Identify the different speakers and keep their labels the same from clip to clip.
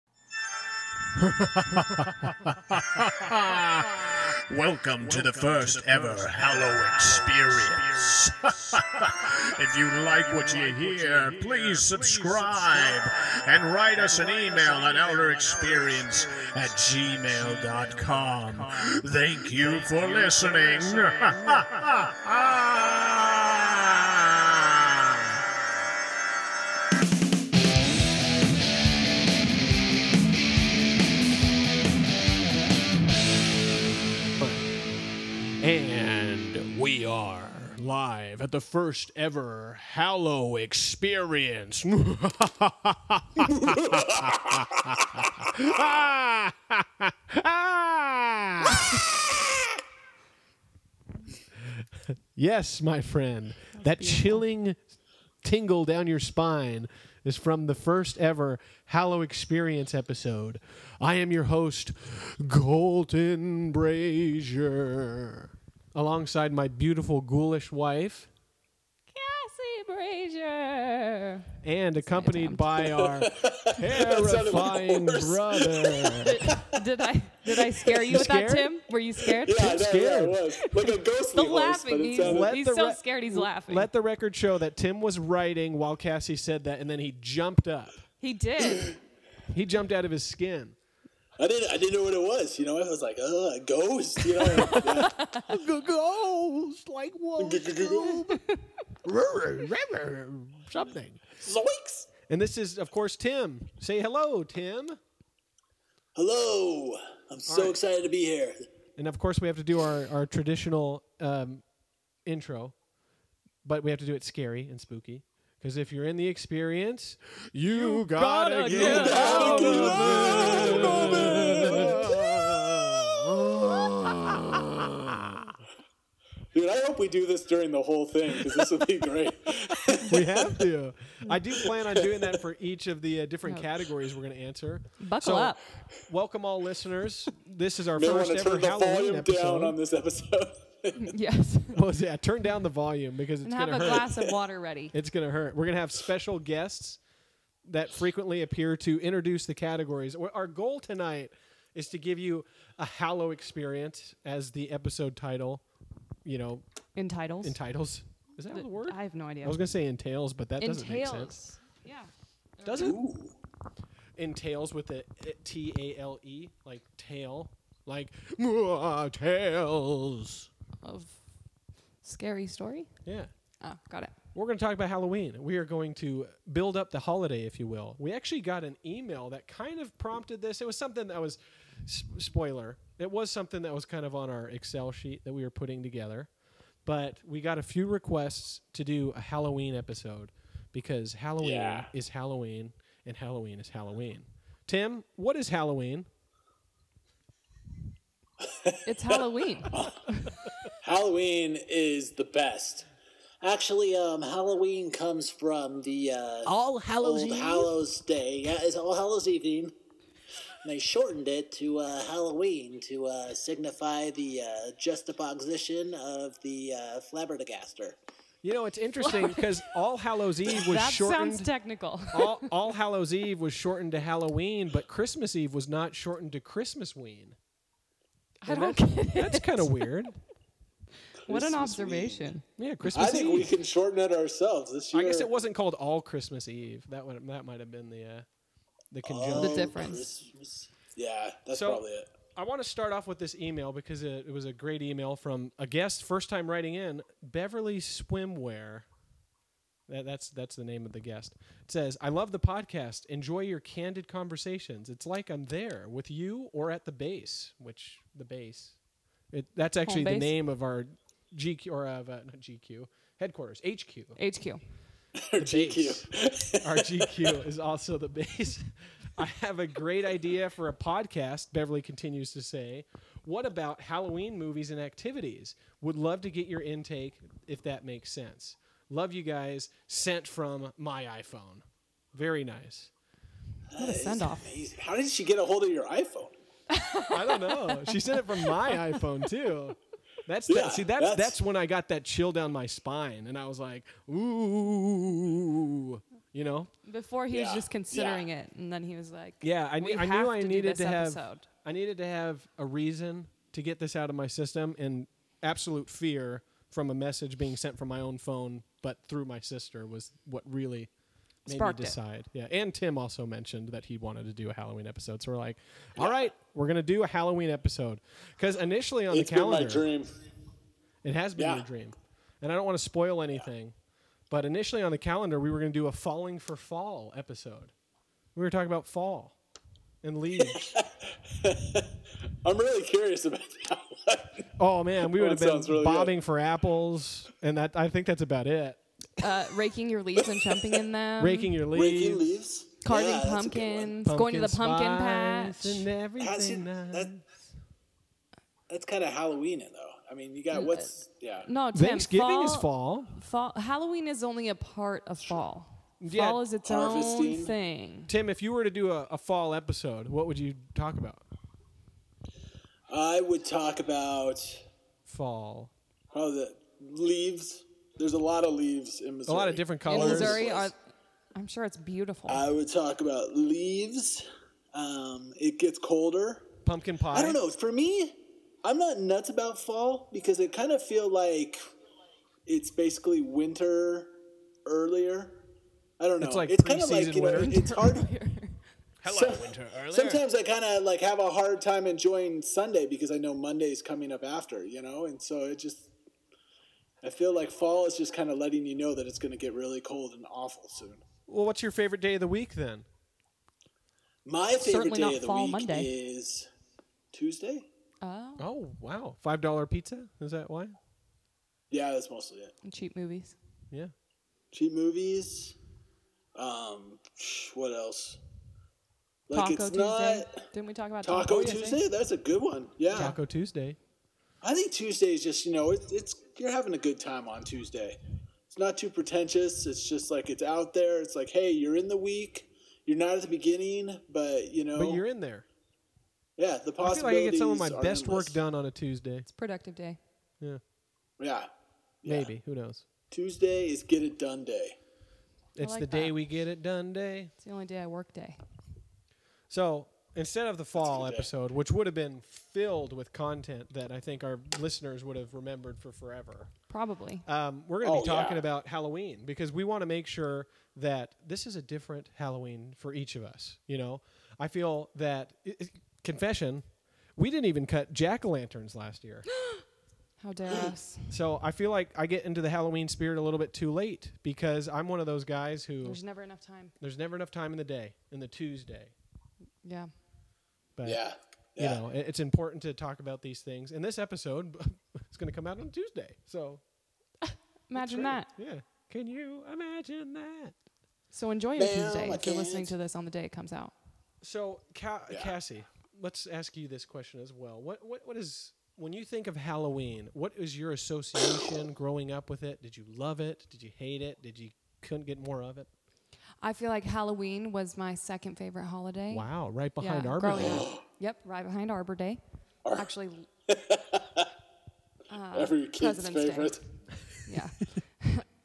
Speaker 1: Welcome to the first ever Hallow Experience. if you like what you hear, please subscribe and write us an email at outerexperience at gmail.com. Thank you for listening.
Speaker 2: And we are live at the first ever Hallow Experience. yes, my friend, that chilling tingle down your spine is from the first ever Hallow Experience episode. I am your host, Colton Brazier, alongside my beautiful ghoulish wife,
Speaker 3: Cassie Brazier.
Speaker 2: and accompanied by our
Speaker 4: sounded like a
Speaker 2: terrifying
Speaker 4: horse.
Speaker 2: brother.
Speaker 3: Did, did I did I scare you with
Speaker 2: scared?
Speaker 3: that, Tim? Were you scared?
Speaker 4: Yeah, I know,
Speaker 2: scared.
Speaker 4: Yeah, it was. Like a ghostly
Speaker 3: The
Speaker 4: horse,
Speaker 3: laughing.
Speaker 4: but it
Speaker 3: He's,
Speaker 4: sounded-
Speaker 2: Let
Speaker 3: he's
Speaker 2: the
Speaker 3: so
Speaker 2: re-
Speaker 3: scared he's laughing.
Speaker 2: Let the record show that Tim was writing while Cassie said that, and then he jumped up.
Speaker 3: he did.
Speaker 2: He jumped out of his skin.
Speaker 4: I didn't. I didn't know what it was. You know, I was like, "Uh, a ghost." You know, Yeah.
Speaker 2: Ghost, like what? Something.
Speaker 4: zoinks.
Speaker 2: And this is, of course, Tim. Say hello, Tim.
Speaker 4: Hello, I'm so excited to be here.
Speaker 2: And of course, we have to do our, our traditional um, intro, but we have to do it scary and spooky. Because if you're in the experience, you, gotta,
Speaker 3: gotta
Speaker 2: get,
Speaker 3: get
Speaker 2: out,
Speaker 3: out
Speaker 2: of
Speaker 4: Dude, I hope we do this during the whole thing because this would be great.
Speaker 2: it. We have to. I do plan on doing that for each of the uh, different categories we're going to answer.
Speaker 3: Buckle
Speaker 2: So,
Speaker 3: up.
Speaker 2: Welcome, all listeners. This is our
Speaker 4: They want
Speaker 2: first
Speaker 4: to
Speaker 2: ever
Speaker 4: turn the
Speaker 2: Halloween
Speaker 4: volume
Speaker 2: episode.
Speaker 4: down on this episode.
Speaker 3: Yes.
Speaker 2: Well, yeah, turn down the volume because it's
Speaker 3: And have
Speaker 2: gonna
Speaker 3: a
Speaker 2: hurt.
Speaker 3: glass of water ready.
Speaker 2: It's gonna hurt. We're gonna have special guests that frequently appear to introduce the categories. Our- Our goal tonight is to give you a Hallow experience, as the episode title, you know,
Speaker 3: Entitles.
Speaker 2: entitles. Is that the word?
Speaker 3: I have no idea.
Speaker 2: I was gonna say entails, but that doesn't make sense.
Speaker 3: Entails. Yeah.
Speaker 2: Does it
Speaker 4: Ooh.
Speaker 2: entails with the T A L E like tail, like "Mwah, tails?
Speaker 3: Of scary story.
Speaker 2: Yeah.
Speaker 3: Oh, got it.
Speaker 2: We're going to talk about Halloween. We are going to build up the holiday, if you will. We actually got an email that kind of prompted this. It was something that was, s- spoiler, it was something that was kind of on our Excel sheet that we were putting together. But we got a few requests to do a Halloween episode because Halloween
Speaker 4: Yeah.
Speaker 2: is Halloween and Halloween is Halloween. Tim, what is Halloween?
Speaker 3: It's Halloween.
Speaker 4: Halloween is the best. Actually, um, Halloween comes from the uh,
Speaker 2: All Hallows
Speaker 4: Old
Speaker 2: Eve?
Speaker 4: Hallows Day. Yeah, it's All Hallows Evening. And they shortened it to uh, Halloween to uh, signify the uh, juxtaposition of the uh, flabbergaster.
Speaker 2: You know, it's interesting because All Hallows Eve was
Speaker 3: that
Speaker 2: shortened. Oh,
Speaker 3: sounds technical.
Speaker 2: all, all Hallows Eve was shortened to Halloween, but Christmas Eve was not shortened to Christmas Ween.
Speaker 3: I don't get it.
Speaker 2: That's kind of weird.
Speaker 3: What
Speaker 4: Christmas
Speaker 3: an
Speaker 4: Eve.
Speaker 3: observation.
Speaker 2: Yeah,
Speaker 4: I
Speaker 2: Christmas
Speaker 4: think we uh,
Speaker 2: Eve.
Speaker 4: can shorten it ourselves this year.
Speaker 2: I guess it wasn't called All Christmas Eve. That would that might have been the uh, the
Speaker 4: Oh,
Speaker 2: conjunction.
Speaker 3: The difference.
Speaker 4: Christmas. Yeah, that's
Speaker 2: So-
Speaker 4: probably it.
Speaker 2: I want to start off with this email because it, it was a great email from a guest, first time writing in, Beverly Swimwear. That, that's that's the name of the guest. It says, "I love the podcast. Enjoy your candid conversations. It's like I'm there with you or at the base, which the base, it, that's actually the
Speaker 3: base?
Speaker 2: name of our GQ or of uh, not GQ headquarters, HQ.
Speaker 3: HQ.
Speaker 4: GQ.
Speaker 2: Our GQ is also the base. I have a great idea for a podcast, Beverly continues to say. What about Halloween movies and activities? Would love to get your intake if that makes sense. Love you guys. Sent from my iPhone. Very nice.
Speaker 3: What a send off.
Speaker 4: Amazing. How did she get a hold of your iPhone?
Speaker 2: I don't know. She sent it from my iPhone too. That's
Speaker 4: Yeah,
Speaker 2: that. See, that's, that's
Speaker 4: that's-
Speaker 2: when I got that chill down my spine, and I was like, "Ooh, You know?
Speaker 3: Before he was
Speaker 4: Yeah.
Speaker 3: just considering it, and then he was like,
Speaker 2: Yeah, I,
Speaker 3: we
Speaker 2: knew I
Speaker 3: have
Speaker 2: knew I
Speaker 3: to do
Speaker 2: needed
Speaker 3: this
Speaker 2: to have
Speaker 3: episode.
Speaker 2: I needed to have a reason to get this out of my system and absolute fear from a message being sent from my own phone but through my sister was what really made
Speaker 3: Sparked it.
Speaker 2: me decide. Yeah, and Tim also mentioned that he wanted to do a Halloween episode. So we're like, all right, we're going to do a Halloween episode cuz initially on
Speaker 5: It's
Speaker 2: the
Speaker 5: been
Speaker 2: calendar
Speaker 5: my dream.
Speaker 2: it has been
Speaker 5: Yeah.
Speaker 2: your dream. And I don't want to spoil anything, but initially on the calendar, we were going to do a falling for fall episode. We were talking about fall and leaves.
Speaker 5: I'm really curious about that one.
Speaker 2: oh man, we would have
Speaker 5: That
Speaker 2: been
Speaker 5: sounds really good. Mm-hmm.
Speaker 2: bobbing for apples, and that I think that's about it.
Speaker 3: uh, raking your leaves and jumping in them,
Speaker 2: Raking your leaves,
Speaker 5: Raking leaves.
Speaker 3: carving
Speaker 5: Yeah, that's a good one.
Speaker 3: pumpkins, going to the pumpkin
Speaker 2: spice
Speaker 3: patch.
Speaker 2: and
Speaker 5: That's it.
Speaker 2: everything. nice.
Speaker 5: That- That's kind of Halloween, though. I mean, you got what's yeah.
Speaker 3: uh, No, Tim,
Speaker 2: Thanksgiving is fall.
Speaker 3: fall. Halloween is only a part of fall.
Speaker 2: Yeah.
Speaker 3: Fall is its own
Speaker 5: Harvesting.
Speaker 3: thing.
Speaker 2: Tim, if you were to do a, a fall episode, what would you talk about?
Speaker 5: I would talk about
Speaker 2: Fall.
Speaker 5: how the leaves. There's a lot of leaves in
Speaker 2: A
Speaker 5: Missouri.
Speaker 2: lot of different
Speaker 3: In
Speaker 2: colors. Uh,
Speaker 3: Missouri, are, I'm sure it's beautiful.
Speaker 5: I would talk about leaves. Um, it gets colder.
Speaker 2: Pumpkin pie.
Speaker 5: I don't know. For me, I'm not nuts about fall because it kind of feel like it's basically winter earlier. I don't know.
Speaker 2: It's like
Speaker 5: kinda
Speaker 2: preseason
Speaker 5: you know,
Speaker 2: winter.
Speaker 5: It's hard.
Speaker 1: Hello, winter earlier.
Speaker 5: Sometimes I kind of like have a hard time enjoying Sunday because I know Monday's coming up after, you know, and so it just I feel like fall is just kind of letting you know that it's going to get really cold and awful soon.
Speaker 2: Well, what's your favorite day of the week then?
Speaker 5: My favorite
Speaker 3: Certainly
Speaker 5: day
Speaker 3: not
Speaker 5: of the
Speaker 3: fall
Speaker 5: week
Speaker 3: Monday.
Speaker 5: is Tuesday.
Speaker 3: oh,
Speaker 2: Oh wow, five dollar pizza. Is that why?
Speaker 5: Yeah, that's mostly it.
Speaker 3: cheap movies.
Speaker 2: Yeah.
Speaker 5: Cheap movies. Um, what else? Like
Speaker 3: Taco
Speaker 5: it's
Speaker 3: Tuesday.
Speaker 5: not
Speaker 3: Didn't we talk about
Speaker 5: Taco,
Speaker 3: Tuesday?
Speaker 5: Tuesday. That's a good one. Yeah,
Speaker 2: Oh, Taco Tuesday.
Speaker 5: I think Tuesday is just you know it's, it's you're having a good time on Tuesday. It's not too pretentious. It's just like it's out there. It's like hey, you're in the week. You're not at the beginning, but you know,
Speaker 2: But you're in there.
Speaker 5: yeah, the
Speaker 2: I
Speaker 5: possibilities.
Speaker 2: feel like I get some of my
Speaker 5: are
Speaker 2: best work
Speaker 5: endless.
Speaker 2: done on a Tuesday.
Speaker 3: Productive day.
Speaker 5: Yeah,
Speaker 2: Maybe. Who knows?
Speaker 5: Tuesday is get it done day.
Speaker 2: It's
Speaker 3: like
Speaker 2: the day
Speaker 3: that.
Speaker 2: we get it done day.
Speaker 3: It's the only day I work day.
Speaker 2: So instead of the fall
Speaker 5: good day.
Speaker 2: episode, which would have been filled with content that I think our listeners would have remembered for forever,
Speaker 3: Probably.
Speaker 2: um, we're going to
Speaker 5: Oh,
Speaker 2: be talking
Speaker 5: yeah.
Speaker 2: about Halloween because we want to make sure that this is a different Halloween for each of us. You know, I feel that i i- confession, we didn't even cut jack o' lanterns last year.
Speaker 3: How dare us?
Speaker 2: So I feel like I get into the Halloween spirit a little bit too late because I'm one of those guys who
Speaker 3: There's never enough time.
Speaker 2: there's never enough time in the day, in the Tuesday.
Speaker 3: Yeah.
Speaker 2: But
Speaker 5: Yeah,
Speaker 2: you
Speaker 5: yeah.
Speaker 2: know, it, it's important to talk about these things. And this episode is going to come out on Tuesday. So
Speaker 3: Imagine that.
Speaker 2: yeah, can you imagine that?
Speaker 3: So enjoy your
Speaker 5: Ma'am,
Speaker 3: Tuesday
Speaker 5: I
Speaker 3: if you're listening
Speaker 5: can't.
Speaker 3: to this on the day it comes out.
Speaker 2: So Ca-
Speaker 5: Yeah.
Speaker 2: Cassie, let's ask you this question as well. What what what is when you think of Halloween? What is your association growing up with it? Did you love it? Did you hate it? Did you couldn't get more of it?
Speaker 3: I feel like Halloween was my second favorite holiday.
Speaker 2: Wow, right
Speaker 3: Yeah,
Speaker 2: behind Arbor
Speaker 3: growing
Speaker 2: Day.
Speaker 3: up. Yep, right behind Arbor Day. Actually,
Speaker 5: Every kid's
Speaker 3: Uh, President's Day.
Speaker 5: favorite.
Speaker 3: yeah.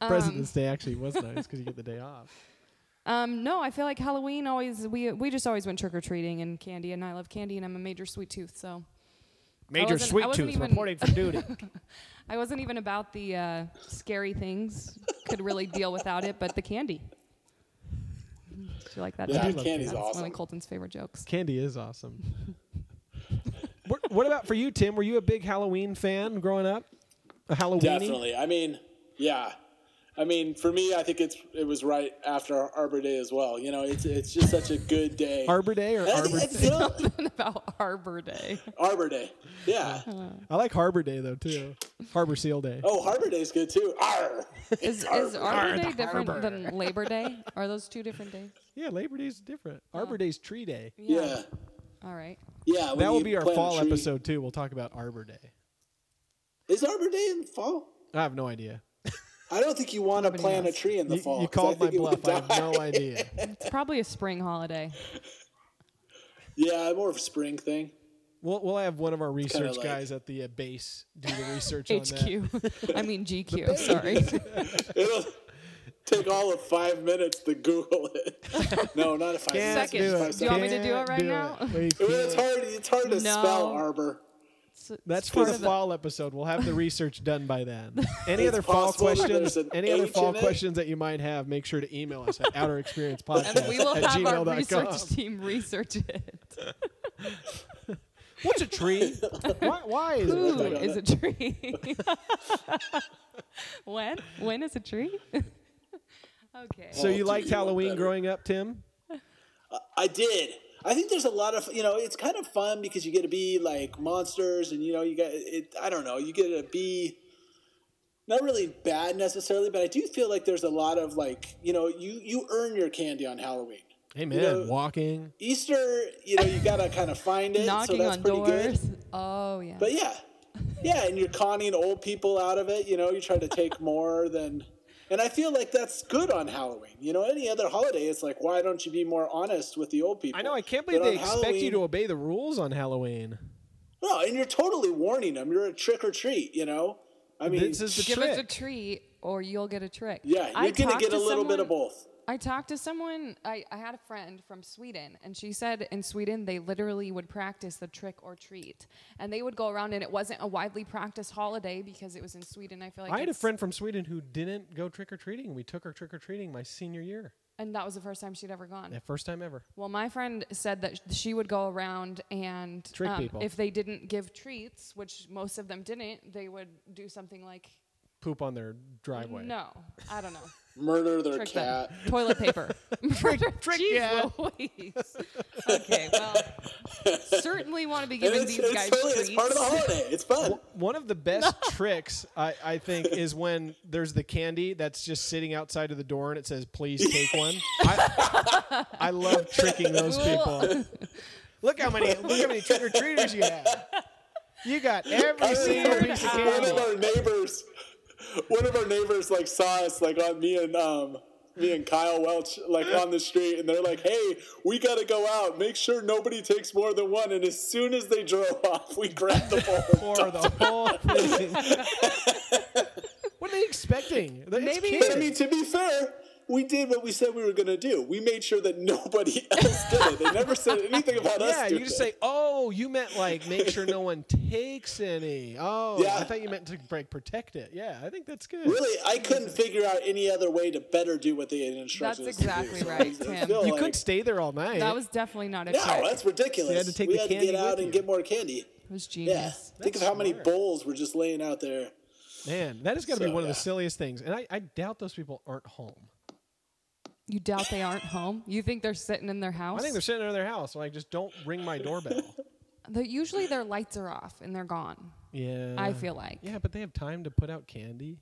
Speaker 2: President's Day actually was nice because you get the day off.
Speaker 3: Um, no, I feel like Halloween always we we just always went trick or treating and candy, and I love candy, and I'm a major sweet tooth, so
Speaker 2: Major
Speaker 3: wasn't- I
Speaker 2: Sweet
Speaker 3: wasn't
Speaker 2: Tooth
Speaker 3: even-
Speaker 2: reporting for duty.
Speaker 3: I wasn't even about the uh, scary things. Could really deal without it, but the candy. Did you like that?
Speaker 5: Yeah,
Speaker 3: That's
Speaker 2: love
Speaker 5: candy's
Speaker 3: one
Speaker 5: awesome.
Speaker 3: of Colton's favorite jokes.
Speaker 2: Candy is awesome. what, what about for you, Tim? Were you a big Halloween fan growing up? A Halloween?
Speaker 5: Definitely. I mean, yeah. I mean, for me, I think it's it was right after Arbor Day as well. You know, it's it's just such a good day.
Speaker 2: Arbor Day or
Speaker 5: And I think
Speaker 2: Arbor
Speaker 5: it's, you know,
Speaker 3: about Arbor Day.
Speaker 5: Arbor Day. Yeah.
Speaker 2: I like Harbor Day though too. Harbor Seal Day.
Speaker 5: Oh, Arbor Day's good too. Arr!
Speaker 3: Is, is Arbor Day different than Labor Day? Are those two different days?
Speaker 2: Yeah, Labor Day's different. Arbor Day's Tree Day.
Speaker 5: Yeah.
Speaker 3: All right.
Speaker 5: Yeah. when
Speaker 2: That will
Speaker 5: you
Speaker 2: be our
Speaker 5: plant a
Speaker 2: fall
Speaker 5: tree.
Speaker 2: episode too. We'll talk about Arbor Day.
Speaker 5: Is Arbor Day in fall?
Speaker 2: I have no idea.
Speaker 5: I don't think you want to plant
Speaker 3: knows.
Speaker 5: a tree in the
Speaker 2: You,
Speaker 5: fall.
Speaker 2: you
Speaker 5: 'cause I
Speaker 2: called my
Speaker 5: think it would
Speaker 2: bluff. I have
Speaker 5: die.
Speaker 2: no idea.
Speaker 3: It's probably a spring holiday.
Speaker 5: Yeah, more of a spring thing.
Speaker 2: We'll, we'll have one of our
Speaker 5: kinda
Speaker 2: research
Speaker 5: like-
Speaker 2: guys at the uh, base do the research on that.
Speaker 3: HQ. I mean GQ. Sorry.
Speaker 5: It'll Take all of five minutes to Google it. No, not a five
Speaker 3: Can't Second.
Speaker 5: minutes. just
Speaker 3: do
Speaker 5: five
Speaker 3: it. Do you want me to do it
Speaker 2: Can't
Speaker 3: right now?
Speaker 2: We
Speaker 5: Well, It's
Speaker 2: can't.
Speaker 5: hard. It's hard
Speaker 3: No.
Speaker 5: to spell Arbor.
Speaker 3: It's- it's
Speaker 2: That's for
Speaker 3: part
Speaker 2: the
Speaker 3: of the-
Speaker 2: fall episode. We'll have the research done by then. Any
Speaker 5: It's
Speaker 2: other fall
Speaker 5: possible that there's
Speaker 2: questions?
Speaker 5: an
Speaker 2: Any other
Speaker 5: H
Speaker 2: fall
Speaker 5: in it?
Speaker 2: questions that you might have? Make sure to email us at outerexperiencepodcast
Speaker 3: And we will
Speaker 2: at
Speaker 3: have our
Speaker 2: gmail.com.
Speaker 3: research team research it.
Speaker 2: What's a tree? why, why is
Speaker 3: Who
Speaker 2: it?
Speaker 3: is a tree? when? When is a tree? okay.
Speaker 2: So you liked
Speaker 5: Oh, dude, you want
Speaker 2: Halloween
Speaker 5: better.
Speaker 2: growing up, Tim?
Speaker 5: I did. I think there's a lot of you know. It's kind of fun because you get to be like monsters, and you know you got it. I don't know. You get to be not really bad necessarily, but I do feel like there's a lot of like you know you you earn your candy on Halloween.
Speaker 2: Hey man,
Speaker 5: know-
Speaker 2: walking.
Speaker 5: Easter, you know, you gotta kind of find it, so
Speaker 3: Knocking
Speaker 5: that's
Speaker 3: on
Speaker 5: pretty
Speaker 3: doors.
Speaker 5: good.
Speaker 3: Oh yeah.
Speaker 5: But yeah, yeah, and you're conning old people out of it. You know, you try to take more than. And I feel like that's good on Halloween. You know, any other holiday, it's like, why don't you be more honest with the old people?
Speaker 2: I know. I can't believe
Speaker 5: But
Speaker 2: they
Speaker 5: on
Speaker 2: expect you
Speaker 5: Halloween-
Speaker 2: to obey the rules on Halloween.
Speaker 5: No, and you're totally warning them. You're a trick or treat. You know, I mean,
Speaker 2: This is the
Speaker 3: Give us a
Speaker 2: trick.
Speaker 3: treat or you'll get a trick.
Speaker 5: yeah,
Speaker 3: I
Speaker 5: you're gonna
Speaker 3: talked
Speaker 5: get
Speaker 3: to
Speaker 5: a little bit of
Speaker 3: someone-
Speaker 5: both.
Speaker 3: I talked to someone, I, I had a friend from Sweden, and she said in Sweden they literally would practice the trick or treat. And they would go around, and it wasn't a widely practiced holiday because it was in Sweden. I feel like
Speaker 2: I had a
Speaker 3: it's-
Speaker 2: friend from Sweden who didn't go trick or treating. We took her trick or treating my senior year,
Speaker 3: and that was the first time she'd ever gone.
Speaker 2: the first time ever.
Speaker 3: Well, my friend said that sh- she would go around and um,
Speaker 2: Trick people.
Speaker 3: if they didn't give treats, which most of them didn't, they would do something like
Speaker 2: Poop on their driveway.
Speaker 3: no, I don't know.
Speaker 5: Murder their
Speaker 3: Trick them.
Speaker 5: cat.
Speaker 3: Toilet paper. trick, trick
Speaker 2: yeah.
Speaker 3: Okay, well, certainly want to be
Speaker 5: And
Speaker 3: giving
Speaker 5: it's,
Speaker 3: these
Speaker 5: it's
Speaker 3: guys
Speaker 5: totally-
Speaker 3: treats.
Speaker 5: it's part of the holiday. It's fun.
Speaker 2: One of the best tricks I, I think is when there's the candy that's just sitting outside of the door and it says "Please take one." I, I love tricking those people. Look how many look how many trick or treaters you have. You got every single piece of
Speaker 5: one of
Speaker 2: candy.
Speaker 5: our neighbors one of our neighbors like saw us like on me and um me and Kyle Welch like on the street and they're like, Hey, we gotta go out. Make sure nobody takes more than one and as soon as they drove off, we grabbed the bowl.
Speaker 2: Pour the whole thing. what are they expecting? It's
Speaker 3: Maybe-
Speaker 2: kids.
Speaker 5: but I mean to be fair, we did what we said we were gonna do. We made sure that nobody else did it. They never said anything about us.
Speaker 2: Yeah, you
Speaker 5: doing
Speaker 2: just
Speaker 5: it.
Speaker 2: say, "Oh, you meant like make sure no one takes any." Oh, I
Speaker 5: Yeah.
Speaker 2: thought you meant to like protect it. Yeah, I think that's good.
Speaker 5: Really, I couldn't figure out any other way to better do what they had
Speaker 3: That's
Speaker 5: instructed us
Speaker 3: exactly
Speaker 5: to do.
Speaker 3: right,
Speaker 5: So I
Speaker 3: Tim.
Speaker 5: feel
Speaker 2: You
Speaker 5: like-
Speaker 2: could stay there all night.
Speaker 3: That was definitely not a
Speaker 5: No,
Speaker 3: trick.
Speaker 5: that's ridiculous.
Speaker 2: So you had to take
Speaker 5: we
Speaker 2: the
Speaker 5: had
Speaker 2: candy
Speaker 5: to get out
Speaker 2: with
Speaker 5: and
Speaker 2: you.
Speaker 5: get more candy.
Speaker 3: It was
Speaker 5: Yeah.
Speaker 3: genius.
Speaker 5: Think of how many
Speaker 2: smart.
Speaker 5: bowls were just laying out there.
Speaker 2: man. That is going to be
Speaker 5: So,
Speaker 2: one of the
Speaker 5: yeah.
Speaker 2: silliest things, and I, I doubt those people aren't home.
Speaker 3: You doubt they aren't home? You think they're sitting in their house?
Speaker 2: I think they're sitting in their house, like just don't ring my doorbell.
Speaker 3: They're- usually their lights are off and they're gone.
Speaker 2: yeah,
Speaker 3: I feel like.
Speaker 2: Yeah, but they have time to put out candy.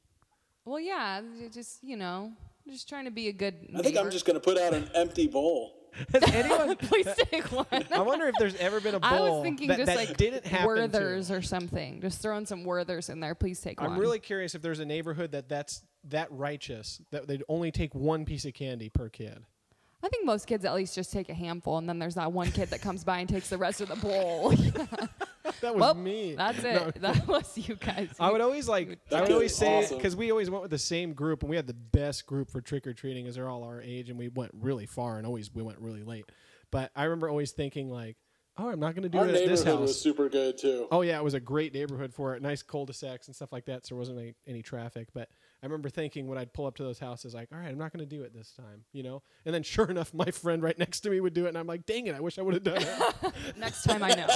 Speaker 3: Well, yeah, you just you know, just trying to be a good.
Speaker 5: I think I'm
Speaker 3: neighbor.
Speaker 5: just going to put out an empty bowl.
Speaker 2: Has anyone?
Speaker 3: Please take one.
Speaker 2: I wonder if there's ever been a bowl
Speaker 3: I was thinking
Speaker 2: that,
Speaker 3: just
Speaker 2: that
Speaker 3: like
Speaker 2: didn't happen. to.
Speaker 3: Werthers or something. Just throwing some Werthers in there. Please take one.
Speaker 2: I'm really curious if there's a neighborhood that that's that righteous that they'd only take one piece of candy per kid.
Speaker 3: I think most kids at least just take a handful, and then there's that one kid that comes by and takes the rest of the bowl.
Speaker 2: That was
Speaker 3: well,
Speaker 2: me.
Speaker 3: that's it. That was you guys.
Speaker 2: I would always like. I would
Speaker 5: That's
Speaker 2: always say
Speaker 5: awesome.
Speaker 2: because we always went with the same group, and we had the best group for trick or treating, as they're all our age, and we went really far, and always we went really late. But I remember always thinking like, "Oh, I'm not going to do
Speaker 5: Our
Speaker 2: it at this
Speaker 5: neighborhood was
Speaker 2: house."
Speaker 5: super good, too.
Speaker 2: Oh yeah, it was a great neighborhood for it. Nice cul-de-sacs and stuff like that, so there wasn't any, any traffic. But I remember thinking when I'd pull up to those houses, like, "All right, I'm not going to do it this time," you know. And then sure enough, my friend right next to me would do it, and I'm like, "Dang it, I wish I would have done it."
Speaker 3: Next time I know.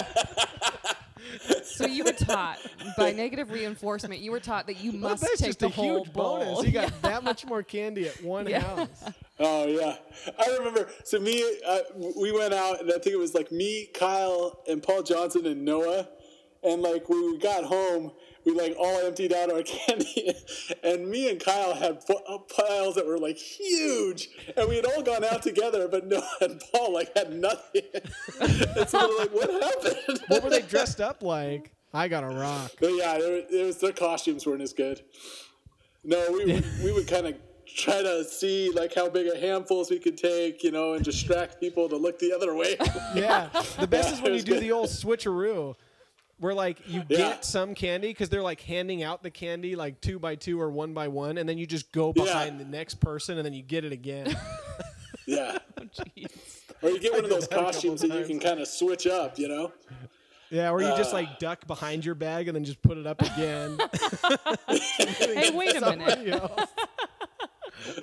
Speaker 3: so you were taught by negative reinforcement. You were taught that you must
Speaker 2: That's
Speaker 3: take
Speaker 2: just
Speaker 3: the
Speaker 2: a
Speaker 3: whole
Speaker 2: huge
Speaker 3: bowl.
Speaker 2: bonus. You got that much more candy at one
Speaker 3: Yeah.
Speaker 2: house.
Speaker 5: Oh, yeah. I remember. So, me, uh, we went out, and I think it was like me, Kyle, and Paul Johnson, and Noah. And like when we got home, we like all emptied out our candy. and me and Kyle had p- uh, piles that were like huge. And we had all gone out together, but Noah and Paul like had nothing. and so, we're like, what happened?
Speaker 2: What were they dressed up like? I got a rock.
Speaker 5: But yeah, there, it was their costumes weren't as good. No, we would, we would kind of try to see like how big a handfuls we could take, you know, and distract people to look the other way.
Speaker 2: Yeah. The best is when you
Speaker 5: was
Speaker 2: do
Speaker 5: good.
Speaker 2: the old switcheroo. where like you
Speaker 5: Yeah.
Speaker 2: get some candy because they're like handing out the candy like two by two or one by one, and then you just go behind the next person and then you get it again.
Speaker 5: Yeah.
Speaker 2: Oh,
Speaker 3: Jeez.
Speaker 5: Or you get one of those
Speaker 2: that a couple
Speaker 5: costumes that you
Speaker 2: times.
Speaker 5: can kind of switch up, you know?
Speaker 2: yeah, or you just
Speaker 5: Uh.
Speaker 2: like duck behind your bag and then just put it up again.
Speaker 3: Hey, wait a minute.
Speaker 2: You know?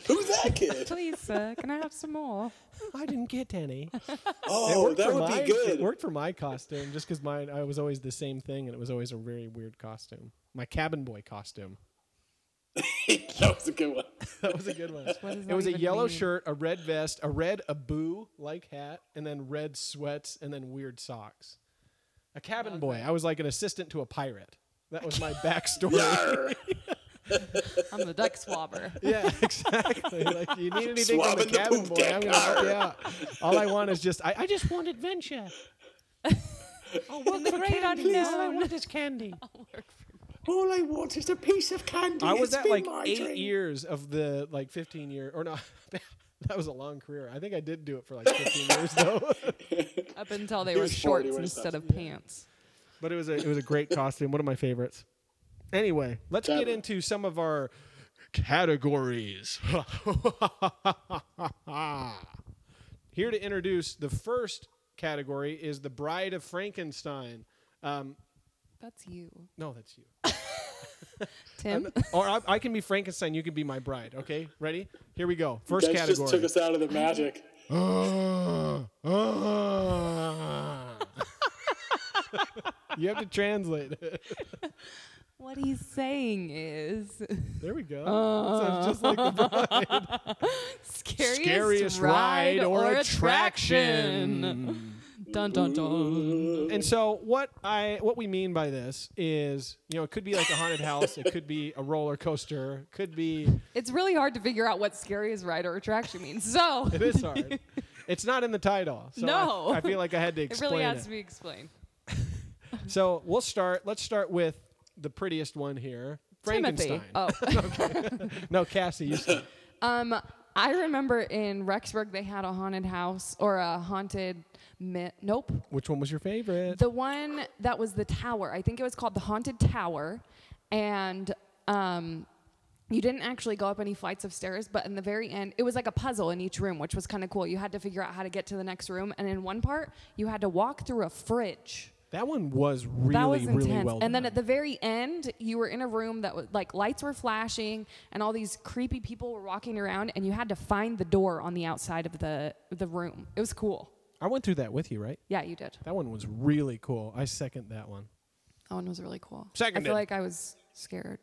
Speaker 5: Who's that kid?
Speaker 3: Please, uh, can I have some more?
Speaker 2: I didn't get any. It
Speaker 5: Oh,
Speaker 2: worked
Speaker 5: that
Speaker 2: for
Speaker 5: would
Speaker 2: my,
Speaker 5: be good.
Speaker 2: It worked for my costume just because mine I was always the same thing and it was always a very weird costume. My cabin boy costume.
Speaker 5: that was a good one.
Speaker 2: That was a good one.
Speaker 3: What does
Speaker 2: it
Speaker 3: that
Speaker 2: was a
Speaker 3: even
Speaker 2: yellow
Speaker 3: mean?
Speaker 2: shirt, a red vest, a red aboo like hat, and then red sweats and then weird socks. A cabin boy. I was like an assistant to a pirate. That was my backstory.
Speaker 3: I'm the duck swabber.
Speaker 2: yeah, exactly. Like you need anything from the
Speaker 5: Swabbing the
Speaker 2: cabin
Speaker 5: poop
Speaker 2: boy, I'm
Speaker 5: deck.
Speaker 2: gonna help you out. All I want is just I, I just want adventure. I'll work
Speaker 3: the
Speaker 2: for
Speaker 3: great
Speaker 2: candy. All I
Speaker 3: unknown.
Speaker 2: want is candy.
Speaker 5: All I want is a piece of candy.
Speaker 2: I was at like eight years of the like 15 year or no, that was a long career. I think I did do it for like 15 years though.
Speaker 3: Up until they were
Speaker 5: was 40
Speaker 3: shorts
Speaker 5: when he
Speaker 3: instead
Speaker 5: stopped.
Speaker 3: of pants.
Speaker 2: But it was a it was a great costume. One of my favorites. Anyway, let's get
Speaker 5: Totally.
Speaker 2: into some of our categories. Here to introduce the first category is the Bride of Frankenstein. Um,
Speaker 3: That's you,
Speaker 2: no, that's you.
Speaker 3: Tim.
Speaker 2: Or I, I can be Frankenstein. You can be my bride. Okay, ready? Here we go. First
Speaker 5: That
Speaker 2: category.
Speaker 5: just took us out of the magic.
Speaker 2: you have to translate.
Speaker 3: What he's saying is
Speaker 2: there we go. Sounds just like the
Speaker 3: scariest,
Speaker 2: scariest
Speaker 3: ride, or,
Speaker 2: attraction.
Speaker 3: attraction. Dun dun dun.
Speaker 2: And so what I what we mean by this is, you know, it could be like a haunted house, it could be a roller coaster, could be
Speaker 3: It's really hard to figure out what scariest ride or attraction means. So
Speaker 2: it is hard. It's not in the title. So I-
Speaker 3: No.
Speaker 2: I, feel like I had to
Speaker 3: it
Speaker 2: explain
Speaker 3: really
Speaker 2: it.
Speaker 3: has to be explained.
Speaker 2: So we'll start let's start with the prettiest one here.
Speaker 3: Timothy.
Speaker 2: Frankenstein.
Speaker 3: Oh.
Speaker 2: No, Cassie, you start.
Speaker 3: Um, I remember in Rexburg they had a haunted house or a haunted. Mi- nope.
Speaker 2: Which one was your favorite?
Speaker 3: The one that was the tower. I think it was called the Haunted Tower. And um, you didn't actually go up any flights of stairs, but in the very end, it was like a puzzle in each room, which was kind of cool. You had to figure out how to get to the next room. And in one part, you had to walk through a fridge.
Speaker 2: that one was really,
Speaker 3: That was intense.
Speaker 2: really well
Speaker 3: and then
Speaker 2: done.
Speaker 3: at the very end, you were in a room that was like lights were flashing and all these creepy people were walking around and you had to find the door on the outside of the the room. It was cool.
Speaker 2: I went through that with you, right?
Speaker 3: Yeah, you did.
Speaker 2: That one was really cool. I second that one.
Speaker 3: That one was really cool. I
Speaker 2: Seconded.
Speaker 3: feel like I was scared.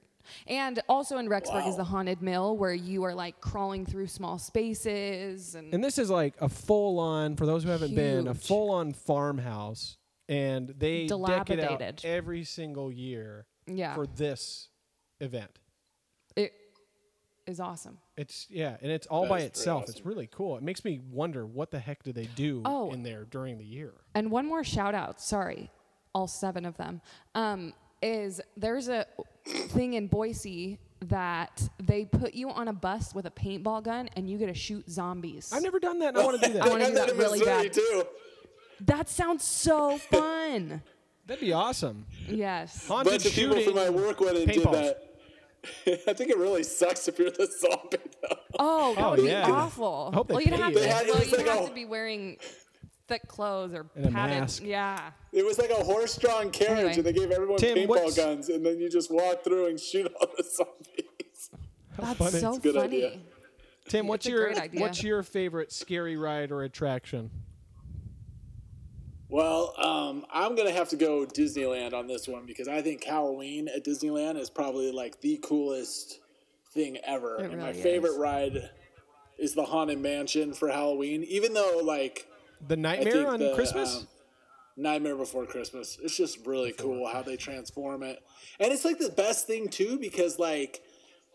Speaker 3: And also in Rexburg is the haunted mill where you are like crawling through small spaces and,
Speaker 2: And this is like a full on, for those who haven't been, a
Speaker 3: Huge.
Speaker 2: full on farmhouse. And they deck it out
Speaker 3: Dilapidated.
Speaker 2: every single year
Speaker 3: Yeah.
Speaker 2: for this event.
Speaker 3: it is awesome.
Speaker 2: It's, yeah, and it's all by
Speaker 5: is pretty
Speaker 2: itself. It's
Speaker 5: awesome.
Speaker 2: really cool. It makes me wonder what the heck do they do
Speaker 3: Oh.
Speaker 2: in there during the year?
Speaker 3: And one more shout out, sorry, all seven of them, um, is there's a thing in Boise that they put you on a bus with a paintball gun and you get to shoot zombies.
Speaker 2: I've never done that, and I want to do
Speaker 3: I wanna
Speaker 2: that.
Speaker 3: do that really
Speaker 5: Missouri
Speaker 3: bad.
Speaker 5: too.
Speaker 3: That sounds so fun.
Speaker 2: That'd be awesome.
Speaker 3: yes.
Speaker 5: A
Speaker 2: Haunted
Speaker 5: bunch of people
Speaker 2: shooting.
Speaker 5: from my work went and did
Speaker 2: paintballs.
Speaker 5: that. I think it really sucks if you're the zombie though.
Speaker 3: Oh, that
Speaker 2: Oh,
Speaker 3: would
Speaker 2: yeah.
Speaker 3: be awful.
Speaker 2: I hope they
Speaker 3: well, you'd
Speaker 2: pay
Speaker 3: have
Speaker 2: you.
Speaker 3: to,
Speaker 2: They
Speaker 5: had- it
Speaker 3: well,
Speaker 5: was
Speaker 3: you'd
Speaker 5: like
Speaker 3: have
Speaker 5: a-
Speaker 3: to be wearing thick clothes or
Speaker 2: And a
Speaker 3: padded.
Speaker 2: mask.
Speaker 3: Yeah.
Speaker 5: It was like a horse-drawn carriage,
Speaker 3: Anyway.
Speaker 5: and they gave everyone
Speaker 2: Tim,
Speaker 5: paintball
Speaker 2: what's-
Speaker 5: guns, and then you just walk through and shoot all the zombies.
Speaker 3: That's
Speaker 2: funny.
Speaker 3: so
Speaker 2: It's
Speaker 5: a good
Speaker 3: funny.
Speaker 5: idea.
Speaker 2: Tim, what's
Speaker 3: a
Speaker 2: your
Speaker 3: great idea.
Speaker 2: what's your favorite scary ride or attraction?
Speaker 5: Well, um, I'm gonna have to go Disneyland on this one because I think Halloween at Disneyland is probably like the coolest thing ever.
Speaker 3: It
Speaker 5: and my
Speaker 3: really
Speaker 5: favorite
Speaker 3: is.
Speaker 5: ride is the Haunted Mansion for Halloween, even though like
Speaker 2: The
Speaker 5: I
Speaker 2: Nightmare
Speaker 5: think
Speaker 2: on
Speaker 5: the,
Speaker 2: Christmas?
Speaker 5: um, Nightmare Before Christmas. It's just really cool how they transform it, and it's like the best thing too because like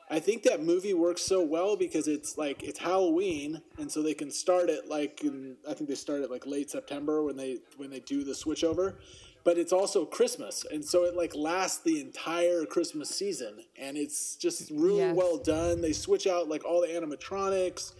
Speaker 5: I think that movie works so well because it's like it's Halloween, and so they can start it like in, I think they start it like late September when they when they do the switchover, but it's also Christmas, and so it like lasts the entire Christmas season, and it's just really
Speaker 3: Yes.
Speaker 5: well done. They switch out like all the animatronics,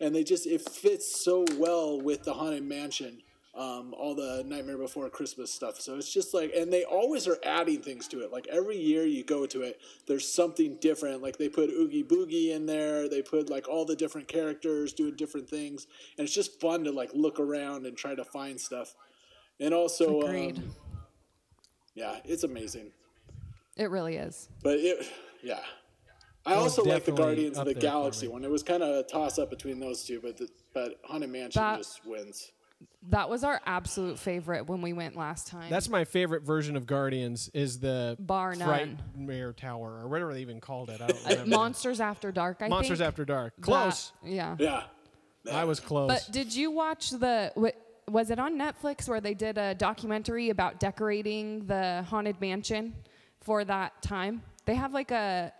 Speaker 5: and they just it fits so well with the Haunted Mansion um, all the Nightmare Before Christmas stuff. So it's just like, and they always are adding things to it. Like every year you go to it, there's something different. Like they put Oogie Boogie in there, they put like all the different characters doing different things, and it's just fun to like look around and try to find stuff. And also,
Speaker 3: Agreed.
Speaker 5: um, yeah, it's amazing.
Speaker 3: It really is.
Speaker 5: But it, yeah. I
Speaker 2: That was
Speaker 5: also like the
Speaker 2: definitely
Speaker 5: Guardians
Speaker 2: up
Speaker 5: of the
Speaker 2: there for
Speaker 5: Galaxy
Speaker 2: me.
Speaker 5: one. It was kind of a toss up between those two, but the, but Haunted Mansion
Speaker 3: That-
Speaker 5: just wins.
Speaker 3: That was our absolute favorite when we went last time.
Speaker 2: That's my favorite version of Guardians is the
Speaker 3: Bar none.
Speaker 2: Frightmare Tower or whatever they even called it. I don't
Speaker 3: Uh,
Speaker 2: remember.
Speaker 3: Monsters After Dark. I
Speaker 2: Monsters
Speaker 3: think.
Speaker 2: After Dark.
Speaker 3: That-
Speaker 2: Close.
Speaker 3: yeah.
Speaker 5: Yeah.
Speaker 2: I was close.
Speaker 3: But did you watch the? wa- Was it on Netflix where they did a documentary about decorating the haunted mansion for that time? They have like a,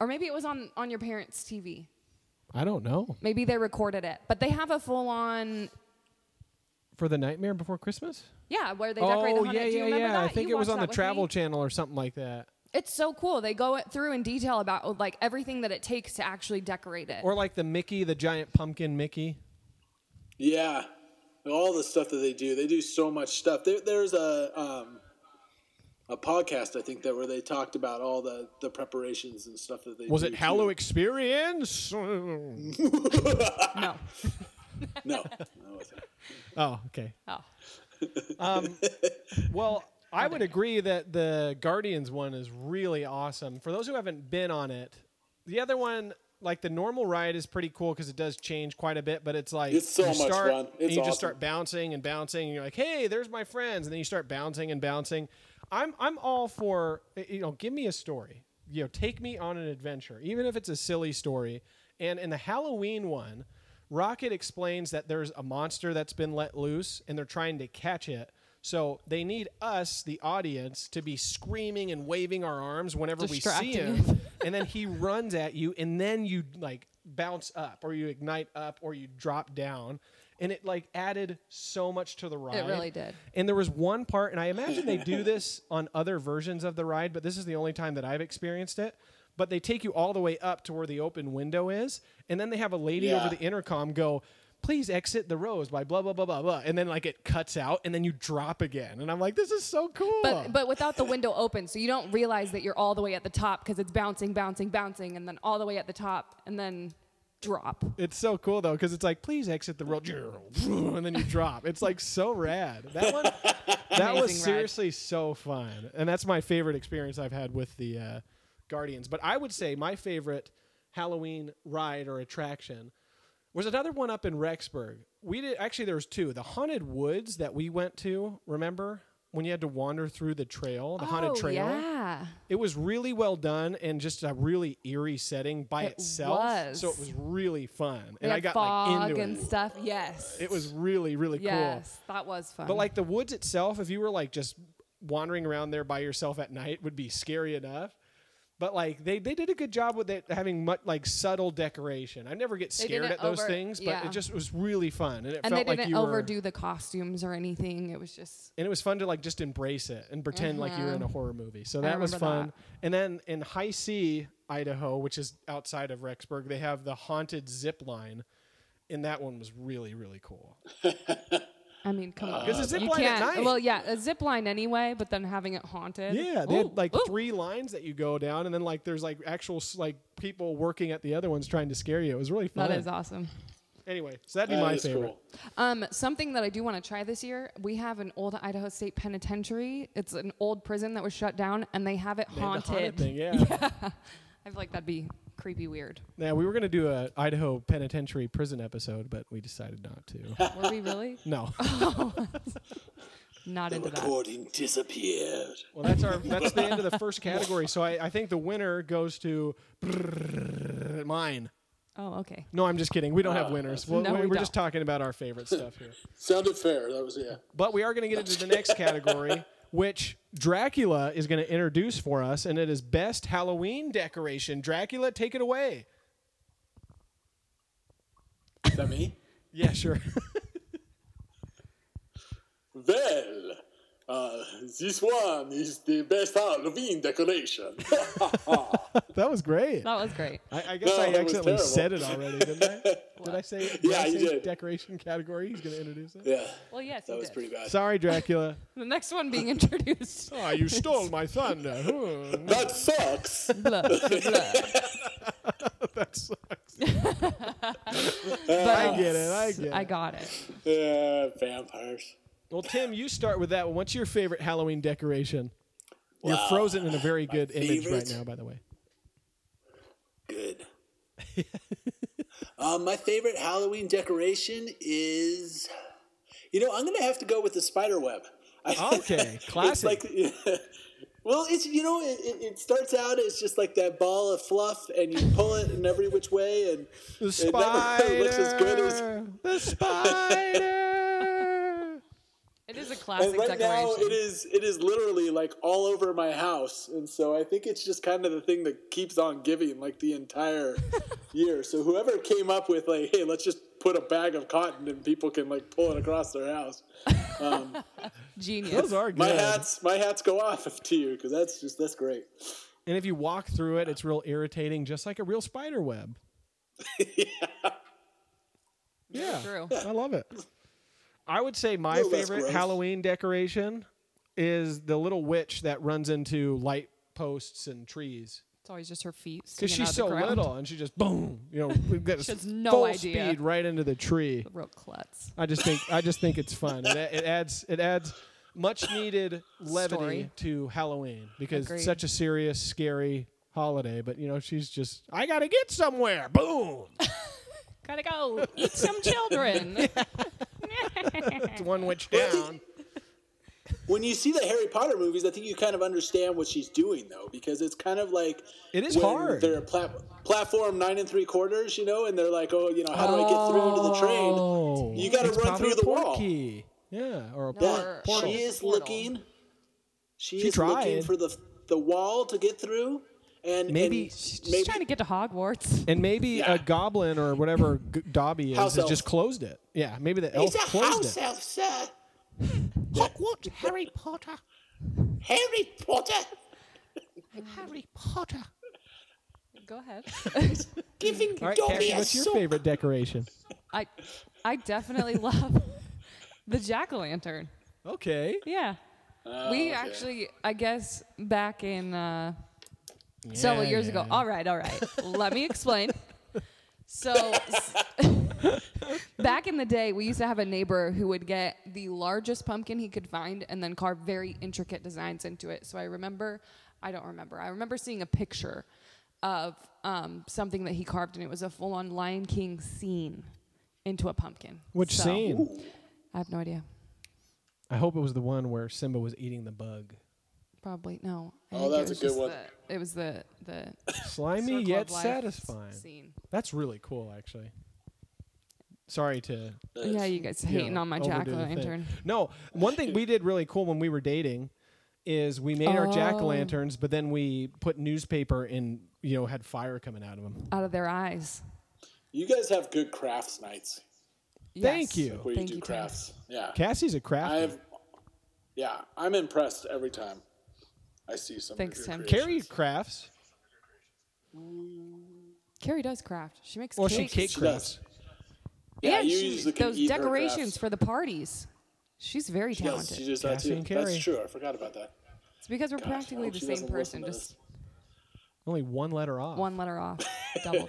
Speaker 3: or maybe it was on on your parents' TV.
Speaker 2: I don't know.
Speaker 3: Maybe they recorded it, but they have a full on.
Speaker 2: For the Nightmare Before Christmas?
Speaker 3: Yeah, where they decorate
Speaker 2: Oh
Speaker 3: the
Speaker 2: yeah,
Speaker 3: haunted. Do you
Speaker 2: yeah,
Speaker 3: remember
Speaker 2: yeah.
Speaker 3: that?
Speaker 2: I think
Speaker 3: You
Speaker 2: it was
Speaker 3: watched
Speaker 2: on
Speaker 3: that
Speaker 2: the
Speaker 3: with
Speaker 2: Travel
Speaker 3: me?
Speaker 2: Channel or something like that.
Speaker 3: It's so cool. They go through in detail about oh, like everything that it takes to actually decorate it.
Speaker 2: Or like the Mickey, the giant pumpkin Mickey.
Speaker 5: Yeah, all the stuff that they do, they do so much stuff. There, there's a um, a podcast I think that where they talked about all the the preparations and stuff that they
Speaker 2: Was
Speaker 5: do,
Speaker 2: it
Speaker 5: too.
Speaker 2: Hallow Experience? Oh,
Speaker 3: no.
Speaker 5: No, no, it wasn't.
Speaker 2: okay.
Speaker 3: Oh.
Speaker 2: Um, well, I would agree that the Guardians one is really awesome. For those who haven't been on it, the other one, like the normal ride, is pretty cool because it does change quite a bit. But it's like
Speaker 5: It's so
Speaker 2: you
Speaker 5: much
Speaker 2: start
Speaker 5: fun.
Speaker 2: and
Speaker 5: It's
Speaker 2: you just
Speaker 5: awesome.
Speaker 2: start bouncing and bouncing, and you're like, "Hey, there's my friends," and then you start bouncing and bouncing. I'm I'm all for you know, give me a story. You know, take me on an adventure, even if it's a silly story. And in the Halloween one, Rocket explains that there's a monster that's been let loose and they're trying to catch it. So they need us, the audience, to be screaming and waving our arms whenever we see
Speaker 3: Distracting
Speaker 2: him.
Speaker 3: him.
Speaker 2: and then he runs at you and then you like bounce up or you ignite up or you drop down. And it like added so much to the ride.
Speaker 3: really did.
Speaker 2: And there was one part, and I imagine they do this on other versions of the ride, but this is the only time that I've experienced it. But they take you all the way up to where the open window is, and then they have a lady
Speaker 5: Yeah.
Speaker 2: over the intercom go, "Please exit the rows by blah blah blah blah blah," and then like it cuts out, and then you drop again, and I'm like, "This is so cool."
Speaker 3: But but without the window open, so you don't realize that you're all the way at the top because it's bouncing, bouncing, bouncing, and then all the way at the top, and then drop.
Speaker 2: it's so cool though, because it's like, "Please exit the row," and then you drop. It's like so rad. That one, that was
Speaker 3: Amazing ride.
Speaker 2: seriously so fun, and that's my favorite experience I've had with the uh, Guardians. But I would say my favorite Halloween ride or attraction was another one up in Rexburg. We did actually there was two. The haunted woods that we went to, remember? When you had to wander through the trail, the haunted
Speaker 3: oh,
Speaker 2: trail.
Speaker 3: Yeah.
Speaker 2: It was really well done and just a really eerie setting by
Speaker 3: It
Speaker 2: itself.
Speaker 3: was.
Speaker 2: So it was really fun.
Speaker 3: They
Speaker 2: and I
Speaker 3: had
Speaker 2: got
Speaker 3: fog
Speaker 2: like into
Speaker 3: and
Speaker 2: it.
Speaker 3: stuff. Yes.
Speaker 2: It was really, really cool.
Speaker 3: Yes, that was fun.
Speaker 2: But like the woods itself, if you were like just wandering around there by yourself at night, would be scary enough. But like they, they did a good job with it having much like subtle decoration. I never get
Speaker 3: They
Speaker 2: scared
Speaker 3: didn't
Speaker 2: at those
Speaker 3: over-
Speaker 2: things, but
Speaker 3: yeah.
Speaker 2: it just was really fun, and it
Speaker 3: and they
Speaker 2: felt
Speaker 3: didn't
Speaker 2: like you
Speaker 3: overdo
Speaker 2: were.
Speaker 3: the costumes or anything. It was just
Speaker 2: And it was fun to like just embrace it and pretend like you were in a horror movie. So that was
Speaker 3: Mm-hmm. remember
Speaker 2: fun.
Speaker 3: that.
Speaker 2: And then in High C, Idaho, which is outside of Rexburg, they have the haunted zip line, and that one was really really cool.
Speaker 3: I mean, come
Speaker 5: Uh,
Speaker 3: on.
Speaker 2: 'Cause a zip
Speaker 3: You
Speaker 2: line at
Speaker 3: can't-
Speaker 2: night.
Speaker 3: Well, yeah, a zip line anyway, but then having it haunted.
Speaker 2: Yeah, they
Speaker 3: Ooh,
Speaker 2: had like
Speaker 3: ooh.
Speaker 2: three lines that you go down, and then like there's like actual s- like people working at the other ones trying to scare you. It was really fun.
Speaker 3: That is awesome.
Speaker 2: Anyway, so that'd be
Speaker 5: That
Speaker 2: my
Speaker 5: is
Speaker 2: favorite.
Speaker 5: cool.
Speaker 3: Um, something that I do want to try this year, we have an old Idaho State Penitentiary. It's an old prison that was shut down, and they have it
Speaker 2: And the
Speaker 3: haunted.
Speaker 2: thing, yeah.
Speaker 3: I feel like that'd be creepy weird.
Speaker 2: Now we were gonna do a Idaho penitentiary prison episode, but we decided not to.
Speaker 3: Were we really
Speaker 2: no.
Speaker 3: not
Speaker 5: The
Speaker 3: into that?
Speaker 5: recording disappeared.
Speaker 2: Well, that's our that's the end of the first category. So I, I think the winner goes to mine.
Speaker 3: Oh, okay.
Speaker 2: No, I'm just kidding. We don't have winners. We'll,
Speaker 3: No,
Speaker 2: we're
Speaker 3: we
Speaker 2: just
Speaker 3: don't.
Speaker 2: talking about our favorite stuff here.
Speaker 5: Sounded fair. That was yeah.
Speaker 2: But we are going to get into the next category, which Dracula is going to introduce for us, and it is best Halloween decoration. Dracula, take it away.
Speaker 5: Is that me?
Speaker 2: Yeah, sure.
Speaker 5: Well, Uh, this one is the best Halloween decoration.
Speaker 2: That was great.
Speaker 3: That was great.
Speaker 2: I, I guess
Speaker 5: No,
Speaker 2: I
Speaker 5: that was
Speaker 2: accidentally
Speaker 5: terrible.
Speaker 2: said it already, didn't I? Did I say? Did
Speaker 5: Yeah,
Speaker 2: I
Speaker 5: you
Speaker 2: say
Speaker 5: did.
Speaker 2: Decoration category. He's going to introduce it.
Speaker 5: yeah,
Speaker 3: Well, yes,
Speaker 5: that
Speaker 3: you
Speaker 5: was
Speaker 3: did.
Speaker 5: pretty bad.
Speaker 2: Sorry, Dracula.
Speaker 3: The next one being introduced.
Speaker 2: Ah, you stole my thunder. Hmm.
Speaker 5: That sucks.
Speaker 3: blah, blah.
Speaker 2: that sucks.
Speaker 3: But um,
Speaker 2: I get it. I get it.
Speaker 3: I got it.
Speaker 5: uh, vampires.
Speaker 2: Well, Tim, you start with that one. What's your favorite Halloween decoration? You're frozen in a very good image right
Speaker 5: favorite?
Speaker 2: now, by the way.
Speaker 5: Good.
Speaker 4: Um, my favorite Halloween decoration is, you know, I'm gonna have to go with the spider web. I,
Speaker 2: Okay,
Speaker 4: it's
Speaker 2: classic.
Speaker 4: like, well, it's you know, it, it, it starts out as just like that ball of fluff, and you pull it in every which way, and
Speaker 2: the
Speaker 4: it
Speaker 2: spider.
Speaker 4: never looks as good as.
Speaker 2: the spider.
Speaker 3: It is a
Speaker 5: And
Speaker 3: classic
Speaker 5: right now
Speaker 3: decoration.
Speaker 5: it is it is literally like all over my house, and so I think it's just kind of the thing that keeps on giving like the entire year. So whoever came up with like, hey, let's just put a bag of cotton and people can like pull it across their house.
Speaker 3: Genius.
Speaker 2: Those are good.
Speaker 5: My hats my hats go off to you because that's just that's great.
Speaker 2: And if you walk through it, it's real irritating, just like a real spider web. yeah.
Speaker 3: True.
Speaker 2: I love it. I would say my
Speaker 5: Little less
Speaker 2: favorite
Speaker 5: gross.
Speaker 2: Halloween decoration is the little witch that runs into light posts and trees
Speaker 3: It's always just her feet.
Speaker 2: because
Speaker 3: sticking
Speaker 2: she's
Speaker 3: out of
Speaker 2: so
Speaker 3: the ground.
Speaker 2: little and she just boom, you know, we've got
Speaker 3: She
Speaker 2: us
Speaker 3: has no
Speaker 2: full
Speaker 3: idea.
Speaker 2: speed right into the tree.
Speaker 3: Real klutz.
Speaker 2: I just think I just think it's fun. It, it adds it adds much needed levity
Speaker 3: Story.
Speaker 2: to Halloween because
Speaker 3: Agreed.
Speaker 2: it's such a serious, scary holiday. But you know, she's just I gotta get somewhere. Boom!
Speaker 3: Gotta go eat some children.
Speaker 2: It's one witch down.
Speaker 5: When you see the Harry Potter movies, I think you kind of understand what she's doing though, because it's kind of like
Speaker 2: It is
Speaker 5: when
Speaker 2: hard.
Speaker 5: They're plat- platform nine and three quarters, you know, and they're like, oh, you know, how do I get through to the train?
Speaker 2: Oh,
Speaker 5: You gotta
Speaker 2: it's
Speaker 5: run
Speaker 2: probably
Speaker 5: through
Speaker 2: a
Speaker 5: the
Speaker 2: port
Speaker 5: wall.
Speaker 2: Key. Yeah, or a
Speaker 5: Yeah,
Speaker 3: Or-
Speaker 2: port, portal.
Speaker 5: she is
Speaker 3: Portal.
Speaker 5: looking. She,
Speaker 2: She
Speaker 5: is looking
Speaker 2: tried.
Speaker 5: for the the wall to get through, and
Speaker 2: Maybe-
Speaker 5: and
Speaker 2: She's
Speaker 3: Just
Speaker 5: maybe
Speaker 3: trying to get to Hogwarts.
Speaker 2: And maybe
Speaker 5: Yeah.
Speaker 2: a goblin or whatever G- Dobby is
Speaker 5: House
Speaker 2: has
Speaker 5: elf.
Speaker 2: just closed it. Yeah, maybe the
Speaker 4: It's
Speaker 2: elf
Speaker 4: a house
Speaker 2: closed it.
Speaker 4: elf, sir.
Speaker 6: Hogwarts, Harry Potter,
Speaker 4: Harry Potter
Speaker 6: Harry Potter.
Speaker 3: Go ahead.
Speaker 4: giving
Speaker 2: All right,
Speaker 4: Dobby
Speaker 2: Cassie,
Speaker 4: a
Speaker 2: what's your
Speaker 4: soap.
Speaker 2: favorite decoration?
Speaker 3: I, I definitely love the jack o' lantern.
Speaker 2: Okay.
Speaker 3: Yeah. we actually, I guess, back in uh, several
Speaker 2: Yeah,
Speaker 3: years ago.
Speaker 2: yeah.
Speaker 3: All right, all right. Let me explain. So, s- back in the day, we used to have a neighbor who would get the largest pumpkin he could find and then carve very intricate designs into it. So, I remember, I don't remember, I remember seeing a picture of um, something that he carved, and it was a full on Lion King scene into a pumpkin.
Speaker 2: Which
Speaker 3: So,
Speaker 2: scene?
Speaker 3: I have no idea.
Speaker 2: I hope it was the one where Simba was eating the bug.
Speaker 3: Probably no. I
Speaker 5: Oh,
Speaker 3: think it was
Speaker 5: that's a good
Speaker 3: just
Speaker 5: one.
Speaker 3: The, it was the the circle
Speaker 2: Slimy
Speaker 3: of
Speaker 2: yet
Speaker 3: life
Speaker 2: satisfying.
Speaker 3: Scene.
Speaker 2: That's really cool, actually. Sorry to
Speaker 3: Yeah, you guys
Speaker 2: you
Speaker 3: hating
Speaker 2: know,
Speaker 3: on my
Speaker 2: overdo
Speaker 3: jack o'
Speaker 2: the thing.
Speaker 3: lantern.
Speaker 2: No, one thing we did really cool when we were dating is we made our jack
Speaker 3: Oh.
Speaker 2: o' lanterns, but then we put newspaper in. You know, had fire coming out of them.
Speaker 3: Out of their eyes.
Speaker 5: you guys have good crafts nights
Speaker 2: Thank
Speaker 3: Yes.
Speaker 2: you,
Speaker 5: where
Speaker 3: Thank
Speaker 5: you do
Speaker 3: you, Tim.
Speaker 5: crafts. Yeah,
Speaker 2: Cassie's a
Speaker 5: I
Speaker 2: crafty.
Speaker 5: have. Yeah, I'm impressed every time I see some.
Speaker 3: Thanks,
Speaker 5: of your
Speaker 3: Tim.
Speaker 5: creations.
Speaker 2: Carrie crafts.
Speaker 3: Carrie does craft. She makes
Speaker 2: Well, she
Speaker 3: cakes.
Speaker 2: cake
Speaker 5: She
Speaker 2: crafts.
Speaker 5: does. Yeah,
Speaker 3: and
Speaker 5: you
Speaker 3: she-
Speaker 5: usually can
Speaker 3: those
Speaker 5: eat her
Speaker 3: decorations
Speaker 5: crafts.
Speaker 3: for the parties. She's very
Speaker 5: She does.
Speaker 3: talented.
Speaker 5: She does that
Speaker 2: Cassie
Speaker 5: too.
Speaker 2: and Carrie.
Speaker 5: That's true. I forgot about that.
Speaker 3: it's because we're
Speaker 5: I
Speaker 3: practically
Speaker 5: hope
Speaker 3: the
Speaker 5: she
Speaker 3: same
Speaker 5: doesn't listen
Speaker 3: person,
Speaker 5: to
Speaker 3: just
Speaker 5: this.
Speaker 2: Only one letter off.
Speaker 3: one letter off, doubled.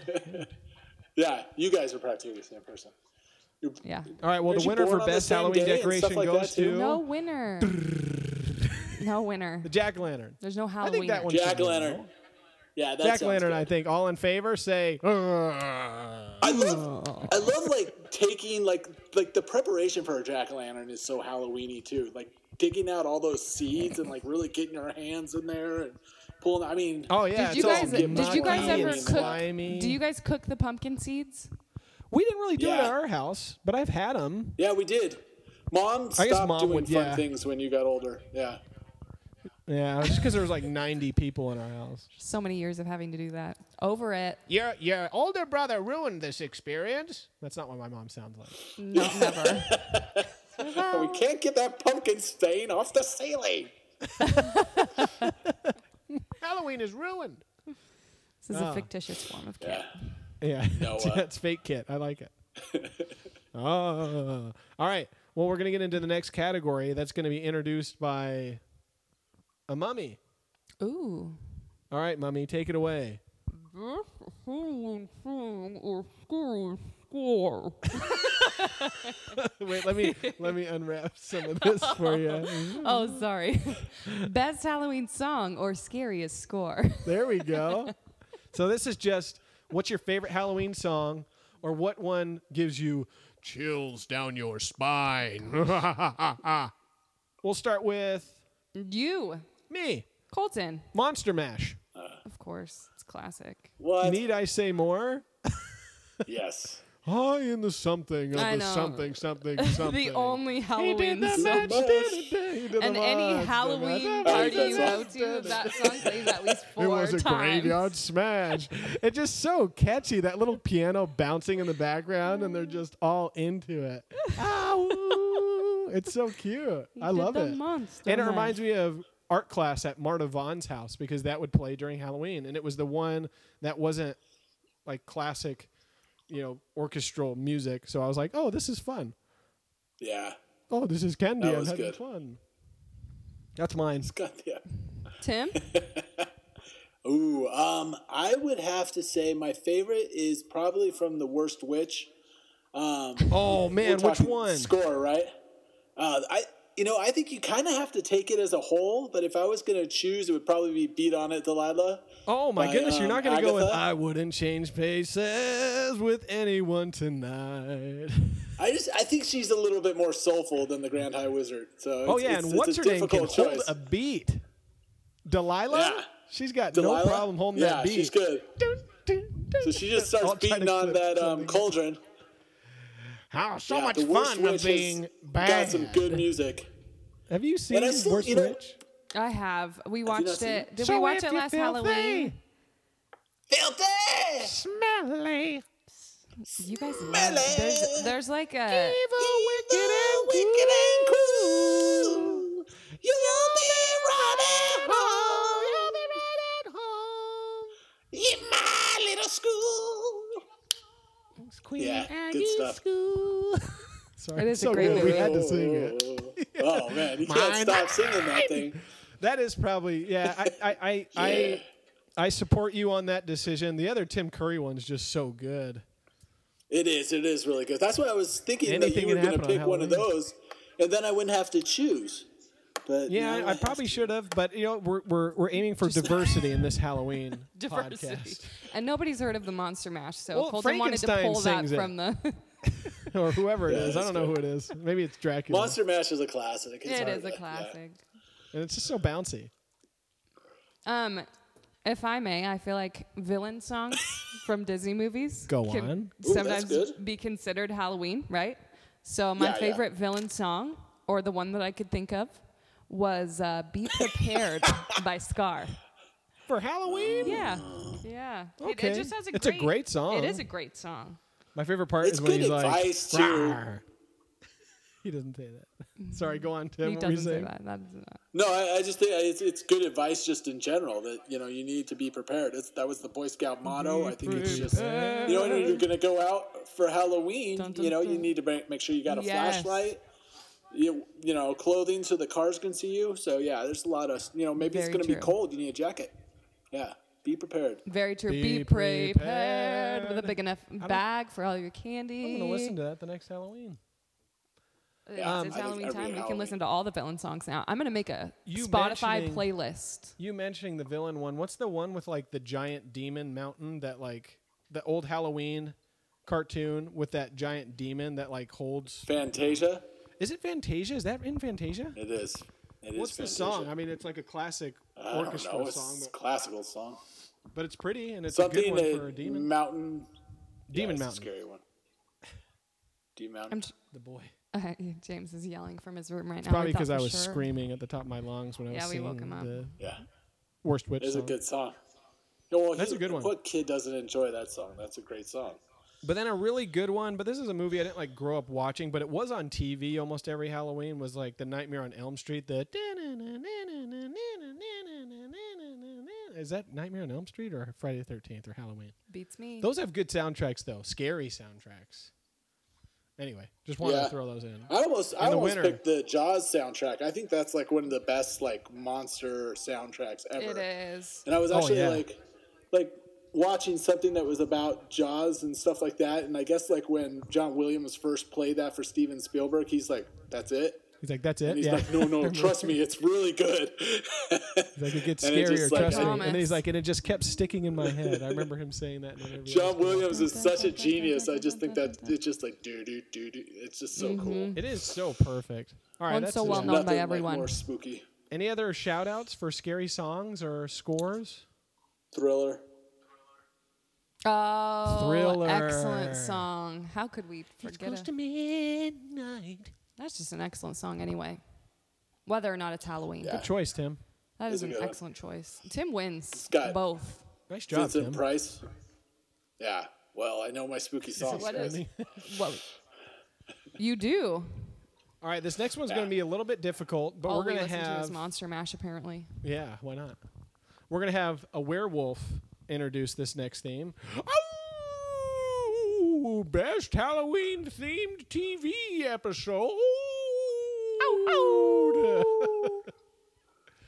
Speaker 5: Yeah, you guys are practically the same person.
Speaker 3: Yeah.
Speaker 2: All right. Well,
Speaker 5: Aren't
Speaker 2: the
Speaker 5: you
Speaker 2: winner
Speaker 5: born
Speaker 2: for
Speaker 5: on the
Speaker 2: best
Speaker 5: same day
Speaker 2: Halloween
Speaker 5: and stuff
Speaker 2: decoration
Speaker 5: like that,
Speaker 2: goes
Speaker 5: too?
Speaker 2: to
Speaker 3: No winner. no winner.
Speaker 2: the jack o' lantern.
Speaker 3: There's no
Speaker 2: I
Speaker 3: Halloween.
Speaker 2: think that one.
Speaker 5: Jack
Speaker 2: should
Speaker 5: o'
Speaker 2: go.
Speaker 5: lantern. Yeah, that
Speaker 2: Jack
Speaker 5: sounds
Speaker 2: lantern.
Speaker 5: good.
Speaker 2: I think all in favor say.
Speaker 5: I
Speaker 2: Oh.
Speaker 5: love, I love like taking like like the preparation for a jack o' lantern is so Halloweeny too. Like digging out all those seeds and like really getting your hands in there and pulling. I mean,
Speaker 2: Oh yeah.
Speaker 3: Did you
Speaker 2: it's all
Speaker 3: guys? Did you guys
Speaker 2: muddy
Speaker 3: ever
Speaker 2: and
Speaker 3: cook?
Speaker 2: slimy.
Speaker 3: Do you guys cook the pumpkin seeds?
Speaker 2: We didn't really do it at
Speaker 5: Yeah.
Speaker 2: our house, but I've had them.
Speaker 5: yeah, we did. Mom
Speaker 2: I
Speaker 5: stopped
Speaker 2: guess Mom
Speaker 5: doing
Speaker 2: would-
Speaker 5: fun
Speaker 2: yeah.
Speaker 5: things when you got older. Yeah,
Speaker 2: Yeah, just because there was like 90 people in our house.
Speaker 3: So many years of having to do that. Over it.
Speaker 6: Your your older brother ruined this experience.
Speaker 2: That's not what my mom sounds like.
Speaker 3: No, never.
Speaker 2: Ah.
Speaker 5: But we can't get that pumpkin stain off the ceiling.
Speaker 2: Halloween is ruined.
Speaker 3: This is
Speaker 2: Ah.
Speaker 3: a fictitious form of kit.
Speaker 2: Yeah,
Speaker 5: Noah.
Speaker 2: that's fake kit. I like it. oh, all right. Well, we're gonna get into the next category. That's gonna be introduced by a mummy.
Speaker 3: Ooh.
Speaker 2: All right, mummy, take it away. Wait, let me let me unwrap some of this for you.
Speaker 3: Oh, sorry. Best Halloween song or scariest score?
Speaker 2: There we go. So this is just what's your favorite Halloween song, or what one gives you
Speaker 1: Chills down your spine.
Speaker 2: We'll start with
Speaker 3: you,
Speaker 2: me,
Speaker 3: Colton.
Speaker 2: Monster Mash.
Speaker 3: Of course, it's classic.
Speaker 5: What?
Speaker 2: Need I say more?
Speaker 5: yes.
Speaker 2: High in the something of
Speaker 3: I
Speaker 2: the
Speaker 3: know.
Speaker 2: something something something.
Speaker 3: The only Halloween song.
Speaker 5: match.
Speaker 2: He did the
Speaker 3: And any
Speaker 2: monster
Speaker 3: Halloween
Speaker 2: mash.
Speaker 3: party
Speaker 5: that's
Speaker 3: you go to, that song plays at least four
Speaker 2: It was a
Speaker 3: times.
Speaker 2: graveyard smash. It's just so catchy. That little piano bouncing in the background, and they're just all into it. Ow! It's so cute. I
Speaker 3: did
Speaker 2: love
Speaker 3: the
Speaker 2: it.
Speaker 3: monster
Speaker 2: and it
Speaker 3: mash.
Speaker 2: reminds me of art class at Marta Vaughn's house because that would play during Halloween, and it was the one that wasn't like classic, you know, orchestral music. So I was like, oh, this is fun.
Speaker 5: Yeah.
Speaker 2: Oh, this is candy.
Speaker 5: That
Speaker 2: I'm
Speaker 5: was
Speaker 2: having
Speaker 5: good.
Speaker 2: fun. That's mine.
Speaker 5: God, yeah.
Speaker 3: Tim?
Speaker 5: Ooh, um, I would have to say my favorite is probably from The Worst Witch. Um,
Speaker 2: Oh man,
Speaker 5: we're
Speaker 2: which
Speaker 5: talking
Speaker 2: one?
Speaker 5: Score, right? Uh, I, you know, I think you kind of have to take it as a whole. But if I was going to choose, it would probably be "Beat on It, Delilah."
Speaker 2: Oh my
Speaker 5: by,
Speaker 2: goodness, you're
Speaker 5: um,
Speaker 2: not going to go with
Speaker 5: Agatha?
Speaker 2: I wouldn't change paces with anyone tonight.
Speaker 5: I just, I think she's a little bit more soulful than the Grand High Wizard. So it's,
Speaker 2: Oh yeah,
Speaker 5: it's-
Speaker 2: and
Speaker 5: it's
Speaker 2: what's
Speaker 5: a
Speaker 2: her name can
Speaker 5: difficult
Speaker 2: hold
Speaker 5: choice.
Speaker 2: a beat? Delilah?
Speaker 5: Yeah.
Speaker 2: She's got
Speaker 5: Delilah?
Speaker 2: no problem holding
Speaker 5: yeah,
Speaker 2: that beat.
Speaker 5: she's good.
Speaker 2: Dun, dun, dun.
Speaker 5: So she just
Speaker 2: I'll
Speaker 5: starts
Speaker 2: try to
Speaker 5: beating on
Speaker 2: clip
Speaker 5: that um,
Speaker 2: something.
Speaker 5: cauldron.
Speaker 1: How so
Speaker 5: Yeah,
Speaker 1: much
Speaker 5: the worst
Speaker 1: fun
Speaker 5: witch
Speaker 1: of
Speaker 5: has
Speaker 1: being
Speaker 5: got some
Speaker 1: bad.
Speaker 5: good music.
Speaker 2: Have you seen
Speaker 5: I still-
Speaker 2: Worst
Speaker 5: you know-
Speaker 2: Witch?
Speaker 3: I have. We watched
Speaker 5: seen
Speaker 3: it.
Speaker 5: it?
Speaker 3: Did we
Speaker 6: So
Speaker 3: watch
Speaker 6: if
Speaker 3: it
Speaker 6: you
Speaker 3: last
Speaker 6: feel
Speaker 3: Halloween?
Speaker 6: free-
Speaker 5: Filthy!
Speaker 6: Smelly.
Speaker 3: You guys love
Speaker 5: it.
Speaker 3: There's, there's like a.
Speaker 5: Wicked and cruel. You'll be running home. In my little school.
Speaker 6: Queen
Speaker 5: Yeah, good
Speaker 6: Anne's
Speaker 5: stuff.
Speaker 6: School.
Speaker 2: Sorry,
Speaker 3: It is
Speaker 2: so
Speaker 3: a great
Speaker 2: good. We
Speaker 3: movie.
Speaker 2: had to sing it.
Speaker 5: Oh man, you can't stop singing that thing.
Speaker 2: That is probably yeah. I I I, I I support you on that decision. The other Tim Curry one's just so good.
Speaker 5: It is, it is really good. That's why I was thinking
Speaker 2: Anything
Speaker 5: that you
Speaker 2: can
Speaker 5: were gonna
Speaker 2: happen on
Speaker 5: pick one of
Speaker 2: Halloween.
Speaker 5: those, and then I wouldn't have to choose. But
Speaker 2: Yeah,
Speaker 5: now
Speaker 2: I, I
Speaker 5: have
Speaker 2: probably
Speaker 5: to.
Speaker 2: should have, but you know, we're we're, we're aiming for diversity in this Halloween
Speaker 3: Diversity.
Speaker 2: podcast.
Speaker 3: And nobody's heard of the Monster Mash, so
Speaker 2: Well,
Speaker 3: Colton wanted to
Speaker 2: Frankenstein
Speaker 3: pull that
Speaker 2: sings it.
Speaker 3: from the.
Speaker 2: or whoever it
Speaker 5: Yeah,
Speaker 2: is. I
Speaker 5: that's
Speaker 2: don't know who it is. Maybe it's Dracula.
Speaker 5: Monster Mash is a classic. It's
Speaker 3: it
Speaker 5: hard
Speaker 3: is
Speaker 5: to-
Speaker 3: a
Speaker 5: yeah.
Speaker 3: classic.
Speaker 2: And it's just so bouncy.
Speaker 3: Um, if I may, I feel like villain songs from Disney movies
Speaker 2: Go on.
Speaker 3: can
Speaker 5: Ooh, that's
Speaker 3: sometimes
Speaker 5: good.
Speaker 3: be considered Halloween, right? So my
Speaker 5: Yeah, yeah.
Speaker 3: favorite villain song, or the one that I could think of, was uh, "Be Prepared" by Scar.
Speaker 2: For Halloween?
Speaker 3: Yeah, yeah. It- It,
Speaker 2: Okay.
Speaker 3: just has a
Speaker 2: It's a
Speaker 3: great.
Speaker 2: great song.
Speaker 3: It is a great song.
Speaker 2: My favorite part
Speaker 5: It's
Speaker 2: is when
Speaker 5: good
Speaker 2: he's
Speaker 5: advice, too.
Speaker 2: like "Rawr." He doesn't say that. Sorry, go on, Tim.
Speaker 3: He
Speaker 2: What were you
Speaker 3: doesn't say
Speaker 2: saying?
Speaker 3: that. that does not.
Speaker 5: No, I, I just think it's, it's good advice just in general that you know you need to be prepared. It's, that was the Boy Scout motto. I think it's just you know when you're gonna go out for Halloween,
Speaker 3: Dun, dun,
Speaker 5: you know you
Speaker 3: dun.
Speaker 5: need to make, make sure you got a
Speaker 3: Yes.
Speaker 5: flashlight. You, you know clothing so the cars can see you. So yeah, there's a lot of you know maybe it's
Speaker 3: Very
Speaker 5: gonna be
Speaker 3: true.
Speaker 5: cold. You need a jacket. Yeah, be prepared.
Speaker 3: Very true.
Speaker 2: Be
Speaker 3: Be, prepared. with a
Speaker 2: prepared.
Speaker 3: big enough bag for all your candy.
Speaker 2: I'm gonna listen to that the next Halloween.
Speaker 3: It's,
Speaker 5: Um,
Speaker 3: it's
Speaker 5: I think
Speaker 3: Halloween
Speaker 5: every
Speaker 3: time. We can
Speaker 5: Halloween.
Speaker 3: listen to all the villain songs now. I'm gonna make a
Speaker 2: You
Speaker 3: Spotify
Speaker 2: mentioning-
Speaker 3: playlist.
Speaker 2: You mentioning the villain one. What's the one with like the giant demon mountain that like the old Halloween cartoon with that giant demon that like holds?
Speaker 5: Fantasia,
Speaker 2: Is it Fantasia? Is that in Fantasia?
Speaker 5: it is. It is
Speaker 2: What's the
Speaker 5: Fantasia.
Speaker 2: song? I mean, it's like a classic
Speaker 5: I don't
Speaker 2: orchestra
Speaker 5: know. It's
Speaker 2: song, but,
Speaker 5: classical song.
Speaker 2: but it's pretty and it's a good
Speaker 5: Something
Speaker 2: one for a
Speaker 5: that
Speaker 2: demon.
Speaker 5: mountain. yeah,
Speaker 2: demon
Speaker 5: it's a
Speaker 2: Mountain.
Speaker 5: scary one. Demon mountain.
Speaker 3: I'm tr-
Speaker 2: The boy.
Speaker 3: uh, James is yelling from his room right now.
Speaker 2: Probably
Speaker 3: thought
Speaker 2: because I
Speaker 3: for
Speaker 2: was
Speaker 3: sure-
Speaker 2: screaming at the top of my lungs when I was
Speaker 3: Yeah, we
Speaker 2: singing
Speaker 3: woke him up.
Speaker 2: the
Speaker 5: Yeah,
Speaker 2: worst witch
Speaker 5: it's a
Speaker 2: song.
Speaker 5: good song. No, well,
Speaker 2: That's
Speaker 5: he-
Speaker 2: a good one.
Speaker 5: What kid doesn't enjoy that song? That's a great song.
Speaker 2: But then a really good one, but this is a movie I didn't like grow up watching, but it was on TV almost every Halloween was like The Nightmare on Elm Street. The Is that Nightmare on Elm Street or Friday the 13th or Halloween?
Speaker 3: Beats me.
Speaker 2: Those have good soundtracks though, scary soundtracks. Anyway, just wanted
Speaker 5: Yeah.
Speaker 2: to throw those in.
Speaker 5: I almost, I
Speaker 2: And the
Speaker 5: almost
Speaker 2: winner.
Speaker 5: picked the Jaws soundtrack. I think that's like one of the best like monster soundtracks ever.
Speaker 3: it is.
Speaker 5: And I was
Speaker 2: Oh,
Speaker 5: actually
Speaker 2: yeah.
Speaker 5: like, like watching something that was about Jaws and stuff like that. And I guess like when John Williams first played that for Steven Spielberg, he's like, "That's it."
Speaker 2: He's like, that's it.
Speaker 5: And he's
Speaker 2: yeah.
Speaker 5: like, "No, no, trust me, it's really good."
Speaker 2: He's like, it gets
Speaker 5: And it
Speaker 2: scarier.
Speaker 5: just, like,
Speaker 2: trust me. And
Speaker 3: Promise.
Speaker 2: then he's like, and it just kept sticking in my head. I remember him saying that. In an interview.
Speaker 5: John Williams is such a genius. I just think that it's just like do do do do. It's just so cool.
Speaker 2: It is so perfect. All right,
Speaker 3: One's
Speaker 2: that's
Speaker 3: so
Speaker 2: it.
Speaker 3: well known. Mm-hmm. by
Speaker 5: Nothing like
Speaker 3: everyone.
Speaker 5: more spooky
Speaker 2: Any other shout outs for scary songs or scores?
Speaker 5: thriller.
Speaker 3: Oh,
Speaker 2: Thriller.
Speaker 3: excellent song. How could we forget
Speaker 6: Close
Speaker 3: it?
Speaker 6: to midnight.
Speaker 3: That's just an excellent song anyway. Whether or not it's Halloween.
Speaker 5: Yeah.
Speaker 2: Choice, Tim.
Speaker 3: That
Speaker 5: It's
Speaker 3: is
Speaker 5: a
Speaker 3: an
Speaker 5: good one.
Speaker 3: excellent choice. Tim wins
Speaker 5: got-
Speaker 3: both.
Speaker 2: Nice job,
Speaker 5: Vincent
Speaker 2: Tim.
Speaker 5: Price. Yeah. Well, I know my spooky songs.
Speaker 3: What
Speaker 5: guys.
Speaker 3: is? What? You do.
Speaker 2: All right, this next one's going to be a little bit difficult, but
Speaker 3: All
Speaker 2: we're
Speaker 3: we
Speaker 2: going
Speaker 3: listen to
Speaker 2: have
Speaker 3: is Monster Mash, apparently.
Speaker 2: Yeah, why not? We're gonna have a werewolf introduce this next theme. Oh, best Halloween themed TV episode.
Speaker 3: I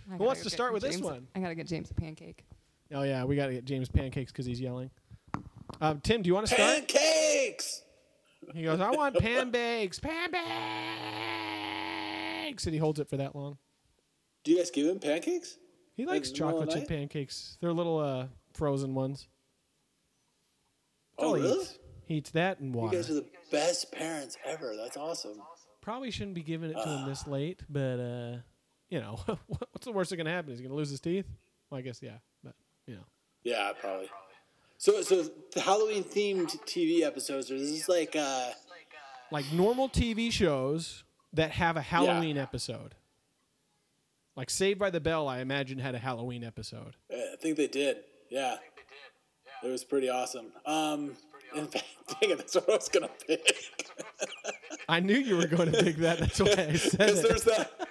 Speaker 3: gotta
Speaker 2: wants
Speaker 3: go
Speaker 2: to
Speaker 3: get
Speaker 2: start with this
Speaker 3: James-
Speaker 2: one?
Speaker 3: I gotta get James a pancake.
Speaker 2: Oh yeah, we gotta get James pancakes because he's yelling. Um, Tim, do you want to start?
Speaker 5: Pancakes.
Speaker 2: He goes, "I want pancakes, pancakes," and he holds it for that long.
Speaker 5: Do you guys give him pancakes?
Speaker 2: He likes
Speaker 5: in the middle of
Speaker 2: chocolates
Speaker 5: the
Speaker 2: and pancakes. They're little uh, frozen ones. That's all
Speaker 5: Oh,
Speaker 2: he
Speaker 5: really?
Speaker 2: eats. He eats that and
Speaker 5: You
Speaker 2: water.
Speaker 5: guys are the best parents ever. That's awesome.
Speaker 2: probably shouldn't be giving it to him this late, but uh, you know, what's the worst that can happen? He's gonna lose his teeth. Well, I guess yeah, but you know,
Speaker 5: Yeah, probably. So, so the Halloween themed TV episodes are this is like uh,
Speaker 2: like normal TV shows that have a Halloween episode, like Saved by the Bell, I imagine had a Halloween episode.
Speaker 5: I think they did. Yeah. It was pretty awesome. Um, in fact, dang it, that's what I was gonna pick.
Speaker 2: I knew you were going to pick that. That's why I said
Speaker 5: Because
Speaker 2: it.
Speaker 5: there's that,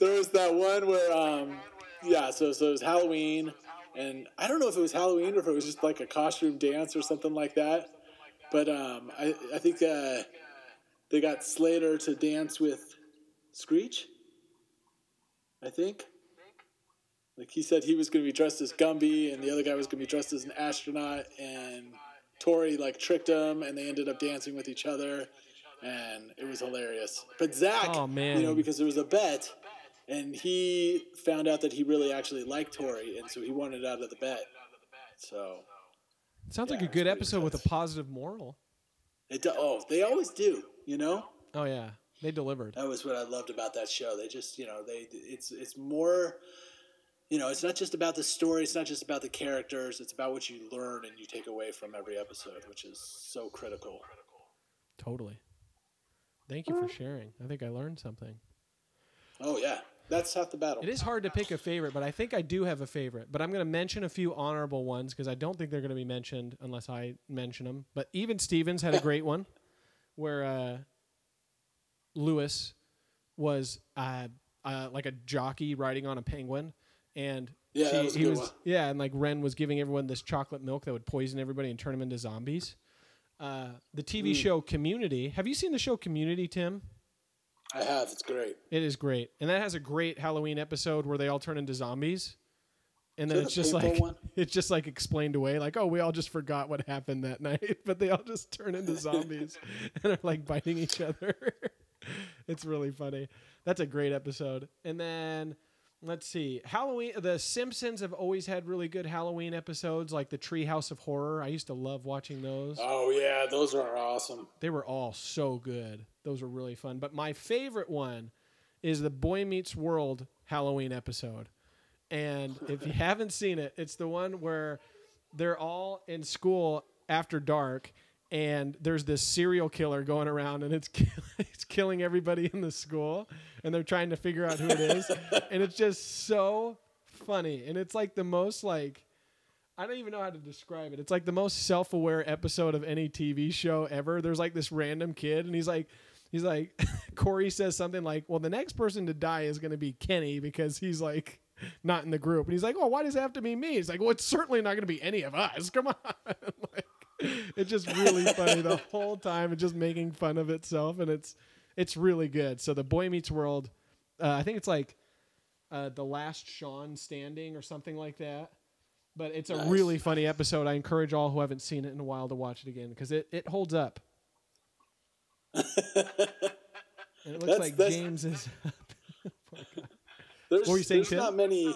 Speaker 5: there was that one where, um, yeah. So, so it was Halloween, and I don't know if it was Halloween or if it was just like a costume dance or something like that. But um, I, I think uh, they got Slater to dance with Screech. I think. Like he said, he was going to be dressed as Gumby, and the other guy was going to be dressed as an astronaut. And Tori like tricked him, and they ended up dancing with each other, and it was hilarious. But Zach,
Speaker 2: Oh, man.
Speaker 5: you know, because there was a bet, and he found out that he really actually liked Tori, and so he wanted out of the bet. So
Speaker 2: Sounds like
Speaker 5: Yeah,
Speaker 2: a good
Speaker 5: it's
Speaker 2: episode with a positive moral.
Speaker 5: it do- oh, they always do, you know.
Speaker 2: Oh yeah, they delivered.
Speaker 5: That was what I loved about that show. They just, you know, they it's it's more, you know, it's not just about the story. It's not just about the characters. It's about what you learn and you take away from every episode, which is so critical.
Speaker 2: Totally. Thank you for sharing. I think I learned something.
Speaker 5: Oh yeah, that's half the battle.
Speaker 2: It is hard to pick a favorite, but I think I do have a favorite. But I'm going to mention a few honorable ones because I don't think they're going to be mentioned unless I mention them. But even Stevens had a great one where uh, Lewis was uh, uh, like a jockey riding on a penguin, and
Speaker 5: Yeah, that was a
Speaker 2: he
Speaker 5: good
Speaker 2: was
Speaker 5: one.
Speaker 2: yeah, and like Ren was giving everyone this chocolate milk that would poison everybody and turn them into zombies. Uh, the TV
Speaker 5: Mm.
Speaker 2: show Community. Have you seen the show Community, Tim?
Speaker 5: I have. It's great.
Speaker 2: It is great, and that has a great Halloween episode where they all turn into zombies, and then
Speaker 5: Is that
Speaker 2: it's
Speaker 5: the
Speaker 2: just
Speaker 5: paintball
Speaker 2: like
Speaker 5: one?
Speaker 2: it's just like explained away, like oh we all just forgot what happened that night, but they all just turn into zombies and are like biting each other. it's really funny. That's a great episode. And then let's see, Halloween. The Simpsons have always had really good Halloween episodes, like the Treehouse of Horror. I used to love watching those
Speaker 5: Oh yeah, those are awesome.
Speaker 2: they were all so good. Those were really fun. But my favorite one is the Boy Meets World Halloween episode. And if you haven't seen it, it's the one where they're all in school after dark and there's this serial killer going around and it's kill- it's killing everybody in the school and they're trying to figure out who it is and it's just so funny and it's like the most like I don't even know how to describe it. It's like the most self-aware episode of any TV show ever. There's like this random kid, and he's like, he's like, Corey says something like, "Well, the next person to die is going to be Kenny because he's like." Not in the group, and he's like, "Oh, why does it have to be me?" He's like, "Well, it's certainly not going to be any of us. Come on!" like, it's just really funny the whole time. It's just making fun of itself, and it's it's really good. So the Boy Meets World, uh, I think it's like uh, the last Sean standing or something like that. But it's a really funny episode. I encourage all who haven't seen it in a while to watch it again because it, it holds up. and it looks
Speaker 5: That's-
Speaker 2: like
Speaker 5: that's-
Speaker 2: James is.
Speaker 5: There's,
Speaker 2: were you saying,
Speaker 5: there's
Speaker 2: Tim?
Speaker 5: not many.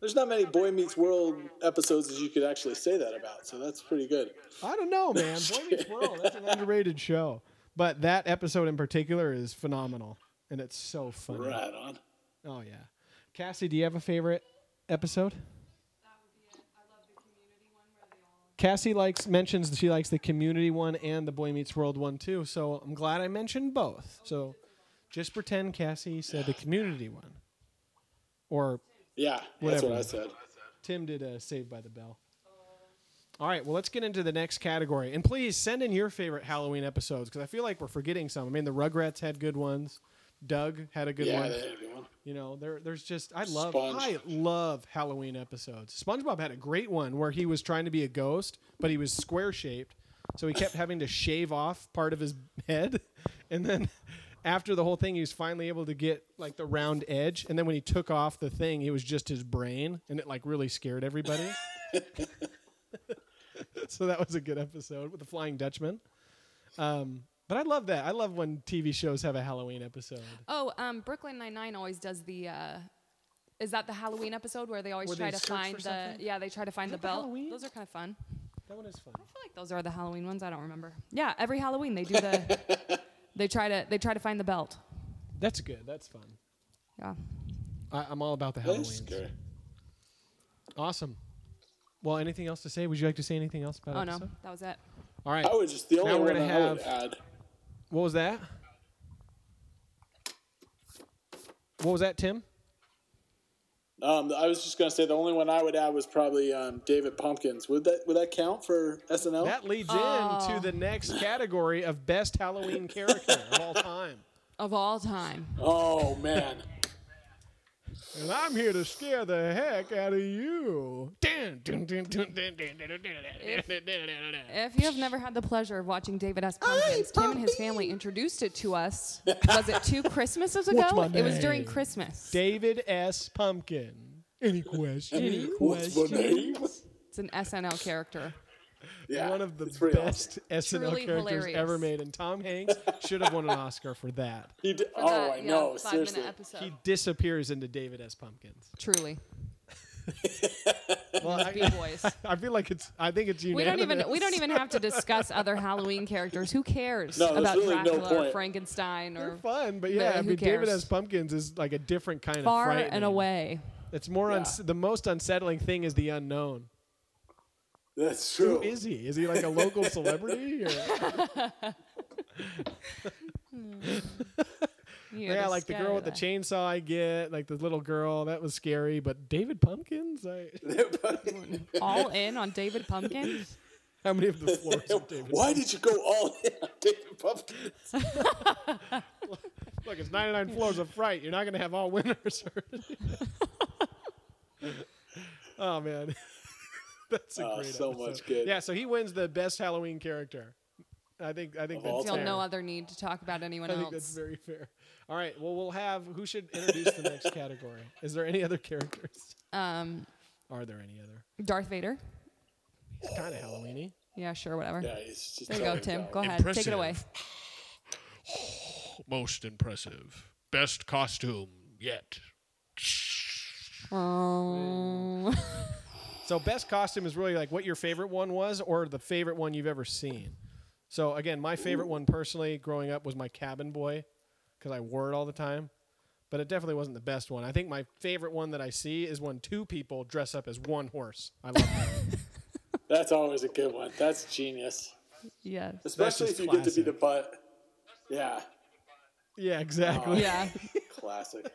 Speaker 5: There's not many Boy Meets World episodes that you could actually say that about, so that's pretty good.
Speaker 2: I don't know, man. Boy Meets World. That's an underrated show. But that episode in particular is phenomenal, and it's so funny.
Speaker 5: Right on.
Speaker 2: Oh yeah, Cassie, do you have a favorite episode? Cassie likes mentions that she likes the community one and the Boy Meets World one too. So I'm glad I mentioned both. So just pretend Cassie said the community one, or
Speaker 5: Yeah, that's
Speaker 2: Whatever.
Speaker 5: what I said.
Speaker 2: Tim did a Saved by the Bell. All right, well, let's get into the next category. And please send in your favorite Halloween episodes because I feel like we're forgetting some. I mean, the Rugrats had good ones. Doug had a good
Speaker 5: yeah,
Speaker 2: one.
Speaker 5: that would be one.
Speaker 2: You know, there, there's just I love
Speaker 5: Sponge.
Speaker 2: I love Halloween episodes. SpongeBob had a great one where he was trying to be a ghost, but he was square shaped, so he kept having to shave off part of his head, and then after the whole thing, he was finally able to get like the round edge, and then when he took off the thing, it was just his brain, and it like really scared everybody. so that was a good episode with the Flying Dutchman. Um, but I love that. I love when TV shows have a Halloween episode.
Speaker 3: Oh, um, Brooklyn Nine Nine always does the. Uh, is that the Halloween episode where they always
Speaker 2: Where they
Speaker 3: try to
Speaker 2: search for
Speaker 3: find the?
Speaker 2: something?
Speaker 3: Yeah, they try to find the
Speaker 2: that the
Speaker 3: belt.
Speaker 2: Halloween?
Speaker 3: Those are kind of fun.
Speaker 2: That one is fun.
Speaker 3: I feel like those are the Halloween ones. I don't remember. Yeah, every Halloween they do the. they try to they try to find the belt.
Speaker 2: That's good. That's fun.
Speaker 3: Yeah.
Speaker 2: I, I'm all about the Halloween.
Speaker 5: That's good.
Speaker 2: Awesome. Well, anything else to say? Would you like to say anything else about
Speaker 3: Oh
Speaker 2: it?
Speaker 3: no, that was it.
Speaker 2: All right.
Speaker 5: I would just the
Speaker 2: Now
Speaker 5: only
Speaker 2: we're
Speaker 5: one
Speaker 2: gonna
Speaker 5: I would
Speaker 2: have-
Speaker 5: add.
Speaker 2: What was that? What was that, Tim?
Speaker 5: Um, I was just gonna say the only one I would add was probably um, David Pumpkins. Would that would that count for SNL?
Speaker 2: That leads into
Speaker 3: Oh.
Speaker 2: the next category of best Halloween character of all time.
Speaker 3: Of all time.
Speaker 5: oh man,
Speaker 2: And I'm here to scare the heck out of you.
Speaker 3: If you have never had the pleasure of watching David S. Pumpkins, Tim and his family introduced it to us. Was it two Christmases ago?
Speaker 2: What's my
Speaker 3: It was during
Speaker 2: name?
Speaker 3: Christmas.
Speaker 2: David S. Pumpkin. Any questions?
Speaker 5: what's my name?
Speaker 3: It's an SNL character. Uh,
Speaker 5: Yeah,
Speaker 2: one of the
Speaker 5: it's pretty
Speaker 2: best SNL
Speaker 3: Truly
Speaker 2: characters
Speaker 3: hilarious.
Speaker 2: ever made, and Tom Hanks should have won an Oscar for that.
Speaker 5: He did,
Speaker 3: For
Speaker 5: oh,
Speaker 3: that,
Speaker 5: I
Speaker 3: yeah,
Speaker 5: know.
Speaker 3: Five
Speaker 5: Seriously,
Speaker 3: minute episode.
Speaker 2: He disappears into David S. Pumpkins.
Speaker 3: Truly.
Speaker 2: Well,
Speaker 3: Be
Speaker 2: I,
Speaker 3: boys.
Speaker 2: I feel like it's. I think it's
Speaker 3: We
Speaker 2: unanimous.
Speaker 3: don't even we don't even have to discuss other Halloween characters. Who cares
Speaker 5: No, there's
Speaker 3: about
Speaker 5: really no
Speaker 3: Dracula or
Speaker 5: point.
Speaker 3: Frankenstein
Speaker 2: They're
Speaker 3: or
Speaker 2: fun, but yeah,
Speaker 3: But
Speaker 2: I
Speaker 3: who
Speaker 2: mean, David
Speaker 3: cares?
Speaker 2: S. Pumpkins is like a different kind of
Speaker 3: far
Speaker 2: frightening.
Speaker 3: and away?
Speaker 2: It's more uns- the most unsettling thing is the unknown.
Speaker 5: that's
Speaker 2: Who
Speaker 5: true.
Speaker 2: is he? Is he like a local celebrity? Or?
Speaker 3: You
Speaker 2: Yeah,
Speaker 3: just
Speaker 2: like the
Speaker 3: gotta
Speaker 2: girl with the
Speaker 3: like-
Speaker 2: chainsaw. I get like the little girl that was scary, but David Pumpkins. I,
Speaker 3: all in on David Pumpkin.
Speaker 2: how many of the floors of David?
Speaker 5: Why did you go all in on David Pumpkins?
Speaker 2: Look, it's 99 floors of fright. You're not going to have all winners. oh, man. That's a
Speaker 5: Oh,
Speaker 2: great
Speaker 5: so
Speaker 2: episode.
Speaker 5: much good.
Speaker 2: Yeah, so he wins the best Halloween character. I think I think
Speaker 5: all
Speaker 2: that's
Speaker 3: Feel
Speaker 2: fair.
Speaker 3: no other need to talk about anyone
Speaker 2: I think
Speaker 3: else.
Speaker 2: that's very fair. All right, well we'll have who should introduce the next category? Is there any other characters?
Speaker 3: um,
Speaker 2: Are there any other?
Speaker 3: Darth Vader.
Speaker 2: It's kind of Halloweeny.
Speaker 3: Yeah, sure, whatever.
Speaker 5: Yeah, he's just
Speaker 3: There you go,
Speaker 5: totally
Speaker 3: Tim.
Speaker 5: gone.
Speaker 3: Go ahead, take it away.
Speaker 1: Most impressive. Best costume yet.
Speaker 3: Oh.
Speaker 2: So best costume is really like what your favorite one was or the favorite one you've ever seen. So again, my favorite one personally growing up was my cabin boy because I wore it all the time. But it definitely wasn't the best one. I think my favorite one that I see is when two people dress up as one horse. I love that.
Speaker 5: That's always a good one. That's genius,
Speaker 3: yes.
Speaker 5: especially
Speaker 2: just
Speaker 5: if you get to be the butt. Yeah,
Speaker 2: yeah, exactly.
Speaker 3: Yeah.
Speaker 5: classic.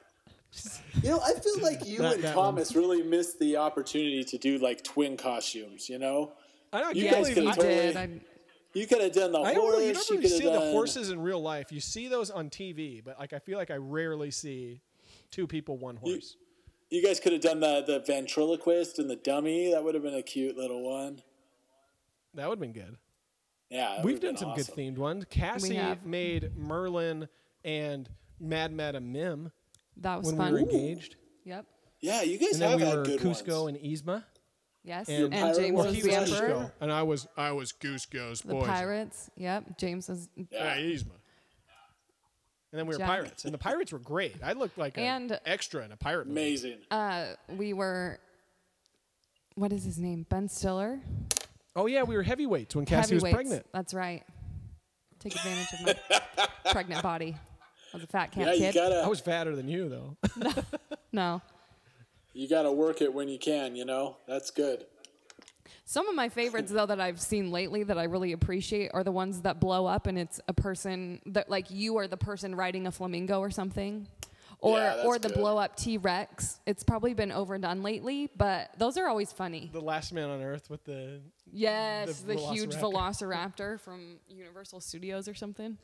Speaker 5: You know, I feel like you
Speaker 2: That-
Speaker 5: and
Speaker 2: that
Speaker 5: Thomas really missed the opportunity to do like twin costumes. You know,
Speaker 2: I don't
Speaker 5: You
Speaker 2: get
Speaker 5: guys
Speaker 2: it.
Speaker 5: could
Speaker 3: he
Speaker 5: have totally-
Speaker 3: did. I,
Speaker 5: you could have done the
Speaker 2: I
Speaker 5: horse.
Speaker 2: don't really, you don't
Speaker 5: you
Speaker 2: really
Speaker 5: could
Speaker 2: see
Speaker 5: have
Speaker 2: the
Speaker 5: done
Speaker 2: horses in real life. You see those on TV, but like I feel like I rarely see two people, one horse.
Speaker 5: You guys could have done the the ventriloquist and the dummy. That would have been a cute little one.
Speaker 2: that would have been good.
Speaker 5: Yeah, that
Speaker 2: We've
Speaker 5: would've been
Speaker 2: done some
Speaker 5: awesome.
Speaker 2: good themed ones. Cassie
Speaker 3: have.
Speaker 2: made Merlin and Mad Madam Mim
Speaker 3: that was
Speaker 2: when
Speaker 3: fun.
Speaker 2: we were engaged,
Speaker 3: Yep.
Speaker 5: Yeah, you guys
Speaker 2: and
Speaker 5: have
Speaker 2: then we
Speaker 5: had
Speaker 2: were
Speaker 5: good
Speaker 2: Cusco
Speaker 5: ones.
Speaker 2: and Yzma.
Speaker 3: Yes.
Speaker 2: And-
Speaker 3: And,
Speaker 5: Your pirate
Speaker 3: James
Speaker 5: was
Speaker 2: Or
Speaker 3: was,
Speaker 2: he
Speaker 5: the
Speaker 2: was
Speaker 3: the
Speaker 5: emperor?
Speaker 2: Cusco,
Speaker 3: emperor.
Speaker 2: and I was
Speaker 1: I was Goose Go's
Speaker 3: The
Speaker 1: poison.
Speaker 3: pirates. Yep. James was.
Speaker 1: Yeah, Yzma.
Speaker 2: And then we were
Speaker 3: Jack.
Speaker 2: pirates, and the pirates were great. I looked like an
Speaker 3: And-
Speaker 2: extra in a pirate movie.
Speaker 5: Amazing.
Speaker 3: Uh, we were. What is his name? Ben Stiller.
Speaker 2: Oh yeah, we were heavyweights when Cassie was
Speaker 3: Heavyweights.
Speaker 2: pregnant.
Speaker 3: That's right. Take advantage of my pregnant body. I was a fat cat
Speaker 5: yeah, you
Speaker 3: kid.
Speaker 5: gotta
Speaker 2: I was fatter than you though.
Speaker 3: No.
Speaker 5: you gotta work it when you can. You know, that's good.
Speaker 3: Some of my favorites, though, that I've seen lately that I really appreciate are the ones that blow up and it's a person that, like, you are the person riding a flamingo or something. Or,
Speaker 5: Yeah, that's
Speaker 3: or the
Speaker 5: good.
Speaker 3: blow up T Rex. It's probably been overdone lately, but those are always funny.
Speaker 2: the last man on earth with the
Speaker 3: yes,
Speaker 2: the
Speaker 3: the, huge
Speaker 2: velociraptor.
Speaker 3: velociraptor from Universal Studios or something.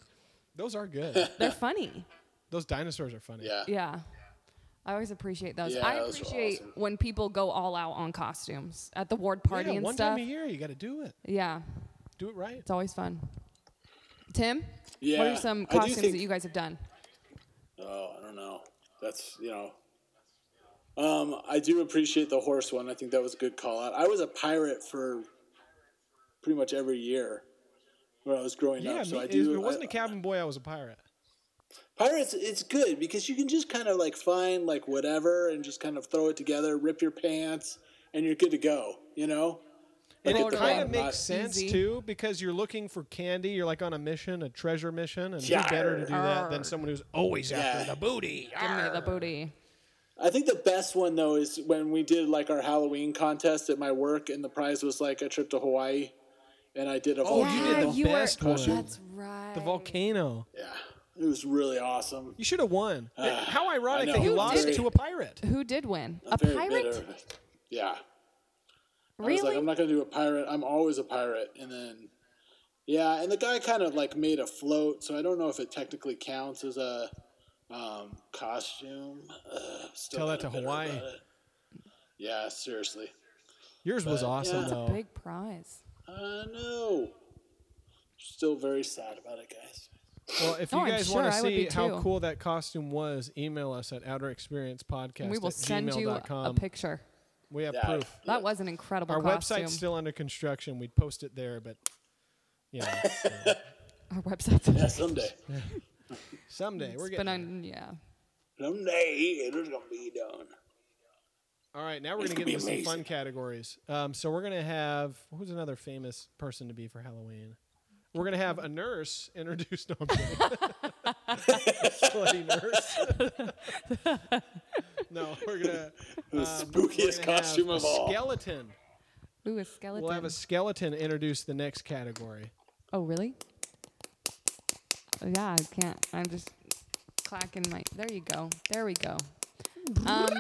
Speaker 2: those are good.
Speaker 3: They're funny.
Speaker 2: those dinosaurs are funny.
Speaker 5: Yeah.
Speaker 3: Yeah. I always appreciate those.
Speaker 5: Yeah,
Speaker 3: I
Speaker 5: those are
Speaker 3: appreciate
Speaker 5: awesome.
Speaker 3: when people go all out on costumes at the ward party
Speaker 2: Yeah,
Speaker 3: and
Speaker 2: one
Speaker 3: stuff.
Speaker 2: time a year you got to do it.
Speaker 3: Yeah.
Speaker 2: Do it right.
Speaker 3: It's always fun. Tim,
Speaker 5: Yeah.
Speaker 3: what are some
Speaker 5: I do
Speaker 3: costumes
Speaker 5: think-
Speaker 3: that you guys have done?
Speaker 5: Oh, I don't know. That's you know. Um, I do appreciate the horse one. I think that was a good call out. I was a pirate for pretty much every year when I was growing
Speaker 2: Yeah,
Speaker 5: up. So
Speaker 2: me-
Speaker 5: I
Speaker 2: if
Speaker 5: do.
Speaker 2: it wasn't
Speaker 5: I-
Speaker 2: a cabin boy. I was a pirate.
Speaker 5: Pirates, it's good because you can just kind of like find like whatever and just kind of throw it together, rip your pants, and you're good to go. You know.
Speaker 2: And
Speaker 5: Look
Speaker 2: it
Speaker 5: at the
Speaker 2: kind of
Speaker 5: bottom
Speaker 2: makes
Speaker 5: knot.
Speaker 2: sense
Speaker 3: Easy.
Speaker 2: too because you're looking for candy. You're like on a mission, a treasure mission, and who
Speaker 5: Yarr.
Speaker 2: better to do that than
Speaker 3: Arr.
Speaker 2: someone who's always after
Speaker 5: Yeah.
Speaker 2: the booty?
Speaker 3: Give me the booty.
Speaker 5: I think the best one though is when we did like our Halloween contest at my work, and the prize was like a trip to Hawaii, and I did a
Speaker 2: Oh, you did
Speaker 5: volcano.
Speaker 2: the best one.
Speaker 3: That's right.
Speaker 2: The volcano.
Speaker 5: Yeah, it was really awesome.
Speaker 2: You should have won.
Speaker 3: Uh,
Speaker 2: How ironic
Speaker 5: I
Speaker 2: that
Speaker 5: know.
Speaker 2: you
Speaker 5: Who
Speaker 2: lost
Speaker 5: did?
Speaker 2: to a pirate.
Speaker 3: Who did win?
Speaker 5: I'm
Speaker 3: a
Speaker 5: very
Speaker 3: pirate?
Speaker 5: bitter. Yeah, I was
Speaker 3: Really?
Speaker 5: like, I'm not gonna do a pirate. I'm always a pirate, and then yeah, and the guy kind of like made a float, so I don't know if it technically counts as a um, costume. Uh, still
Speaker 2: Tell that
Speaker 5: kinda
Speaker 2: to
Speaker 5: bitter
Speaker 2: Hawaii.
Speaker 5: about it. Yeah, seriously.
Speaker 2: Yours was
Speaker 3: Uh,
Speaker 5: But,
Speaker 2: awesome
Speaker 5: yeah.
Speaker 2: though.
Speaker 3: Big prize.
Speaker 5: I know. Uh, Still very sad about it, guys.
Speaker 2: Well, if
Speaker 3: Oh,
Speaker 2: you
Speaker 3: I'm
Speaker 2: guys
Speaker 3: sure
Speaker 2: want to
Speaker 3: I would
Speaker 2: see
Speaker 3: be
Speaker 2: how
Speaker 3: too.
Speaker 2: cool that costume was, email us at outerexperiencepodcast.
Speaker 3: we will
Speaker 2: at
Speaker 3: send you a- a
Speaker 2: gmail.com.
Speaker 3: picture.
Speaker 2: We have
Speaker 5: Yeah.
Speaker 2: proof.
Speaker 3: That was an incredible
Speaker 2: Our
Speaker 3: costume.
Speaker 2: website's still under construction. We'd post it there, but you know,
Speaker 3: Our website's
Speaker 5: Yeah, someday.
Speaker 2: someday we're getting.
Speaker 3: been
Speaker 2: there.
Speaker 3: on, yeah.
Speaker 5: Someday it is gonna be done.
Speaker 2: All right, now we're gonna
Speaker 5: gonna
Speaker 2: get
Speaker 5: be
Speaker 2: into some fun
Speaker 5: amazing.
Speaker 2: categories. Um, so we're gonna have who's another famous person to be for Halloween? We're gonna have a nurse introduced. No, I'm kidding. Slutty nurse. no, we're gonna um,
Speaker 5: The
Speaker 2: Uh, we're
Speaker 5: spookiest
Speaker 2: gonna
Speaker 5: costume
Speaker 2: have
Speaker 5: of
Speaker 2: a
Speaker 5: all.
Speaker 2: Skeleton.
Speaker 3: Ooh, a skeleton.
Speaker 2: We'll have a skeleton introduce the next category.
Speaker 3: Oh, really? Yeah, I can't. I'm just clacking my. There you go. There we go. Um,
Speaker 2: Now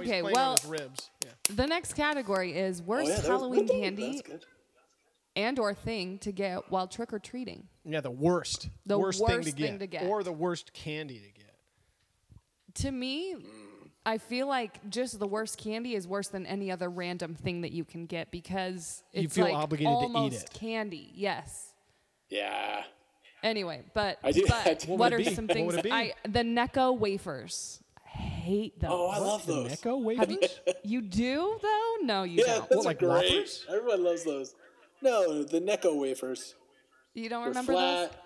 Speaker 2: he's
Speaker 3: Okay,
Speaker 2: playing on
Speaker 3: well-
Speaker 2: his ribs. Yeah.
Speaker 3: the next category is
Speaker 5: Oh,
Speaker 3: worst
Speaker 5: yeah, that was-
Speaker 3: Halloween
Speaker 5: that's
Speaker 3: candy
Speaker 5: good.
Speaker 3: and or thing to get while trick or treating.
Speaker 2: Yeah, the worst.
Speaker 3: The
Speaker 2: worst, thing, to,
Speaker 3: worst thing
Speaker 2: get,
Speaker 3: to get.
Speaker 2: Or the worst candy to get.
Speaker 3: To me, I feel like just the worst candy is worse than any other random thing that you can get because
Speaker 2: You
Speaker 3: it's
Speaker 2: feel
Speaker 3: like
Speaker 2: obligated to eat
Speaker 3: almost
Speaker 2: it.
Speaker 3: candy. Yes.
Speaker 5: Yeah.
Speaker 3: Anyway, but,
Speaker 5: I do- I
Speaker 3: but
Speaker 5: do-
Speaker 3: what,
Speaker 2: What would
Speaker 3: are
Speaker 2: it be?
Speaker 3: some
Speaker 2: What
Speaker 3: things?
Speaker 2: would it be?
Speaker 3: I the Necco wafers. I hate those.
Speaker 5: Oh, I love
Speaker 2: the
Speaker 5: those.
Speaker 2: Necco
Speaker 3: Have you,
Speaker 2: wafers?
Speaker 3: you do though? No, you
Speaker 5: Yeah,
Speaker 3: don't.
Speaker 5: those
Speaker 2: What,
Speaker 5: are
Speaker 2: like
Speaker 5: great.
Speaker 2: whoppers?
Speaker 5: Everyone loves those. No, the Necco wafers.
Speaker 3: You don't
Speaker 5: They're
Speaker 3: remember
Speaker 5: flat.
Speaker 3: those?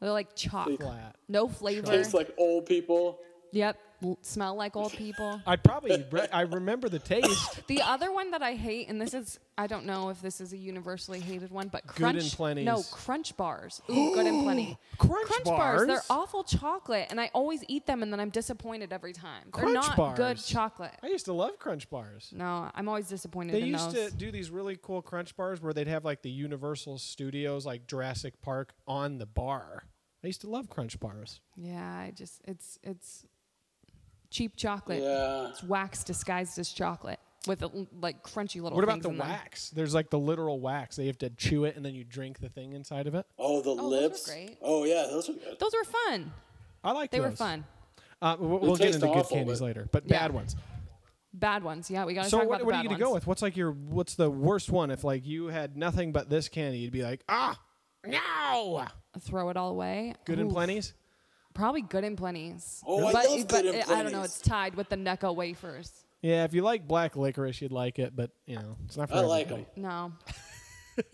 Speaker 3: They're like chalk.
Speaker 2: Flat.
Speaker 3: No flavor.
Speaker 5: Taste like old people.
Speaker 3: yep. L- smell like old people.
Speaker 2: I probably re- I remember the taste.
Speaker 3: The other one that I hate, and this is I don't know if this is a universally hated one, but
Speaker 2: Good and
Speaker 3: crunch
Speaker 2: Plenty's.
Speaker 3: No, crunch bars. Ooh, good and plenty.
Speaker 2: Crunch
Speaker 3: bars. They're
Speaker 2: bars?
Speaker 3: awful chocolate, and I always eat them, and then I'm disappointed every time.
Speaker 2: Crunch
Speaker 3: they're not good
Speaker 2: bars.
Speaker 3: chocolate.
Speaker 2: I used to love Crunch bars.
Speaker 3: No, I'm always disappointed
Speaker 2: They
Speaker 3: in
Speaker 2: used
Speaker 3: those.
Speaker 2: to do these really cool Crunch bars where they'd have like the Universal Studios, like Jurassic Park, on the bar. I used to love Crunch bars.
Speaker 3: yeah, I just it's it's Cheap chocolate.
Speaker 5: Yeah.
Speaker 3: It's wax disguised as chocolate with a, like crunchy little.
Speaker 2: What about
Speaker 3: things
Speaker 2: the
Speaker 3: in them.
Speaker 2: wax? There's like the literal wax. They have to chew it and then you drink the thing inside of it.
Speaker 5: Oh, the
Speaker 3: those are
Speaker 5: lips.
Speaker 3: great.
Speaker 5: Oh yeah, those are good.
Speaker 3: Those were fun.
Speaker 2: I like
Speaker 3: They
Speaker 2: those.
Speaker 3: were fun.
Speaker 2: Uh, we- we'll get
Speaker 5: taste
Speaker 2: into good
Speaker 5: awful,
Speaker 2: candies
Speaker 5: but-
Speaker 2: later, but
Speaker 3: Yeah.
Speaker 2: bad ones.
Speaker 3: Bad ones. Yeah, we gotta
Speaker 2: So
Speaker 3: talk
Speaker 2: what,
Speaker 3: about the
Speaker 2: what are
Speaker 3: bad
Speaker 2: you gonna go
Speaker 3: ones.
Speaker 2: with? What's like your what's the worst one? If like you had nothing but this candy, you'd be like, ah, no,
Speaker 3: Throw it all away.
Speaker 2: good and
Speaker 3: Ooh,
Speaker 2: plenty's.
Speaker 3: Probably good and plenties.
Speaker 5: Oh, I
Speaker 3: but,
Speaker 5: love
Speaker 3: but
Speaker 5: Good and
Speaker 3: I don't know.
Speaker 5: Plenties.
Speaker 3: It's tied with the Necco wafers.
Speaker 2: Yeah, if you like black licorice, you'd like it, but you know it's not for
Speaker 5: I like
Speaker 2: everybody.
Speaker 5: them.
Speaker 3: No.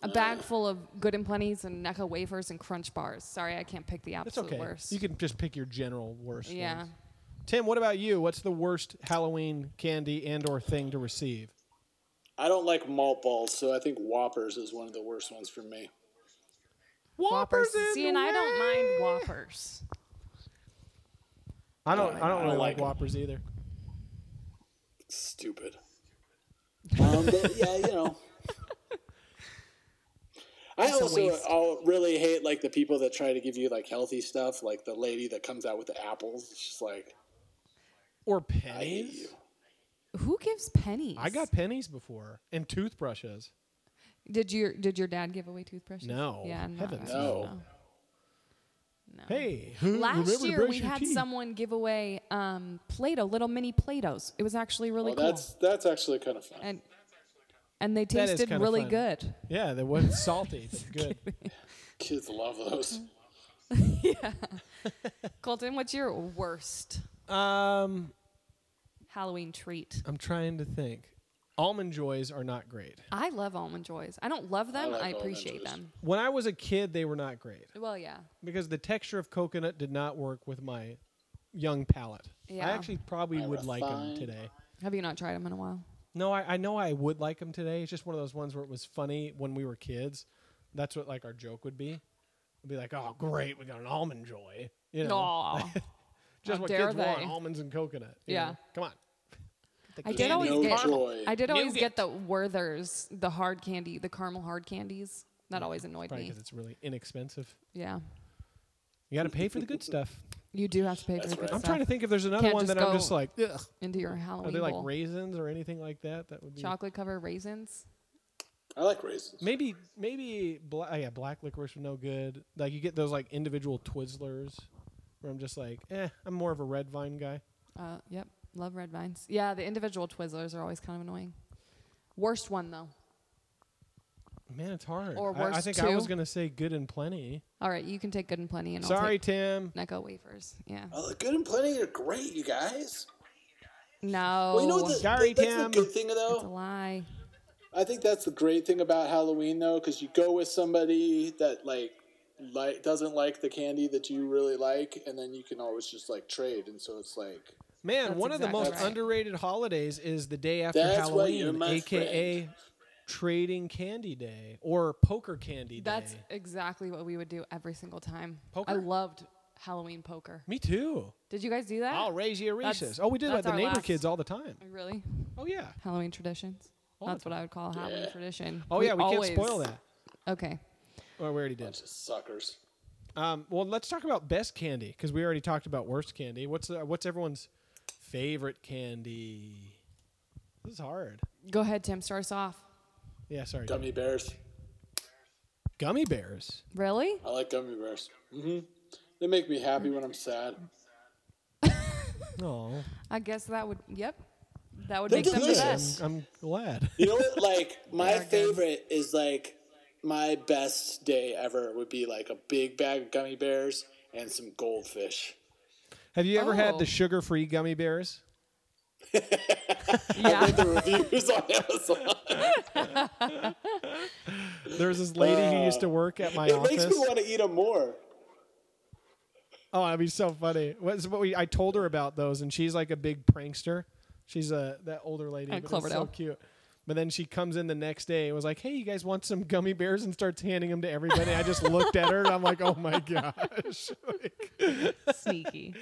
Speaker 3: A bag full of good and plenties and Necco wafers and Crunch bars. Sorry, I can't pick the
Speaker 2: It's
Speaker 3: absolute
Speaker 2: okay.
Speaker 3: worst.
Speaker 2: You can just pick your general worst.
Speaker 3: yeah.
Speaker 2: ones. Tim, what about you? What's the worst Halloween candy and/or thing to receive?
Speaker 5: I don't like malt balls, so I think Whoppers is one of the worst ones for me.
Speaker 3: Whoppers.
Speaker 2: in
Speaker 3: See,
Speaker 2: the
Speaker 3: and I
Speaker 2: way.
Speaker 3: don't mind Whoppers.
Speaker 2: I don't. I don't,
Speaker 5: I
Speaker 2: really like
Speaker 5: don't like 'em.
Speaker 2: Whoppers either.
Speaker 5: Stupid.
Speaker 4: Um, but, yeah, you know.
Speaker 5: I also
Speaker 3: waste.
Speaker 5: I'll really hate like the people that try to give you like healthy stuff, like the lady that comes out with the apples. It's just like
Speaker 2: Or
Speaker 5: I hate you.
Speaker 2: pennies.
Speaker 3: Who gives pennies?
Speaker 2: I, got pennies before and toothbrushes.
Speaker 3: Did your Did your dad give away toothbrushes?
Speaker 2: No.
Speaker 3: Yeah. No.
Speaker 2: Heavens
Speaker 5: no.
Speaker 3: No.
Speaker 2: Hey,
Speaker 3: Last
Speaker 2: remember to
Speaker 3: year
Speaker 2: brush
Speaker 3: we
Speaker 2: your
Speaker 3: had
Speaker 2: teeth.
Speaker 3: someone give away um, Play-Doh, little mini Play-Dohs. It was actually really
Speaker 5: Well,
Speaker 3: cool,
Speaker 5: Oh, that's that's actually kind of fun.
Speaker 3: and and they
Speaker 2: That is
Speaker 3: tasted
Speaker 2: kinda
Speaker 3: really
Speaker 2: fun.
Speaker 3: good.
Speaker 2: Yeah, that was salty. but Good.
Speaker 5: Kids love
Speaker 3: Mm-hmm.
Speaker 5: those.
Speaker 3: Colton, what's your worst
Speaker 2: Um,
Speaker 3: Halloween treat?
Speaker 2: I'm trying to think. Almond joys are not great.
Speaker 3: I love almond joys. I don't love them.
Speaker 5: like
Speaker 3: I
Speaker 5: Almond
Speaker 3: appreciate
Speaker 5: Joys.
Speaker 3: them.
Speaker 2: When I was a kid, they were not great
Speaker 3: Well, yeah.
Speaker 2: because the texture of coconut did not work with my young palate. I
Speaker 3: Yeah.
Speaker 2: actually probably would like them
Speaker 5: refined.
Speaker 2: today.
Speaker 3: Have you not tried them in a while?
Speaker 2: No, I, I know I would like them today. It's just one of those ones where it was funny when we were kids. That's what like our joke would be. We'd be like, "Oh, great, we got an almond joy." You know,
Speaker 3: Aw.
Speaker 2: just
Speaker 3: how
Speaker 2: what
Speaker 3: dare
Speaker 2: kids want:
Speaker 3: they.
Speaker 2: almonds and coconut. you
Speaker 3: Yeah.
Speaker 2: know? come on. Get the
Speaker 3: I did
Speaker 2: candy.
Speaker 3: always
Speaker 5: No
Speaker 3: get.
Speaker 5: joy.
Speaker 3: I did always
Speaker 2: Nougat.
Speaker 3: get the Werther's, the hard candy, the caramel hard candies. That always annoyed
Speaker 2: Probably
Speaker 3: me.
Speaker 2: because it's really inexpensive.
Speaker 3: Yeah,
Speaker 2: You got to pay for the good stuff.
Speaker 3: you do have to pay for the good
Speaker 2: I'm
Speaker 3: stuff
Speaker 2: trying to think if there's another
Speaker 3: Can't
Speaker 2: one
Speaker 3: just
Speaker 2: that I'm just
Speaker 3: go-
Speaker 2: like, Ugh.
Speaker 3: into your Halloween.
Speaker 2: are they like
Speaker 3: bowl.
Speaker 2: raisins or anything like that? That would be
Speaker 3: chocolate covered raisins?
Speaker 5: I like raisins.
Speaker 2: maybe maybe bla- oh, yeah, black licorice would no good. Like you get those like individual Twizzlers, where I'm just like, eh, I'm more of a red vine guy.
Speaker 3: Uh, yep, love red vines. Yeah, the individual Twizzlers are always kind of annoying. Worst one though.
Speaker 2: Man, it's hard.
Speaker 3: Or
Speaker 2: I- I,
Speaker 3: worse
Speaker 2: think I was
Speaker 3: two.
Speaker 2: gonna say good and plenty.
Speaker 3: All right, you can take good and plenty, and
Speaker 2: Sorry,
Speaker 3: I'll
Speaker 2: Tim.
Speaker 3: take Necco wafers. Yeah.
Speaker 5: Oh, the good and plenty are great, you guys.
Speaker 3: No,
Speaker 5: Well, you know what the, Oh.
Speaker 2: Sorry,
Speaker 5: that's
Speaker 2: Tim.
Speaker 5: the good thing
Speaker 3: it's a
Speaker 5: though.
Speaker 3: lie.
Speaker 5: I think that's the great thing about Halloween though, because you go with somebody that like like doesn't like the candy that you really like, and then you can always just like trade, and so it's like
Speaker 2: Man,
Speaker 3: That's
Speaker 2: one
Speaker 3: exactly
Speaker 2: of the most
Speaker 3: right.
Speaker 2: underrated holidays is the day after
Speaker 5: That's why you're
Speaker 2: Halloween,
Speaker 5: my
Speaker 2: aka trading candy day or poker candy
Speaker 3: That's
Speaker 2: day.
Speaker 3: exactly what we would do every single time. I
Speaker 2: Poker?
Speaker 3: loved Halloween poker.
Speaker 2: Me too.
Speaker 3: Did you guys do that?
Speaker 2: I'll raise you a
Speaker 3: That's-
Speaker 2: Reese's. Oh, we did that
Speaker 3: that's
Speaker 2: the
Speaker 3: our
Speaker 2: neighbor
Speaker 3: last-
Speaker 2: kids all the time.
Speaker 3: Really?
Speaker 2: Oh yeah.
Speaker 3: Halloween traditions.
Speaker 2: the
Speaker 3: That's what I would call a Halloween tradition.
Speaker 2: Oh yeah, we
Speaker 3: always-
Speaker 2: can't spoil that.
Speaker 3: Okay.
Speaker 2: Oh, we already did.
Speaker 5: just suckers.
Speaker 2: Um, well, let's talk about best candy because we already talked about worst candy. What's uh, what's everyone's favorite candy? This is hard.
Speaker 3: Go ahead, Tim. Start us off.
Speaker 2: Yeah, sorry.
Speaker 5: Gummy bears.
Speaker 2: Gummy bears.
Speaker 3: Really?
Speaker 5: I like gummy bears. hmm They make me happy when I'm sad.
Speaker 2: No,
Speaker 3: I guess that would. Yep. That would
Speaker 5: They're
Speaker 3: make them the
Speaker 5: delicious.
Speaker 2: I'm, I'm
Speaker 3: best.
Speaker 2: glad.
Speaker 5: You know what? Like my
Speaker 3: are good.
Speaker 5: favorite is like my best day ever would be like a big bag of gummy bears and some goldfish.
Speaker 2: Have you ever had
Speaker 3: Oh.
Speaker 2: the sugar-free gummy bears?
Speaker 3: Yeah.
Speaker 5: The reviews on Amazon.
Speaker 2: There was this lady who used to work at my
Speaker 5: Uh, It makes me
Speaker 2: office.
Speaker 5: want to eat them more.
Speaker 2: Oh, that'd be so funny. What's what we, I told her about those, and she's like a big prankster. She's a that older lady.
Speaker 3: At
Speaker 2: but it's so
Speaker 3: Cloverdale.
Speaker 2: cute. But then she comes in the next day and was like, "Hey, you guys want some gummy bears?" and starts handing them to everybody. I just looked at her and I'm like, "Oh my gosh!"
Speaker 3: Sneaky.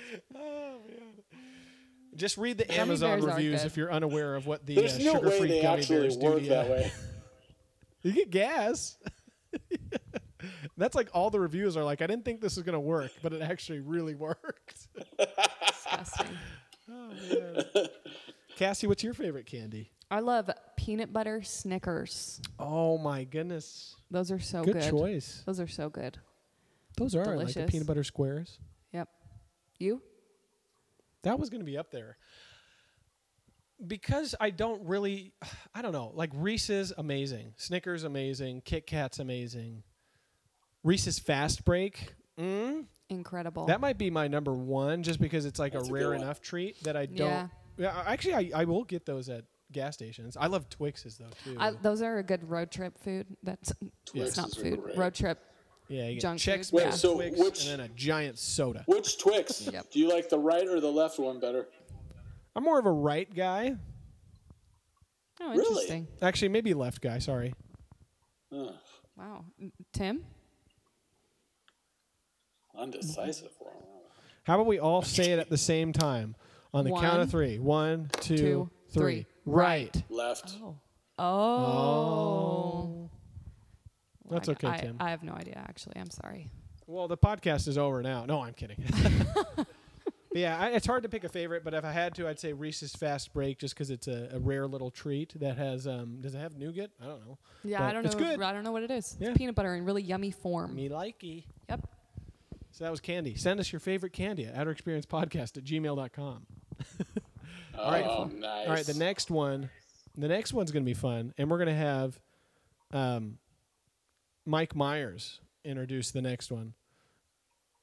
Speaker 2: just read the
Speaker 3: Gummy
Speaker 2: Amazon
Speaker 3: bears are
Speaker 2: reviews
Speaker 3: good.
Speaker 2: if you're unaware of what the uh,
Speaker 5: There's no way
Speaker 2: sugar-free
Speaker 5: they
Speaker 2: gummy
Speaker 5: actually
Speaker 2: bears do
Speaker 5: work
Speaker 2: to
Speaker 5: that
Speaker 2: you.
Speaker 5: way.
Speaker 2: You get gas. That's like all the reviews are like. I didn't think this was gonna work, but it actually really worked.
Speaker 3: Disgusting.
Speaker 2: Cassie, what's your favorite candy?
Speaker 3: I love peanut butter Snickers.
Speaker 2: Oh my goodness.
Speaker 3: Those are so
Speaker 2: good,
Speaker 3: Oh, good.
Speaker 2: choice.
Speaker 3: Those are so good.
Speaker 2: Those are like the
Speaker 3: Delicious.
Speaker 2: peanut butter squares.
Speaker 3: Yep. You?
Speaker 2: That was going to be up there. Because I don't really, I don't know. Like Reese's, amazing. Snickers, amazing. Kit Kat's, amazing. Reese's Fast Break. Mm,
Speaker 3: Incredible.
Speaker 2: That might be my number one, just because it's like a
Speaker 5: That's a good
Speaker 2: rare
Speaker 5: one.
Speaker 2: enough treat that I don't.
Speaker 3: Yeah.
Speaker 2: Yeah. I- actually, I, I will get those at gas stations. I love Twixes though too.
Speaker 3: I, those are a good road trip food. That's
Speaker 5: Twixes
Speaker 3: it's not
Speaker 5: are
Speaker 3: food.
Speaker 5: great.
Speaker 3: Road trip.
Speaker 2: yeah, you get
Speaker 3: junk
Speaker 2: checks,
Speaker 3: food,
Speaker 2: Mix,
Speaker 3: yeah.
Speaker 5: So
Speaker 2: Twix,
Speaker 5: which-
Speaker 2: and then a giant soda.
Speaker 5: Which Twix?
Speaker 3: Yep.
Speaker 5: Do you like the right or the left one better?
Speaker 2: I'm more of a right guy.
Speaker 3: Oh,
Speaker 5: Really?
Speaker 3: interesting.
Speaker 2: Actually, maybe left guy. Sorry.
Speaker 5: Ugh,
Speaker 3: Wow. N- Tim?
Speaker 5: undecisive. Wow.
Speaker 2: How about we all say it at the same time on the count
Speaker 3: One,
Speaker 2: of three? One, two, three.
Speaker 3: two, three.
Speaker 2: Right.
Speaker 5: Left.
Speaker 3: Oh. Oh.
Speaker 2: That's
Speaker 3: I-
Speaker 2: okay,
Speaker 3: I-
Speaker 2: Tim.
Speaker 3: I have no idea, actually. I'm sorry.
Speaker 2: Well, the podcast is over now. No, I'm kidding. But yeah, I, it's hard to pick a favorite, but if I had to, I'd say Reese's Fast Break, just because it's a, a rare little treat that has. Um, does it have nougat? I don't know.
Speaker 3: Yeah,
Speaker 2: But
Speaker 3: I don't
Speaker 2: it's
Speaker 3: know.
Speaker 2: good.
Speaker 3: I don't know what it is.
Speaker 2: Yeah.
Speaker 3: It's peanut butter in really yummy form.
Speaker 2: Me likey.
Speaker 3: Yep.
Speaker 2: So that was candy. Send us your favorite candy at outerexperiencepodcast at gmail.com.
Speaker 5: All
Speaker 2: right.
Speaker 5: Oh, nice.
Speaker 2: All right, the next one, the next one's gonna be fun, and we're gonna have um, Mike Myers introduce the next one,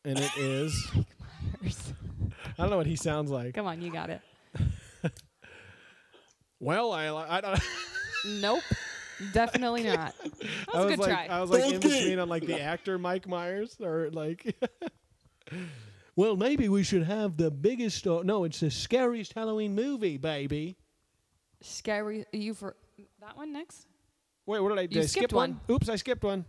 Speaker 2: and it is I don't know what he sounds like.
Speaker 3: Come on, you got it.
Speaker 2: Well, I li- I, don't,
Speaker 3: Nope. Definitely not. That
Speaker 2: I
Speaker 3: was a
Speaker 2: was
Speaker 3: good
Speaker 2: like
Speaker 3: try.
Speaker 2: I was like in
Speaker 5: Okay.
Speaker 2: between on like the actor Mike Myers or like. well, maybe we should have the biggest. Or, no, it's the scariest Halloween movie, baby.
Speaker 3: Scary. You for that one next?
Speaker 2: Wait, what did I do?
Speaker 3: skipped one.
Speaker 2: Oops, I skipped one.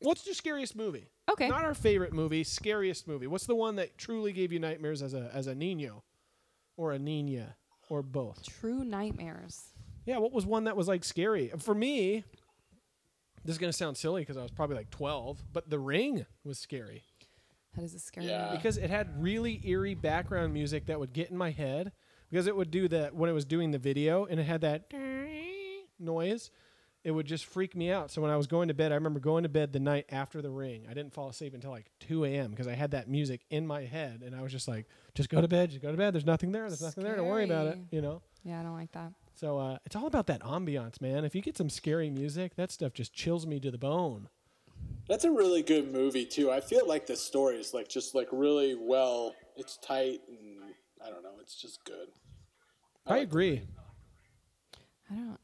Speaker 2: What's the scariest movie?
Speaker 3: Okay.
Speaker 2: Not our favorite movie, scariest movie. What's the one that truly gave you nightmares as a as a niño or a niña or both?
Speaker 3: True nightmares.
Speaker 2: Yeah, what was one that was like scary? For me, this is going to sound silly cuz I was probably like 12, but The Ring was scary
Speaker 3: That is a scary
Speaker 5: Yeah.
Speaker 3: movie.
Speaker 2: because it had really eerie background music that would get in my head because it would do that when it was doing the video and it had that noise it would just freak me out so when i was going to bed i remember going to bed the night after the ring i didn't fall asleep until like 2 a.m because i had that music in my head and i was just like just go to bed just go to bed there's nothing there there's nothing there don't worry about it
Speaker 3: Scary.
Speaker 2: you know
Speaker 3: Yeah, I don't like that.
Speaker 2: so uh, it's all about that ambiance man if you get some scary music that stuff just chills me to the bone
Speaker 5: That's a really good movie too. I feel like the story is like just like really well. It's tight and I don't know. It's just good.
Speaker 2: i, agree
Speaker 3: I don't.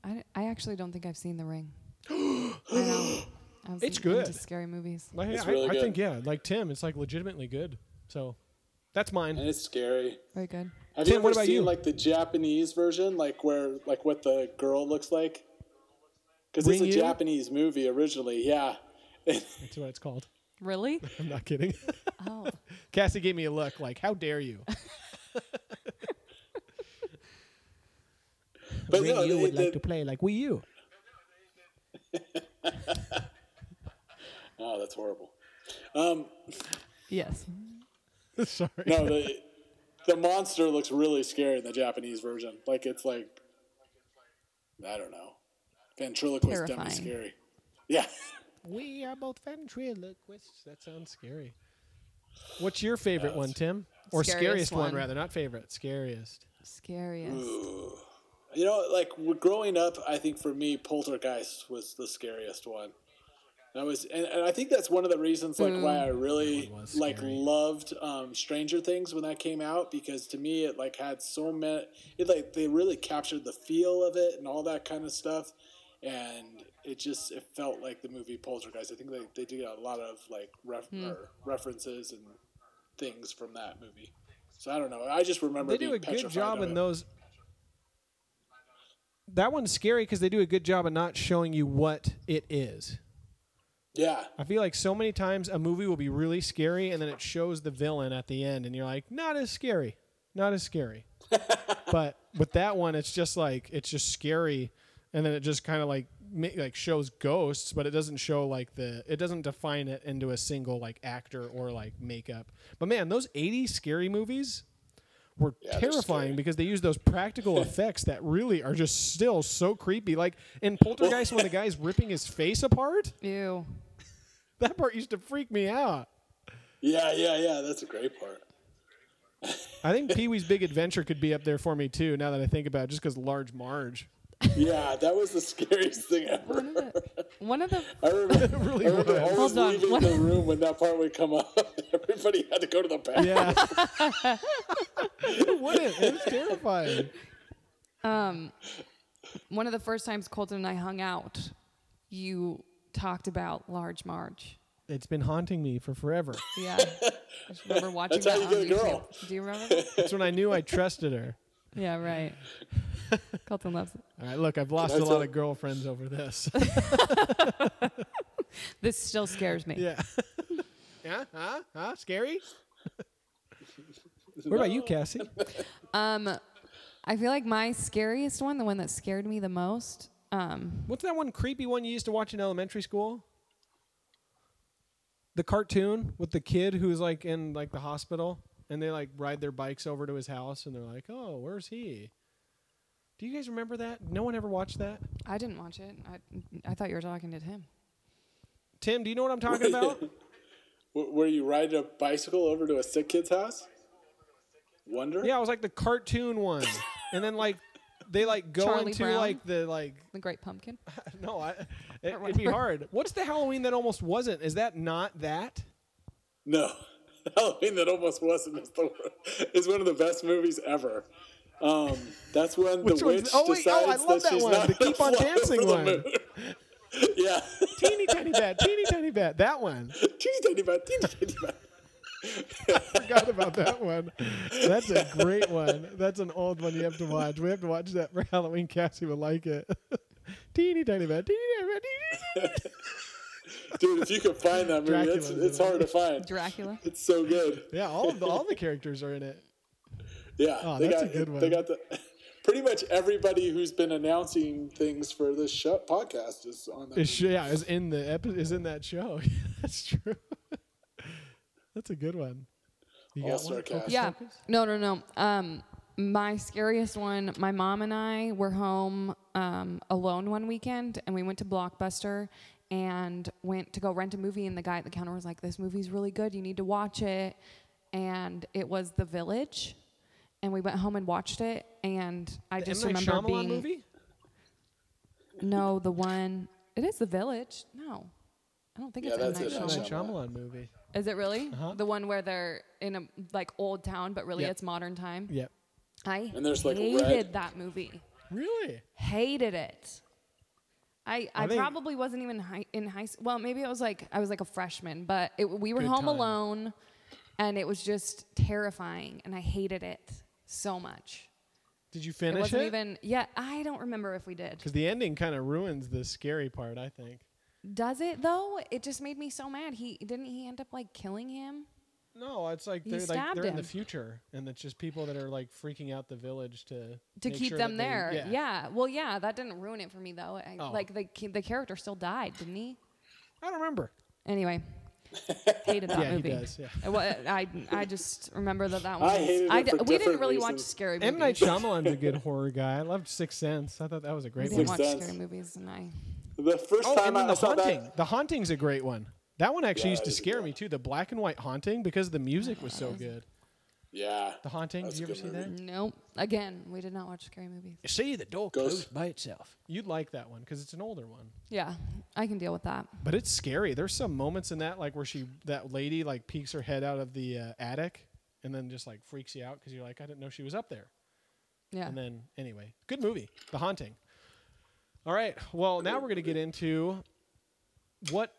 Speaker 3: I, don't- I actually don't think I've seen The Ring. I know. I was
Speaker 2: It's
Speaker 3: into
Speaker 2: good.
Speaker 3: Scary movies.
Speaker 2: Like,
Speaker 5: It's
Speaker 2: I,
Speaker 5: really
Speaker 2: I
Speaker 5: good.
Speaker 2: think yeah like tim it's like legitimately good so that's mine
Speaker 5: And it's scary.
Speaker 3: Very good.
Speaker 5: Have
Speaker 2: Tim,
Speaker 5: you
Speaker 2: what
Speaker 5: ever
Speaker 2: about you?
Speaker 5: seen like the Japanese version, like where like what the girl looks like? Because it's
Speaker 2: Ring
Speaker 5: a
Speaker 2: you?
Speaker 5: Japanese movie originally. Yeah,
Speaker 2: That's what it's called.
Speaker 3: Really?
Speaker 2: I'm not kidding.
Speaker 3: Oh,
Speaker 2: Cassie gave me a look like, "How dare you?"
Speaker 5: but no, they- they-
Speaker 2: play like Wii U.
Speaker 5: oh, that's horrible. Um,
Speaker 3: yes.
Speaker 2: Sorry.
Speaker 5: no, the the monster looks really scary in the Japanese version. Like it's like I don't know, ventriloquist dummy
Speaker 3: Terrifying.
Speaker 5: scary. Yeah.
Speaker 2: We are both ventriloquists. That sounds scary. What's your favorite one, Tim? Or
Speaker 3: Scariest
Speaker 2: scariest, one.
Speaker 3: one.
Speaker 2: rather? Not favorite. Scariest.
Speaker 3: Scariest.
Speaker 5: You know, like w- growing up, I think for me, Poltergeist was the scariest one. That was, and, and I think that's one of the reasons, like, why I really
Speaker 2: That one was
Speaker 5: like
Speaker 2: scary.
Speaker 5: loved um, Stranger Things when that came out because to me, it like had so many. It like they really captured the feel of it and all that kind of stuff, and it just it felt like the movie Poltergeist. I think they they did a lot of like ref- or references and things from that movie. So I don't know. I just remember
Speaker 2: They do
Speaker 5: being
Speaker 2: a good
Speaker 5: petrified
Speaker 2: job
Speaker 5: of
Speaker 2: in
Speaker 5: it.
Speaker 2: those. That one's scary because they do a good job of not showing you what it is.
Speaker 5: Yeah.
Speaker 2: I feel like so many times a movie will be really scary and then it shows the villain at the end and you're like, not as scary. Not as scary. but with that one it's just like it's just scary and then it just kind of like ma- like shows ghosts but it doesn't show like the it doesn't define it into a single like actor or like makeup. But man, those 80s scary movies were
Speaker 5: Yeah, they're
Speaker 2: terrifying
Speaker 5: scary.
Speaker 2: because they use those practical effects that really are just still so creepy. Like in Poltergeist, when the guy's ripping his face apart,
Speaker 3: Ew.
Speaker 2: that part used to freak me out.
Speaker 5: Yeah, yeah, yeah. That's a great part.
Speaker 2: I think Pee Wee's Big Adventure could be up there for me too. Now that I think about it, just because Large Marge
Speaker 5: Yeah, that was the scariest thing ever.
Speaker 3: One of the, one of the
Speaker 5: I remember,
Speaker 2: really
Speaker 5: I remember
Speaker 2: was.
Speaker 5: always
Speaker 3: Hold on,
Speaker 5: leaving
Speaker 3: what-
Speaker 5: the room when that part would come up. Everybody had to go to the bathroom.
Speaker 2: Yeah. it wouldn't. It was terrifying.
Speaker 3: one of the first times Colton and I hung out, you talked about Large Marge.
Speaker 2: It's been haunting me for forever.
Speaker 3: Yeah. I just remember watching
Speaker 5: That's
Speaker 3: that
Speaker 5: how you
Speaker 3: on
Speaker 5: get
Speaker 3: YouTube.
Speaker 5: a girl.
Speaker 3: Do you remember? that?
Speaker 2: That's when I knew I trusted her.
Speaker 3: yeah, right. Colton loves it.
Speaker 2: All right, look, I've lost a
Speaker 5: I
Speaker 2: lot
Speaker 5: tell-
Speaker 2: of girlfriends over this.
Speaker 3: This still scares me.
Speaker 2: yeah. yeah? Huh? Huh? Scary? What about you, Cassie?
Speaker 3: I feel like my scariest one, the one that scared me the most, um,
Speaker 2: What's that one creepy one you used to watch in elementary school? The cartoon with the kid who's like in like the hospital and they like ride their bikes over to his house and they're like, "Oh, where's he?" Do you guys remember that? No one ever watched that?
Speaker 3: I didn't watch it. I, I thought you were talking to him.
Speaker 2: Tim, do you know what I'm talking about?
Speaker 5: W- Were you riding a bicycle over to a sick kid's house? Wonder?
Speaker 2: Yeah, it was like the cartoon one, and then like they like go
Speaker 3: Charlie
Speaker 2: into
Speaker 3: Brown?
Speaker 2: like the like
Speaker 3: The Great Pumpkin.
Speaker 2: no, I, it, it'd be hard. What's the Halloween that almost wasn't? Is that not that?
Speaker 5: No. Halloween that almost wasn't is, the, is one of the best movies ever. Um, that's when
Speaker 2: Which
Speaker 5: the
Speaker 2: one's-
Speaker 5: witch
Speaker 2: oh, wait, oh, I
Speaker 5: decides
Speaker 2: love
Speaker 5: that
Speaker 2: that
Speaker 5: she's
Speaker 2: one,
Speaker 5: not
Speaker 2: the
Speaker 5: gonna
Speaker 2: Keep on
Speaker 5: fly over
Speaker 2: Dancing
Speaker 5: the
Speaker 2: one.
Speaker 5: moon. yeah.
Speaker 2: Teeny tiny bat, teeny tiny bat. That one.
Speaker 5: Teeny tiny bat, teeny tiny bat.
Speaker 2: Forgot about that one. That's a great one. That's an old one you have to watch. We have to watch that for Halloween. Cassie would like it. teeny tiny bat, teeny tiny bat. Teeny tiny bat.
Speaker 5: Dude, if you could find that movie, it's,
Speaker 2: Dracula's in
Speaker 5: it's hard to find.
Speaker 3: Dracula.
Speaker 5: It's so good.
Speaker 2: Yeah, all of the, all the characters are in it.
Speaker 5: Yeah,
Speaker 2: Oh,
Speaker 5: they
Speaker 2: that's
Speaker 5: got
Speaker 2: a good
Speaker 5: they
Speaker 2: one.
Speaker 5: got the pretty much everybody who's been announcing things for this show, podcast is on that.
Speaker 2: Is sh- yeah, is in the epi- is in that show. That's true. That's a good one. You got
Speaker 5: All-star
Speaker 2: one?
Speaker 5: cast.
Speaker 2: Focus,
Speaker 3: Yeah.
Speaker 2: focus?
Speaker 3: No, no, no. Um, my scariest one. My mom and I were home um, alone one weekend, and we went to Blockbuster and went to go rent a movie. And the guy at the counter was like, "This movie's really good. You need to watch it." And it was The Village, and we went home and watched it. And I
Speaker 2: The
Speaker 3: just
Speaker 2: M. Night
Speaker 3: remember
Speaker 2: Shyamalan
Speaker 3: being
Speaker 2: movie?
Speaker 3: no the one. It is The Village. No, I don't think
Speaker 5: Yeah,
Speaker 3: it's M.
Speaker 5: that's
Speaker 3: Night
Speaker 5: it.
Speaker 2: M. Night
Speaker 3: Shyamalan.
Speaker 2: Shyamalan movie.
Speaker 3: Is it really
Speaker 2: Uh-huh.
Speaker 3: the one where they're in a like old town, but really
Speaker 2: Yep.
Speaker 3: it's modern time?
Speaker 2: Yep.
Speaker 3: I
Speaker 5: And there's, like,
Speaker 3: hated
Speaker 5: red.
Speaker 3: that movie.
Speaker 2: Really?
Speaker 3: Hated it. I, I,
Speaker 2: I think-
Speaker 3: probably wasn't even high, in high school. Well, maybe it was like I was like a freshman, but it, we were
Speaker 2: Good
Speaker 3: home
Speaker 2: time.
Speaker 3: alone, and it was just terrifying, and I hated it so much.
Speaker 2: Did you
Speaker 3: It
Speaker 2: finish
Speaker 3: wasn't
Speaker 2: it?
Speaker 3: even. Yeah, I don't remember if we did.
Speaker 2: Because the ending kind of ruins the scary part. I think.
Speaker 3: Does it though? It just made me so mad. He didn't he end up like killing him?
Speaker 2: No, it's like
Speaker 3: He
Speaker 2: they're like
Speaker 3: stabbed
Speaker 2: they're in the
Speaker 3: him.
Speaker 2: future, and it's just people that are like freaking out the village to
Speaker 3: to
Speaker 2: make
Speaker 3: keep
Speaker 2: sure
Speaker 3: them
Speaker 2: that they-
Speaker 3: there. yeah. Well, yeah, that didn't ruin it for me though. I,
Speaker 2: Oh.
Speaker 3: Like the ki- the character still died, didn't he?
Speaker 2: I don't remember.
Speaker 3: Anyway, hated that
Speaker 2: Yeah, he
Speaker 3: movie.
Speaker 2: does, yeah.
Speaker 3: Uh, well, I I just remember that that one.
Speaker 5: I
Speaker 3: was-
Speaker 5: hated it for
Speaker 3: we didn't
Speaker 5: different
Speaker 3: really watch
Speaker 5: reasons.
Speaker 3: scary movies.
Speaker 2: M Night Shyamalan's a good horror guy. I loved Sixth Sense. I thought that was a
Speaker 3: We
Speaker 2: great
Speaker 3: didn't
Speaker 2: one.
Speaker 5: Sixth
Speaker 3: watch
Speaker 5: Sense.
Speaker 3: scary movies, and I.
Speaker 5: The first
Speaker 2: Oh,
Speaker 5: time
Speaker 2: and then
Speaker 5: I
Speaker 2: the
Speaker 5: saw
Speaker 2: haunting.
Speaker 5: that,
Speaker 2: The haunting's a great one. That one actually
Speaker 5: Yeah,
Speaker 2: used
Speaker 5: that
Speaker 2: to
Speaker 5: is a
Speaker 2: scare
Speaker 5: good
Speaker 2: me
Speaker 5: one.
Speaker 2: too. The black and white haunting because the music was so good.
Speaker 5: yeah,
Speaker 2: The haunting. Did
Speaker 5: That's
Speaker 2: you
Speaker 5: a
Speaker 2: ever
Speaker 5: good
Speaker 2: see that?
Speaker 5: movie.
Speaker 3: Nope. Again, we did not watch scary movies.
Speaker 6: You see, the
Speaker 2: Oh,
Speaker 6: door
Speaker 5: Ghost.
Speaker 6: closed by itself.
Speaker 2: You'd like that one because it's an older one.
Speaker 3: Yeah, I can deal with that.
Speaker 2: But it's scary. There's some moments in that like where she that lady like peeks her head out of the uh, attic and then just like freaks you out because you're like I didn't know she was up there.
Speaker 3: Yeah.
Speaker 2: And then anyway, good movie, The Haunting. All right. Well, now we're going to get into what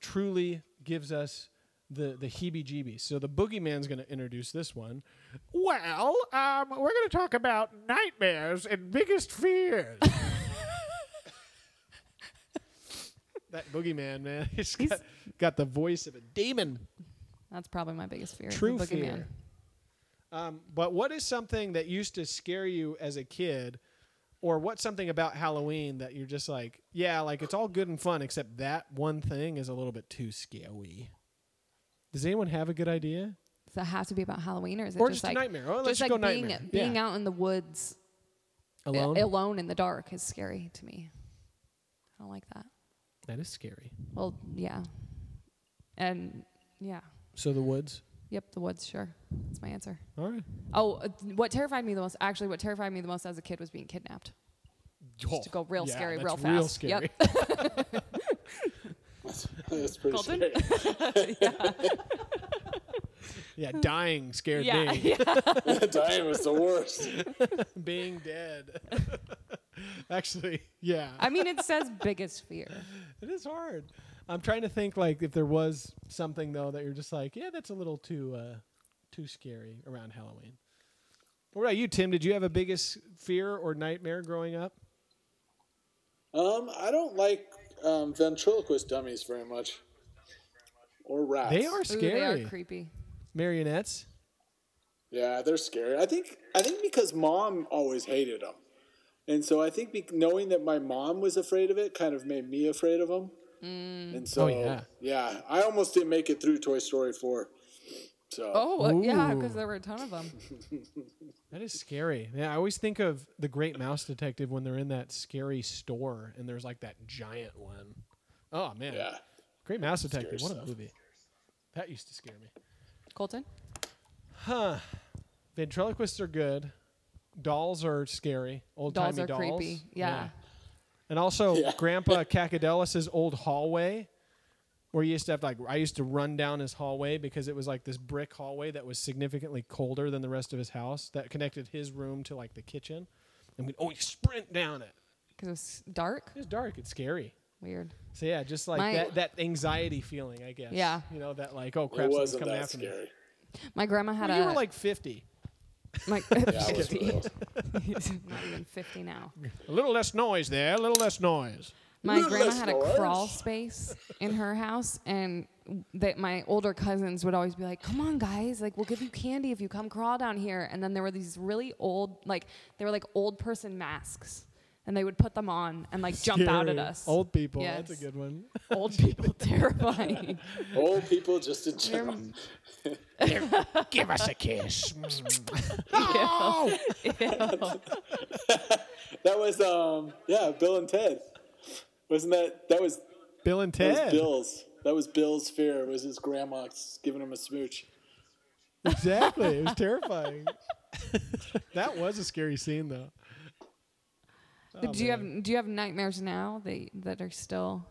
Speaker 2: truly gives us the the heebie-jeebies. So the boogeyman's going to introduce this one.
Speaker 6: Well, um, we're going to talk about nightmares and biggest fears.
Speaker 2: That boogeyman, man, he's got, got the voice of a demon.
Speaker 3: That's probably my biggest fear. is the
Speaker 2: True
Speaker 3: boogeyman.
Speaker 2: fear. Um, but what is something that used to scare you as a kid, or what's something about Halloween that you're just like, yeah, like it's all good and fun, except that one thing is a little bit too scary. Does anyone have a good idea?
Speaker 3: Does it have to be about Halloween, or is it
Speaker 2: Or
Speaker 3: just,
Speaker 2: just a
Speaker 3: like
Speaker 2: nightmare. Oh, let's
Speaker 3: just
Speaker 2: just
Speaker 3: like
Speaker 2: go
Speaker 3: being
Speaker 2: nightmare.
Speaker 3: being
Speaker 2: Yeah.
Speaker 3: out in the woods uh,
Speaker 2: Alone.
Speaker 3: alone in the dark is scary to me. I don't like that.
Speaker 2: that is scary.
Speaker 3: Well, yeah, and yeah,
Speaker 2: So the woods.
Speaker 3: yep, the woods. Sure, that's my answer.
Speaker 2: All right.
Speaker 3: Oh, uh, what terrified me the most, actually, what terrified me the most as a kid was being kidnapped. Just to go real
Speaker 2: yeah,
Speaker 3: scary,
Speaker 2: that's
Speaker 3: real fast.
Speaker 2: real scary.
Speaker 3: Yep.
Speaker 5: That's pretty
Speaker 3: Colton?
Speaker 5: scary.
Speaker 2: Yeah, dying scared
Speaker 3: yeah.
Speaker 2: me.
Speaker 3: yeah.
Speaker 5: Dying was the worst.
Speaker 2: Being dead. Actually, yeah.
Speaker 3: I mean, it says biggest fear.
Speaker 2: It is hard. I'm trying to think like if there was something though that you're just like, yeah, that's a little too uh, too scary around Halloween. What about you, Tim? Did you have a biggest fear or nightmare growing up?
Speaker 5: Um, I don't like um, ventriloquist dummies very much, or rats.
Speaker 2: They are
Speaker 3: Ooh, they
Speaker 2: scary.
Speaker 3: are creepy.
Speaker 2: Marionettes.
Speaker 5: Yeah, they're scary. I think I think because mom always hated them, and so I think be- knowing that my mom was afraid of it kind of made me afraid of them.
Speaker 3: Mm.
Speaker 5: And so
Speaker 2: Oh, yeah.
Speaker 5: yeah, I almost didn't make it through Toy Story four. So
Speaker 3: Oh, uh, yeah,
Speaker 2: Ooh.
Speaker 3: because there were a ton of them.
Speaker 2: That is scary. Yeah, I always think of the Great Mouse Detective when they're in that scary store and there's like that giant one. Oh man,
Speaker 5: yeah,
Speaker 2: Great Mouse Detective. What a
Speaker 5: stuff.
Speaker 2: movie. That used to scare me.
Speaker 3: Colton?
Speaker 2: Ventriloquists are good. Dolls are scary. Old
Speaker 3: Dolls
Speaker 2: timey
Speaker 3: are
Speaker 2: dolls.
Speaker 3: creepy. Yeah.
Speaker 2: And also
Speaker 5: Yeah.
Speaker 2: Grandpa Cacadelus's old hallway, where you used to have like I used to run down his hallway because it was like this brick hallway that was significantly colder than the rest of his house that connected his room to like the kitchen. And we'd always sprint down it.
Speaker 3: Because it was dark?
Speaker 2: It was dark. It's scary.
Speaker 3: Weird.
Speaker 2: So yeah, just like
Speaker 3: My-
Speaker 2: that, that anxiety feeling, I guess.
Speaker 3: Yeah.
Speaker 2: You know that like oh crap,
Speaker 5: it
Speaker 2: someone's
Speaker 5: wasn't
Speaker 2: coming
Speaker 5: that
Speaker 2: after me.
Speaker 5: scary.
Speaker 3: My grandma had
Speaker 2: Well,
Speaker 3: a.
Speaker 2: you were like fifty,
Speaker 3: my,
Speaker 5: Yeah, I was really-
Speaker 3: not even 50 now.
Speaker 2: a little less noise there, a little less noise.
Speaker 3: My
Speaker 5: Little
Speaker 3: grandma
Speaker 5: less
Speaker 3: had a
Speaker 5: noise.
Speaker 3: crawl space in her house, and that my older cousins would always be like, "Come on, guys! Like, we'll give you candy if you come crawl down here." And then there were these really old, like they were like old person masks, and they would put them on and like jump out at
Speaker 2: Scary.
Speaker 3: us.
Speaker 2: Old people. That's
Speaker 3: Yes.
Speaker 2: a good one.
Speaker 3: Old people, terrifying.
Speaker 5: old people just in general.
Speaker 6: Give us a kiss.
Speaker 5: That was um yeah, Bill and Ted. Wasn't that that was
Speaker 2: Bill and
Speaker 5: that
Speaker 2: Ted.
Speaker 5: was Bill's. That was Bill's fear was his grandma giving him a smooch.
Speaker 2: Exactly. It was terrifying. that was a scary scene though. Oh,
Speaker 3: do you have do you have nightmares now that that are still?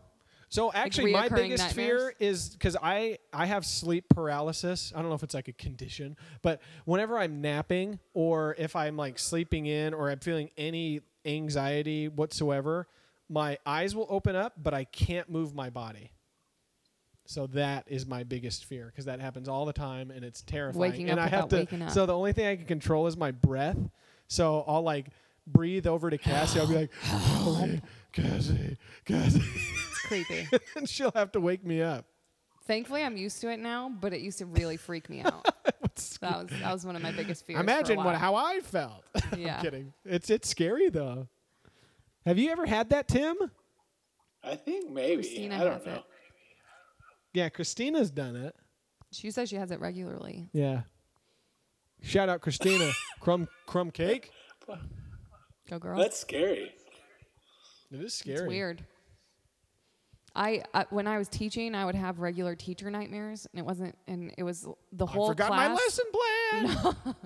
Speaker 2: So actually, my
Speaker 3: reoccurring
Speaker 2: biggest fear
Speaker 3: nightmares?
Speaker 2: is because I I have sleep paralysis. I don't know if it's like a condition, but whenever I'm napping or if I'm like sleeping in or I'm feeling any anxiety whatsoever, my eyes will open up, but I can't move my body. So that is my biggest fear because that happens all the time and it's terrifying.
Speaker 3: Waking
Speaker 2: and
Speaker 3: up
Speaker 2: I have
Speaker 3: without
Speaker 2: to.
Speaker 3: waking up.
Speaker 2: So the only thing I can control is my breath. So I'll like breathe over to Cassie. I'll be like, Cassie, Cassie, Cassie.
Speaker 3: It's creepy.
Speaker 2: and she'll have to wake me up.
Speaker 3: Thankfully, I'm used to it now, but it used to really freak me out. that was that was one of my biggest fears. for a
Speaker 2: Imagine what
Speaker 3: while.
Speaker 2: how I felt.
Speaker 3: Yeah.
Speaker 2: I'm kidding. It's it's scary though. Have you ever had that, Tim?
Speaker 5: I think maybe.
Speaker 3: Christina
Speaker 5: I don't
Speaker 3: has it.
Speaker 5: know.
Speaker 2: Yeah, Christina's done it.
Speaker 3: She says she has it regularly.
Speaker 2: Yeah. Shout out Christina. crumb crumb cake.
Speaker 3: Go girl.
Speaker 5: That's scary.
Speaker 2: It is scary.
Speaker 3: It's weird. I uh, when I was teaching, I would have regular teacher nightmares, and it wasn't, and it was the
Speaker 2: I
Speaker 3: whole
Speaker 2: forgot
Speaker 3: class.
Speaker 2: my lesson plan.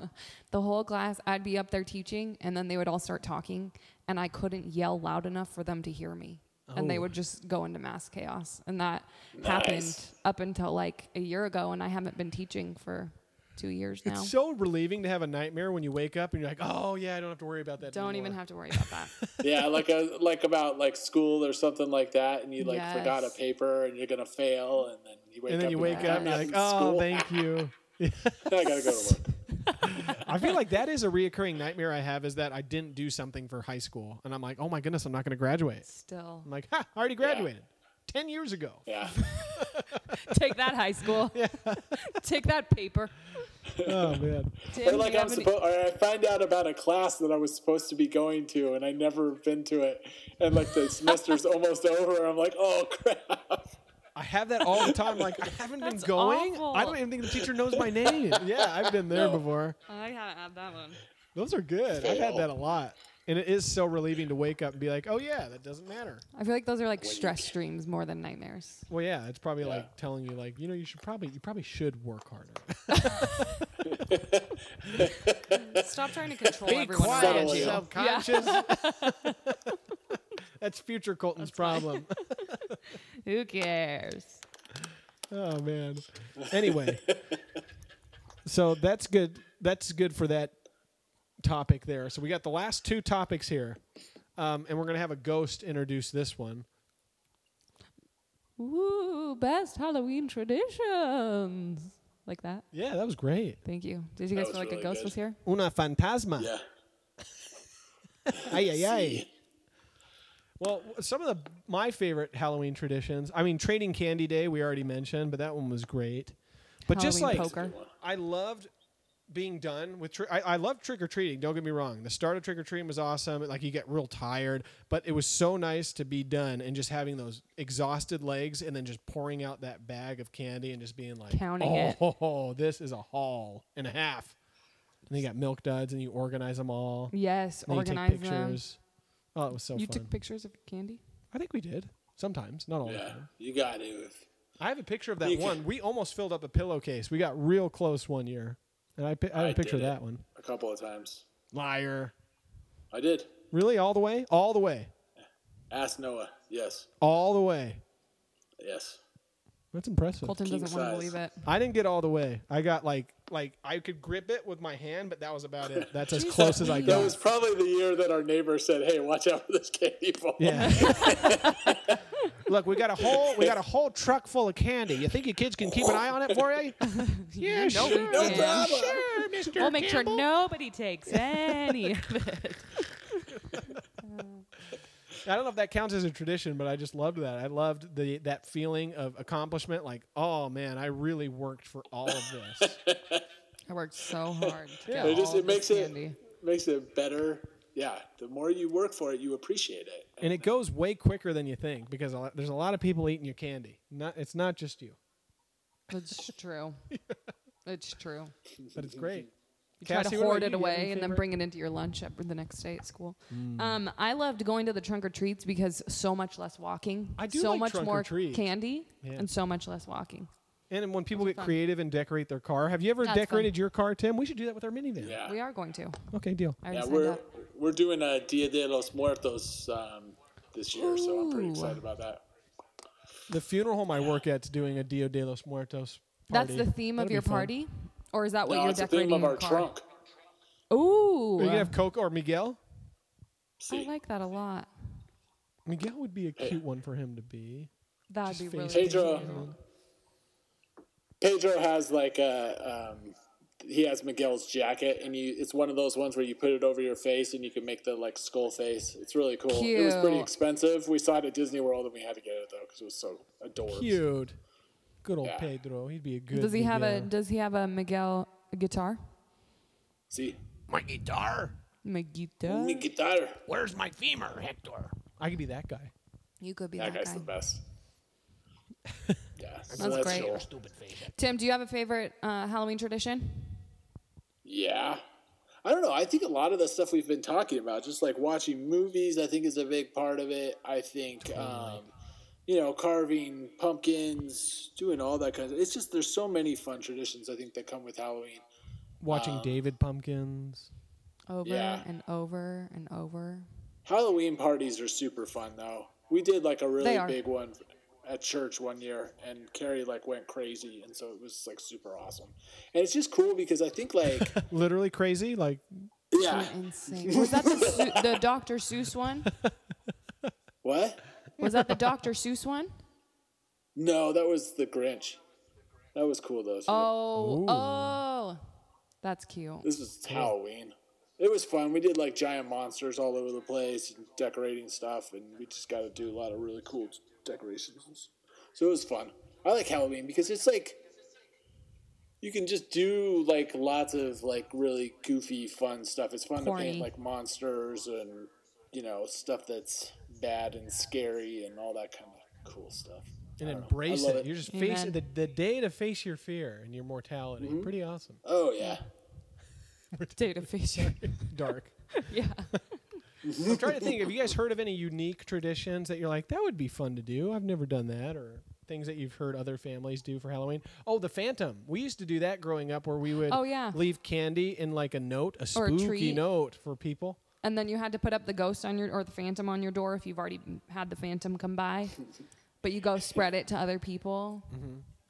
Speaker 3: The whole class, I'd be up there teaching, and then they would all start talking, and I couldn't yell loud enough for them to hear me, and
Speaker 2: Oh.
Speaker 3: they would just go into mass chaos, and that happened
Speaker 5: Nice.
Speaker 3: up until like a year ago, and I haven't been teaching for two years now.
Speaker 2: It's so relieving to have a nightmare when you wake up and you're like, oh yeah, I don't have to worry about that.
Speaker 3: Don't even
Speaker 2: anymore."
Speaker 3: have to worry about that.
Speaker 5: Yeah, like a like about like school or something like that, and you like
Speaker 3: Yes.
Speaker 5: forgot a paper and you're gonna fail, and then you wake
Speaker 2: And then
Speaker 5: up
Speaker 2: you wake up and you're like, oh, thank you.
Speaker 5: you. I gotta go to work.
Speaker 2: I feel like that is a reoccurring nightmare I have is that I didn't do something for high school. And I'm like, oh my goodness, I'm not going to graduate.
Speaker 3: Still,
Speaker 2: I'm like, ha, I already graduated 10 years ago.
Speaker 5: Yeah,
Speaker 3: take that high school. take that paper.
Speaker 2: Oh, man.
Speaker 5: or like I'm supposed, or I find out about a class that I was supposed to be going to, and I never been to it, and like the semester's almost over, and I'm like, oh crap.
Speaker 2: I have that all the time. Like I haven't been
Speaker 3: That's
Speaker 2: going.
Speaker 3: awful.
Speaker 2: I don't even think the teacher knows my name. yeah, I've been there before.
Speaker 3: I haven't had that one.
Speaker 2: Those are good. I've had that a lot, and it is so relieving to wake up and be like, "Oh yeah, that doesn't matter."
Speaker 3: I feel like those are like stress dreams more than nightmares.
Speaker 2: Well, yeah, it's probably like telling you, like, you know, you should probably, you probably should work harder.
Speaker 3: Stop trying to control
Speaker 2: Be
Speaker 3: everyone
Speaker 2: quiet,
Speaker 3: around
Speaker 5: Settle
Speaker 3: you.
Speaker 5: down.
Speaker 2: self-conscious. That's future Colton's problem.
Speaker 3: Who cares?
Speaker 2: Oh man. Anyway, so that's good. That's good for that topic there. So we got the last two topics here, um, and we're gonna have a ghost introduce this one.
Speaker 3: Ooh, best Halloween traditions. Like that.
Speaker 2: Yeah, that was great.
Speaker 3: Thank you. Did you guys
Speaker 5: was
Speaker 3: feel like a
Speaker 5: really
Speaker 3: ghost
Speaker 5: good.
Speaker 3: was here?
Speaker 2: Una fantasma.
Speaker 5: Yeah.
Speaker 2: Ay ay ay. Well, w- some of the my favorite Halloween traditions. I mean, trading candy day we already mentioned, but that one was great. But just like
Speaker 3: Halloween poker.
Speaker 2: I loved being done with. Tri- I, I love trick or treating. Don't get me wrong. The start of trick or treating was awesome. Like you get real tired, but it was so nice to be done and just having those exhausted legs and then just pouring out that bag of candy and just being like,
Speaker 3: Counting
Speaker 2: oh,
Speaker 3: it.
Speaker 2: this is a haul and a half. And then you got milk duds and you organize them all.
Speaker 3: Yes,
Speaker 2: And then you
Speaker 3: organize
Speaker 2: take
Speaker 3: them.
Speaker 2: pictures. Oh, it was so
Speaker 3: You
Speaker 2: fun.
Speaker 3: took pictures of candy?
Speaker 2: I think we did. Sometimes, not all the
Speaker 5: Yeah.
Speaker 2: time.
Speaker 5: You got to.
Speaker 2: I have a picture of that
Speaker 5: You can-
Speaker 2: one. We almost filled up a pillowcase. We got real close one year. And I, pi- I have a
Speaker 5: I
Speaker 2: picture of
Speaker 5: did it.
Speaker 2: that one.
Speaker 5: A couple of times.
Speaker 2: Liar.
Speaker 5: I did.
Speaker 2: Really? All the way? All the way.
Speaker 5: Ask Noah. Yes.
Speaker 2: All the way.
Speaker 5: Yes.
Speaker 2: That's impressive.
Speaker 3: Colton
Speaker 5: King
Speaker 3: doesn't want to
Speaker 5: size.
Speaker 3: believe it.
Speaker 2: I didn't get all the way. I got like like I could grip it with my hand, but that was about it. That's as close as I
Speaker 5: That
Speaker 2: got.
Speaker 5: was probably the year that our neighbor said, "Hey, watch out for this candy ball."
Speaker 2: yeah. Look, we got a whole we got a whole truck full of candy. You think your kids can keep an eye on it for you?
Speaker 6: Yeah,
Speaker 3: know we
Speaker 6: sure,
Speaker 3: No can. problem.
Speaker 6: sure, Mr.
Speaker 3: We'll make sure
Speaker 6: Campbell.
Speaker 3: nobody takes any of it.
Speaker 2: I don't know if that counts as a tradition, but I just loved that. I loved the that feeling of accomplishment. Like, oh man, I really worked for all of this.
Speaker 3: I worked so hard. To
Speaker 2: Yeah.
Speaker 3: get
Speaker 2: It
Speaker 5: just-
Speaker 3: all
Speaker 5: it
Speaker 3: this
Speaker 5: makes it-
Speaker 3: candy.
Speaker 5: Makes it better. Yeah. The more you work for it, you appreciate it.
Speaker 2: and it goes way quicker than you think because a lot, there's a lot of people eating your candy. Not it's not just you,
Speaker 3: It's true. It's true.
Speaker 2: but it's great.
Speaker 3: You try
Speaker 2: Cassie,
Speaker 3: to
Speaker 2: what about
Speaker 3: hoard
Speaker 2: you?
Speaker 3: it
Speaker 2: Do you have
Speaker 3: away
Speaker 2: any
Speaker 3: and then
Speaker 2: favorite-
Speaker 3: bring it into your lunch up the next day at school.
Speaker 5: Mm.
Speaker 3: Um, I loved going to the trunk or treats because so much less walking.
Speaker 2: I do
Speaker 3: so
Speaker 2: like
Speaker 3: much
Speaker 2: trunk or
Speaker 3: more
Speaker 2: treat.
Speaker 3: candy
Speaker 2: Yeah.
Speaker 3: and so much less walking.
Speaker 2: And then when people get creative and decorate their car, have you ever
Speaker 3: That's
Speaker 2: decorated your car, Tim? We should do that with our minivan.
Speaker 5: Yeah.
Speaker 3: We are going to.
Speaker 2: Okay, deal.
Speaker 3: I already
Speaker 5: Uh, Yeah,
Speaker 3: signed
Speaker 5: we're
Speaker 3: up.
Speaker 5: we're doing a Dia de los Muertos um, this year, so I'm pretty
Speaker 3: Ooh.
Speaker 5: excited about that.
Speaker 2: The funeral home I work at's doing a Dia de los Muertos.
Speaker 3: That's
Speaker 2: party.
Speaker 3: the theme
Speaker 2: That'll
Speaker 3: of
Speaker 2: be
Speaker 3: your
Speaker 2: fun.
Speaker 3: party, or is that what
Speaker 5: No,
Speaker 3: you're
Speaker 5: it's the
Speaker 3: decorating
Speaker 5: theme of
Speaker 3: your
Speaker 5: our
Speaker 3: car?
Speaker 5: trunk.
Speaker 3: Ooh,
Speaker 2: Are you gonna have Coco or Miguel?
Speaker 5: See,
Speaker 3: I like that a lot.
Speaker 2: Miguel would be a cute one for him to be.
Speaker 3: That'd be really.
Speaker 2: face
Speaker 3: cute.
Speaker 5: Pedro. Pedro has like a um, he has Miguel's jacket, and you it's one of those ones where you put it over your face and you can make the like skull face. It's really cool. It was pretty
Speaker 3: Cute.
Speaker 5: expensive. We saw it at Disney World, and we had to get it though because it was so adorable.
Speaker 2: Cute. Good old
Speaker 5: Yeah.
Speaker 2: Pedro. He'd be a good.
Speaker 3: Does he have a
Speaker 2: Miguel.
Speaker 3: Does he have a Miguel guitar?
Speaker 5: See,
Speaker 7: My guitar?
Speaker 3: Miguel.
Speaker 5: mi guitar.
Speaker 7: Where's my femur, Hector?
Speaker 2: I could be that guy.
Speaker 3: You could be
Speaker 5: That
Speaker 3: that,
Speaker 5: guy's
Speaker 3: guy.
Speaker 5: the best. Yeah, so
Speaker 3: That's great.
Speaker 5: cool.
Speaker 7: Stupid face.
Speaker 3: Tim, do you have a favorite uh, Halloween tradition?
Speaker 5: Yeah. I don't know. I think a lot of the stuff we've been talking about, just like watching movies, I think is a big part of it. I think, um, you know, carving pumpkins, doing all that kind of It's just there's so many fun traditions I think that come with Halloween.
Speaker 2: Watching
Speaker 5: Um,
Speaker 2: David Pumpkins.
Speaker 3: Over
Speaker 5: Yeah.
Speaker 3: and over and over.
Speaker 5: Halloween parties are super fun though. We did like a really
Speaker 3: They are.
Speaker 5: big one at church one year and Carrie like went crazy and so it was like super awesome. And it's just cool because I think like
Speaker 2: Literally crazy. Like
Speaker 5: yeah.
Speaker 3: Insane. Was that the, Su- the Dr. Seuss one?
Speaker 5: What?
Speaker 3: Was that the Dr. Seuss one?
Speaker 5: No, that was the Grinch. That was cool though. too.
Speaker 3: Oh, oh, that's cute.
Speaker 5: This was Halloween. It was fun. We did like giant monsters all over the place and decorating stuff, and we just got to do a lot of really cool decorations. So it was fun. I like Halloween because it's like you can just do like lots of like really goofy, fun stuff. It's fun to
Speaker 3: Corny.
Speaker 5: paint like monsters and you know stuff that's bad and scary and all that kind of cool stuff.
Speaker 2: and embrace
Speaker 5: I love
Speaker 2: it.
Speaker 5: it.
Speaker 2: You're just facing
Speaker 3: Amen.
Speaker 2: the, the day to face your fear and your mortality. Pretty awesome.
Speaker 5: Oh yeah.
Speaker 3: Data feature.
Speaker 2: Dark.
Speaker 3: yeah.
Speaker 2: I'm trying to think. Have you guys heard of any unique traditions that you're like that would be fun to do? I've never done that, or things that you've heard other families do for Halloween. Oh, the Phantom. We used to do that growing up, where we would
Speaker 3: Oh, yeah.
Speaker 2: leave candy in like a note, a
Speaker 3: Or a
Speaker 2: spooky
Speaker 3: treat.
Speaker 2: note for people.
Speaker 3: And then you had to put up the ghost on your or the phantom on your door if you've already had the phantom come by. But you go spread it to other people.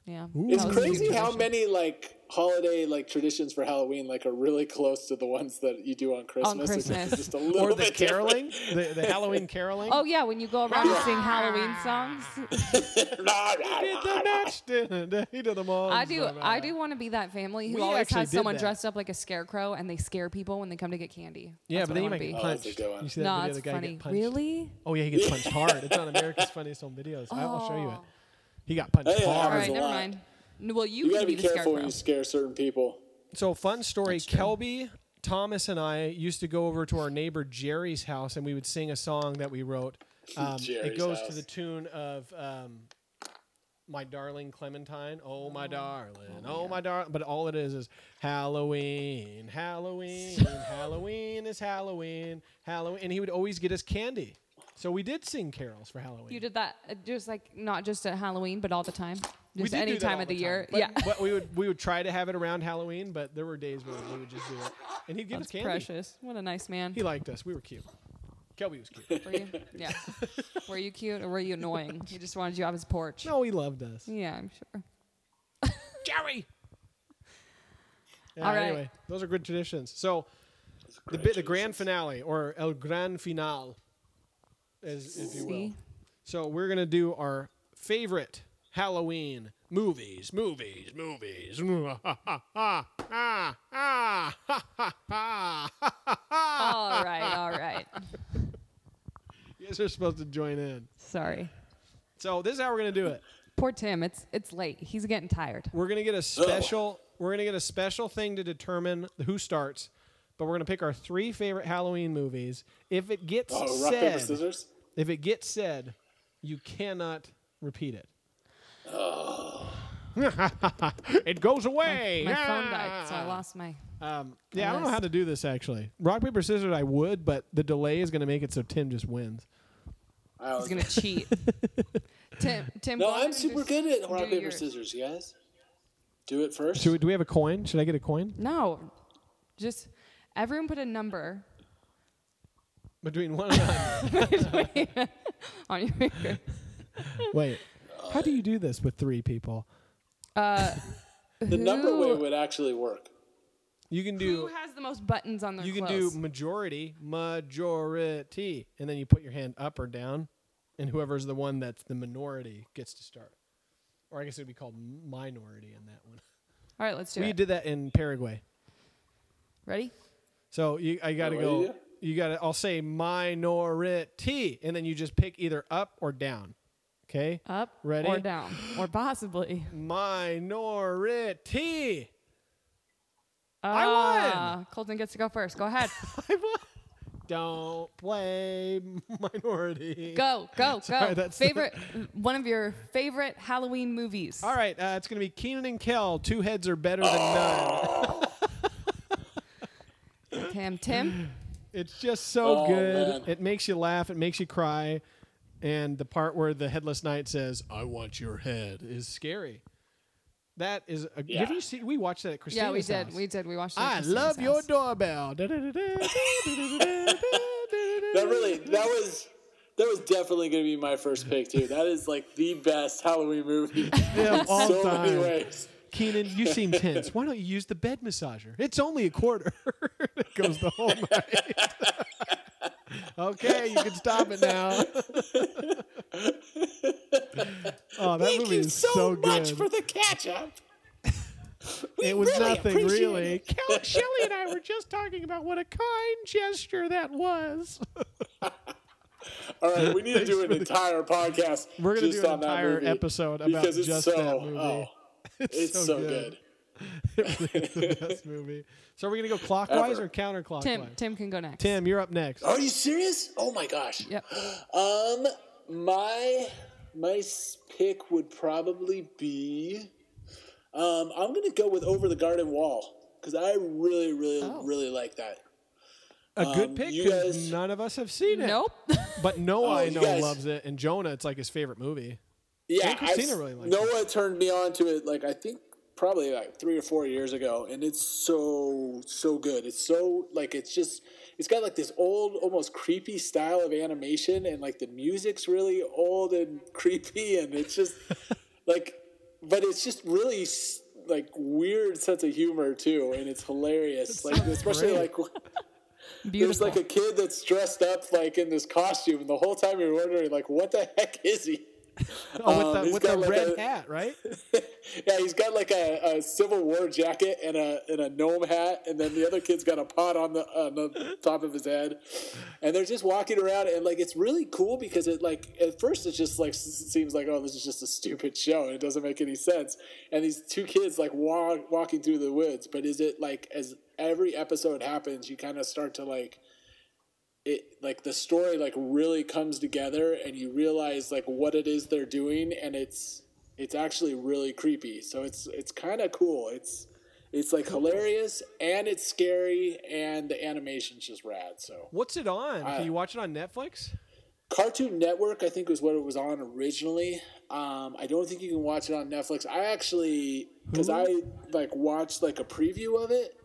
Speaker 3: Yeah.
Speaker 5: It's
Speaker 3: That was a huge
Speaker 5: crazy how
Speaker 3: tradition.
Speaker 5: many like holiday like traditions for Halloween like are really close to the ones that you do on Christmas. It's
Speaker 3: Christmas.
Speaker 5: just a little
Speaker 2: Or the
Speaker 5: bit different.
Speaker 2: caroling, the, the Halloween caroling.
Speaker 3: Oh yeah, when you go around and sing Halloween songs.
Speaker 2: Did the match, didn't it? he did them all.
Speaker 3: I do I do want to be that family who
Speaker 2: We
Speaker 3: always
Speaker 2: actually
Speaker 3: has
Speaker 2: did
Speaker 3: someone
Speaker 2: that.
Speaker 3: dressed up like a scarecrow and they scare people when they come to get candy.
Speaker 2: Yeah,
Speaker 3: That's
Speaker 2: but
Speaker 3: what I
Speaker 2: then you
Speaker 3: wanna
Speaker 2: might get
Speaker 3: be.
Speaker 5: Oh, that's a
Speaker 2: punched.
Speaker 5: good one.
Speaker 2: You see that
Speaker 3: No,
Speaker 2: video
Speaker 3: it's
Speaker 2: of the guy
Speaker 3: funny.
Speaker 2: get punched.
Speaker 3: Really?
Speaker 2: Oh yeah, he gets punched hard. It's on America's Funniest Home Videos. I will show you it.
Speaker 3: Oh.
Speaker 2: He got punched
Speaker 5: Hey, I
Speaker 2: hard.
Speaker 5: was
Speaker 3: All right,
Speaker 5: a
Speaker 3: never
Speaker 5: lot.
Speaker 3: mind. N- Well, you,
Speaker 5: You
Speaker 3: can
Speaker 5: gotta
Speaker 3: be
Speaker 5: be
Speaker 3: the
Speaker 5: careful when
Speaker 3: scarecrow.
Speaker 5: you scare certain people.
Speaker 2: So fun story. Kelby, Thomas, and I used to go over to our neighbor Jerry's house, and we would sing a song that we wrote. Um, it
Speaker 5: Jerry's
Speaker 2: goes to
Speaker 5: house.
Speaker 2: the tune of um, "My Darling Clementine." Oh my darling, oh, my darling. But all it is is Halloween, Halloween, Halloween is Halloween, Halloween, and he would always get us candy. So we did sing carols for Halloween.
Speaker 3: You did that uh, just like not just at Halloween, but all the time. Just
Speaker 2: did do
Speaker 3: any
Speaker 2: that
Speaker 3: time
Speaker 2: all
Speaker 3: of the,
Speaker 2: time,
Speaker 3: year.
Speaker 2: but-
Speaker 3: yeah.
Speaker 2: but we would we would try to have it around Halloween, but there were days where we would just do it, and he'd give
Speaker 3: That's
Speaker 2: us candy.
Speaker 3: precious. What a nice man.
Speaker 2: He liked us. We were cute. Kelby was cute.
Speaker 3: Were you? Yeah. were you cute or were you annoying? He just wanted you off his porch.
Speaker 2: no, he loved us.
Speaker 3: Yeah, I'm sure.
Speaker 7: Jerry!
Speaker 2: Yeah,
Speaker 3: All right.
Speaker 2: Anyway, those are good traditions. So, the bit, the grand finale or el gran final, as if you will.
Speaker 3: See?
Speaker 2: So we're gonna do our favorite Halloween movies, movies, movies.
Speaker 3: all right, all right.
Speaker 2: You guys are supposed to join in.
Speaker 3: Sorry.
Speaker 2: So this is how we're gonna do it.
Speaker 3: Poor Tim. It's it's late. He's getting tired.
Speaker 2: We're gonna get a special. We're gonna get a special thing to determine who starts, but we're gonna pick our three favorite Halloween movies. If it gets
Speaker 5: Oh, rock paper
Speaker 2: said,
Speaker 5: scissors.
Speaker 2: if it gets said, you cannot repeat it. it goes away.
Speaker 3: My phone died, so I lost my.
Speaker 2: Um, yeah, I don't know
Speaker 3: Yes.
Speaker 2: how to do this actually. Rock paper scissors, I would, but the delay is gonna make it so Tim just wins.
Speaker 5: I
Speaker 3: He's
Speaker 5: was
Speaker 3: gonna cheat. Tim, Tim. go
Speaker 5: No,
Speaker 3: ahead
Speaker 5: I'm
Speaker 3: and
Speaker 5: super
Speaker 3: just
Speaker 5: good at
Speaker 3: do
Speaker 5: rock paper
Speaker 3: yours.
Speaker 5: scissors, you guys. Do it first.
Speaker 2: Do, do we have a coin? Should I get a coin
Speaker 3: No, just everyone put a number
Speaker 2: between one and nine?
Speaker 3: on your finger.
Speaker 2: Wait, how do you do this with three people?
Speaker 5: the number way
Speaker 3: Uh, Who-
Speaker 5: would actually work.
Speaker 2: You can do.
Speaker 3: Who has the most buttons on their
Speaker 2: You can
Speaker 3: clothes?
Speaker 2: do majority, majority, and then you put your hand up or down, and whoever's the one that's the minority gets to start. Or I guess it would be called minority in that one.
Speaker 3: All right, let's do
Speaker 2: We
Speaker 3: it.
Speaker 2: did that in Paraguay.
Speaker 3: Ready?
Speaker 2: So you, I got to
Speaker 5: Wait, what did
Speaker 2: go. You got to. I'll say minority, and then you just pick either up or down. Okay.
Speaker 3: Up
Speaker 2: Ready?
Speaker 3: or down or possibly.
Speaker 2: Minority. I won!
Speaker 3: Ah, Colton gets to go first. Go ahead.
Speaker 2: Don't play minority.
Speaker 3: Go, go, go.
Speaker 2: Sorry, that's the-
Speaker 3: favorite one of your favorite Halloween movies.
Speaker 2: All right, uh, it's going to be Keenan and Kel. Two heads are better than none.
Speaker 3: Tim, Tim.
Speaker 2: It's just so
Speaker 5: Oh,
Speaker 2: good.
Speaker 5: man.
Speaker 2: It makes you laugh. It makes you cry. And the part where the headless knight says, "I want your head," is scary. That is. A, Have you seen? We watched that at Christina's
Speaker 3: Yeah, we did.
Speaker 2: house.
Speaker 3: We did. We watched. it at
Speaker 2: I
Speaker 3: Christina's
Speaker 2: love your
Speaker 3: house.
Speaker 2: doorbell.
Speaker 5: That really, that was, that was definitely gonna be my first pick too. That is like the best Halloween movie.
Speaker 2: Of all
Speaker 5: so many
Speaker 2: time.
Speaker 5: ways.
Speaker 2: Keenan, you seem tense. Why don't you use the bed massager? It's only a quarter. it goes the whole night. okay, you can stop it now. oh, that
Speaker 5: Thank
Speaker 2: movie
Speaker 5: you
Speaker 2: is
Speaker 5: so,
Speaker 2: good.
Speaker 5: much for the catch up.
Speaker 2: it was
Speaker 5: really
Speaker 2: nothing
Speaker 5: appreciate
Speaker 2: really.
Speaker 5: it.
Speaker 2: Kel- Shelly and I were just talking about what a kind gesture that was.
Speaker 5: All right, we need to do an entire podcast.
Speaker 2: We're gonna
Speaker 5: just
Speaker 2: do an
Speaker 5: on that
Speaker 2: entire
Speaker 5: movie
Speaker 2: episode about
Speaker 5: because it's
Speaker 2: just
Speaker 5: so,
Speaker 2: that movie.
Speaker 5: Oh, it's,
Speaker 2: so
Speaker 5: so,
Speaker 2: good.
Speaker 5: good.
Speaker 2: it's the best movie. So are we gonna go clockwise or counterclockwise?
Speaker 3: Tim, Tim can go next.
Speaker 5: Uh,
Speaker 2: Tim, you're up next.
Speaker 5: Are you serious? Oh my gosh.
Speaker 3: Yep.
Speaker 5: Um, my My s- pick would probably be. Um, I'm gonna go with Over the Garden Wall because I really, really,
Speaker 3: Oh.
Speaker 5: really like that.
Speaker 2: A good
Speaker 5: Um,
Speaker 2: pick
Speaker 5: you
Speaker 2: because
Speaker 5: guys-
Speaker 2: none of us have seen it.
Speaker 3: Nope.
Speaker 2: But Noah,
Speaker 5: Oh,
Speaker 2: I
Speaker 5: you
Speaker 2: know,
Speaker 5: guys-
Speaker 2: loves it, and Jonah, it's like his favorite movie.
Speaker 5: Yeah,
Speaker 2: And Christina
Speaker 5: I've-
Speaker 2: really liked
Speaker 5: Noah turned me on to it. Like I think probably like three or four years ago, and it's so so good. It's so like it's just it's got like this old, almost creepy style of animation, and like the music's really old and creepy, and it's just like, but it's just really s- like weird sense of humor too, and it's hilarious. Like especially like there's
Speaker 3: Beautiful.
Speaker 5: like a kid that's dressed up like in this costume, and the whole time you're wondering like, what the heck is he?
Speaker 2: Oh,
Speaker 5: Um,
Speaker 2: with the,
Speaker 5: he's
Speaker 2: with
Speaker 5: got
Speaker 2: the
Speaker 5: like
Speaker 2: red
Speaker 5: a-
Speaker 2: hat, right?
Speaker 5: yeah, he's got like a, a Civil War jacket and a and a gnome hat, and then the other kid's got a pot on the on the top of his head, and they're just walking around, and like it's really cool because it like at first it just like s- seems like oh this is just a stupid show and it doesn't make any sense, and these two kids like walk, walking through the woods, but is it like as every episode happens, you kind of start to like it like the story like really comes together and you realize like what it is they're doing and it's it's actually really creepy so it's it's kind of cool it's it's like hilarious and it's scary and the animation's just rad so
Speaker 2: What's it on?
Speaker 5: Uh,
Speaker 2: Can you watch it on Netflix?
Speaker 5: cartoon network i think was what it was on originally um, i don't think you can watch it on netflix i actually because i like watched like a preview of it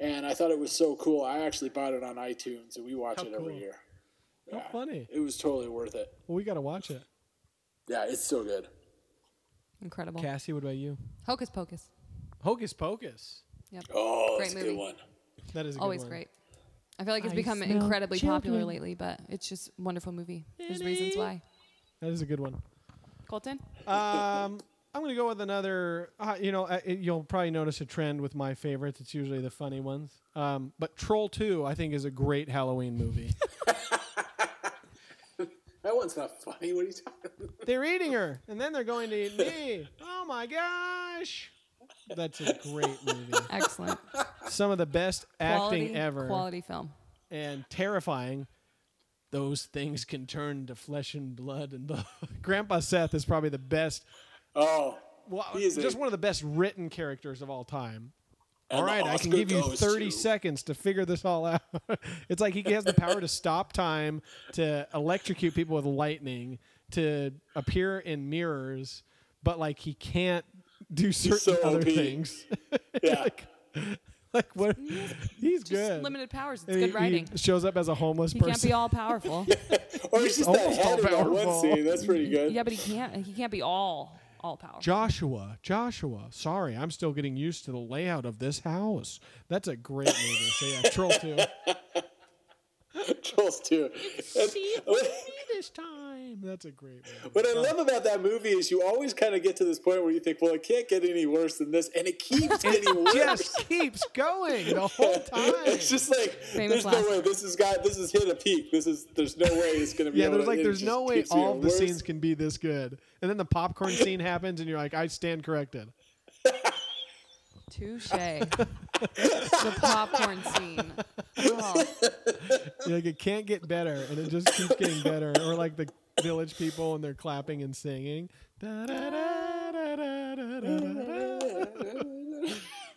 Speaker 5: and i thought it was so cool i actually bought it on itunes and we watch
Speaker 2: How
Speaker 5: it every
Speaker 2: cool.
Speaker 5: year
Speaker 2: How funny.
Speaker 5: it was totally worth it
Speaker 2: Well, we got to watch it.
Speaker 5: Yeah, it's so good.
Speaker 3: Incredible.
Speaker 2: Cassie, what about you?
Speaker 3: Hocus Pocus.
Speaker 2: Hocus Pocus.
Speaker 3: Yep.
Speaker 5: Oh,
Speaker 3: Great
Speaker 5: that's a
Speaker 3: movie.
Speaker 5: good one.
Speaker 2: That is a good
Speaker 3: Always
Speaker 2: one.
Speaker 3: great. I feel like it's
Speaker 2: I
Speaker 3: become
Speaker 2: smell
Speaker 3: incredibly popular
Speaker 2: children.
Speaker 3: lately, but it's just a wonderful movie. There's reasons why.
Speaker 2: That is a good one.
Speaker 3: Colton?
Speaker 2: Um, I'm going to go with another. Uh, you know, uh, it- you'll probably notice a trend with my favorites. It's usually the funny ones. Um, but Troll 2, I think, is a great Halloween movie.
Speaker 5: That one's not funny. What are you talking about?
Speaker 2: they're eating her, and then they're going to eat me. Oh my gosh. That's a great movie.
Speaker 3: Excellent.
Speaker 2: Some of the best
Speaker 3: quality,
Speaker 2: acting ever.
Speaker 3: Quality film.
Speaker 2: and terrifying. Those things can turn to flesh and blood. And the Grandpa Seth is probably the best,
Speaker 5: Oh,
Speaker 2: well,
Speaker 5: He is a-
Speaker 2: just one of the best written characters of all time.
Speaker 5: and
Speaker 2: all
Speaker 5: the
Speaker 2: right, I
Speaker 5: Oscar
Speaker 2: can give you
Speaker 5: goes
Speaker 2: 30
Speaker 5: to-
Speaker 2: seconds to figure this all out. it's like he has the power to stop time, to electrocute people with lightning, to appear in mirrors, but like he can't do certain
Speaker 5: so
Speaker 2: other
Speaker 5: OP.
Speaker 2: things.
Speaker 5: Yeah.
Speaker 2: like, like what? He's
Speaker 3: Just
Speaker 2: good.
Speaker 3: limited powers. It's
Speaker 2: And he-
Speaker 3: good writing.
Speaker 2: He shows up as a homeless
Speaker 3: He
Speaker 2: person.
Speaker 3: can't be all powerful.
Speaker 5: Or it's just that
Speaker 2: almost
Speaker 5: head in that one
Speaker 2: all-powerful.
Speaker 5: scene. That's pretty good.
Speaker 3: yeah, but he can't. He can't be all all powerful.
Speaker 2: Joshua, Joshua. Sorry, I'm still getting used to the layout of this house. That's a great movie. So yeah, Troll Two.
Speaker 5: Trolls too.
Speaker 2: See
Speaker 5: What,
Speaker 2: this time. That's a great movie.
Speaker 5: what I love about that movie is you always kind of get to this point where you think, well, it can't get any worse than this, and it keeps getting worse.
Speaker 2: Just keeps going the whole time.
Speaker 5: It's just like there's
Speaker 3: last
Speaker 5: no way this has got this has hit a peak. This is there's no way it's gonna be.
Speaker 2: Yeah,
Speaker 5: able
Speaker 2: there's
Speaker 5: to-
Speaker 2: like
Speaker 5: it
Speaker 2: there's
Speaker 5: just
Speaker 2: no way
Speaker 5: keeps
Speaker 2: all
Speaker 5: getting
Speaker 2: of the
Speaker 5: worse.
Speaker 2: scenes can be this good. And then the popcorn scene happens and you're like, I stand corrected.
Speaker 3: Touche. the popcorn scene. Oh,
Speaker 2: You're like it can't get better and it just keeps getting better. Or like the village people and they're clapping and singing. Da-da-da-da-da-da-da-da.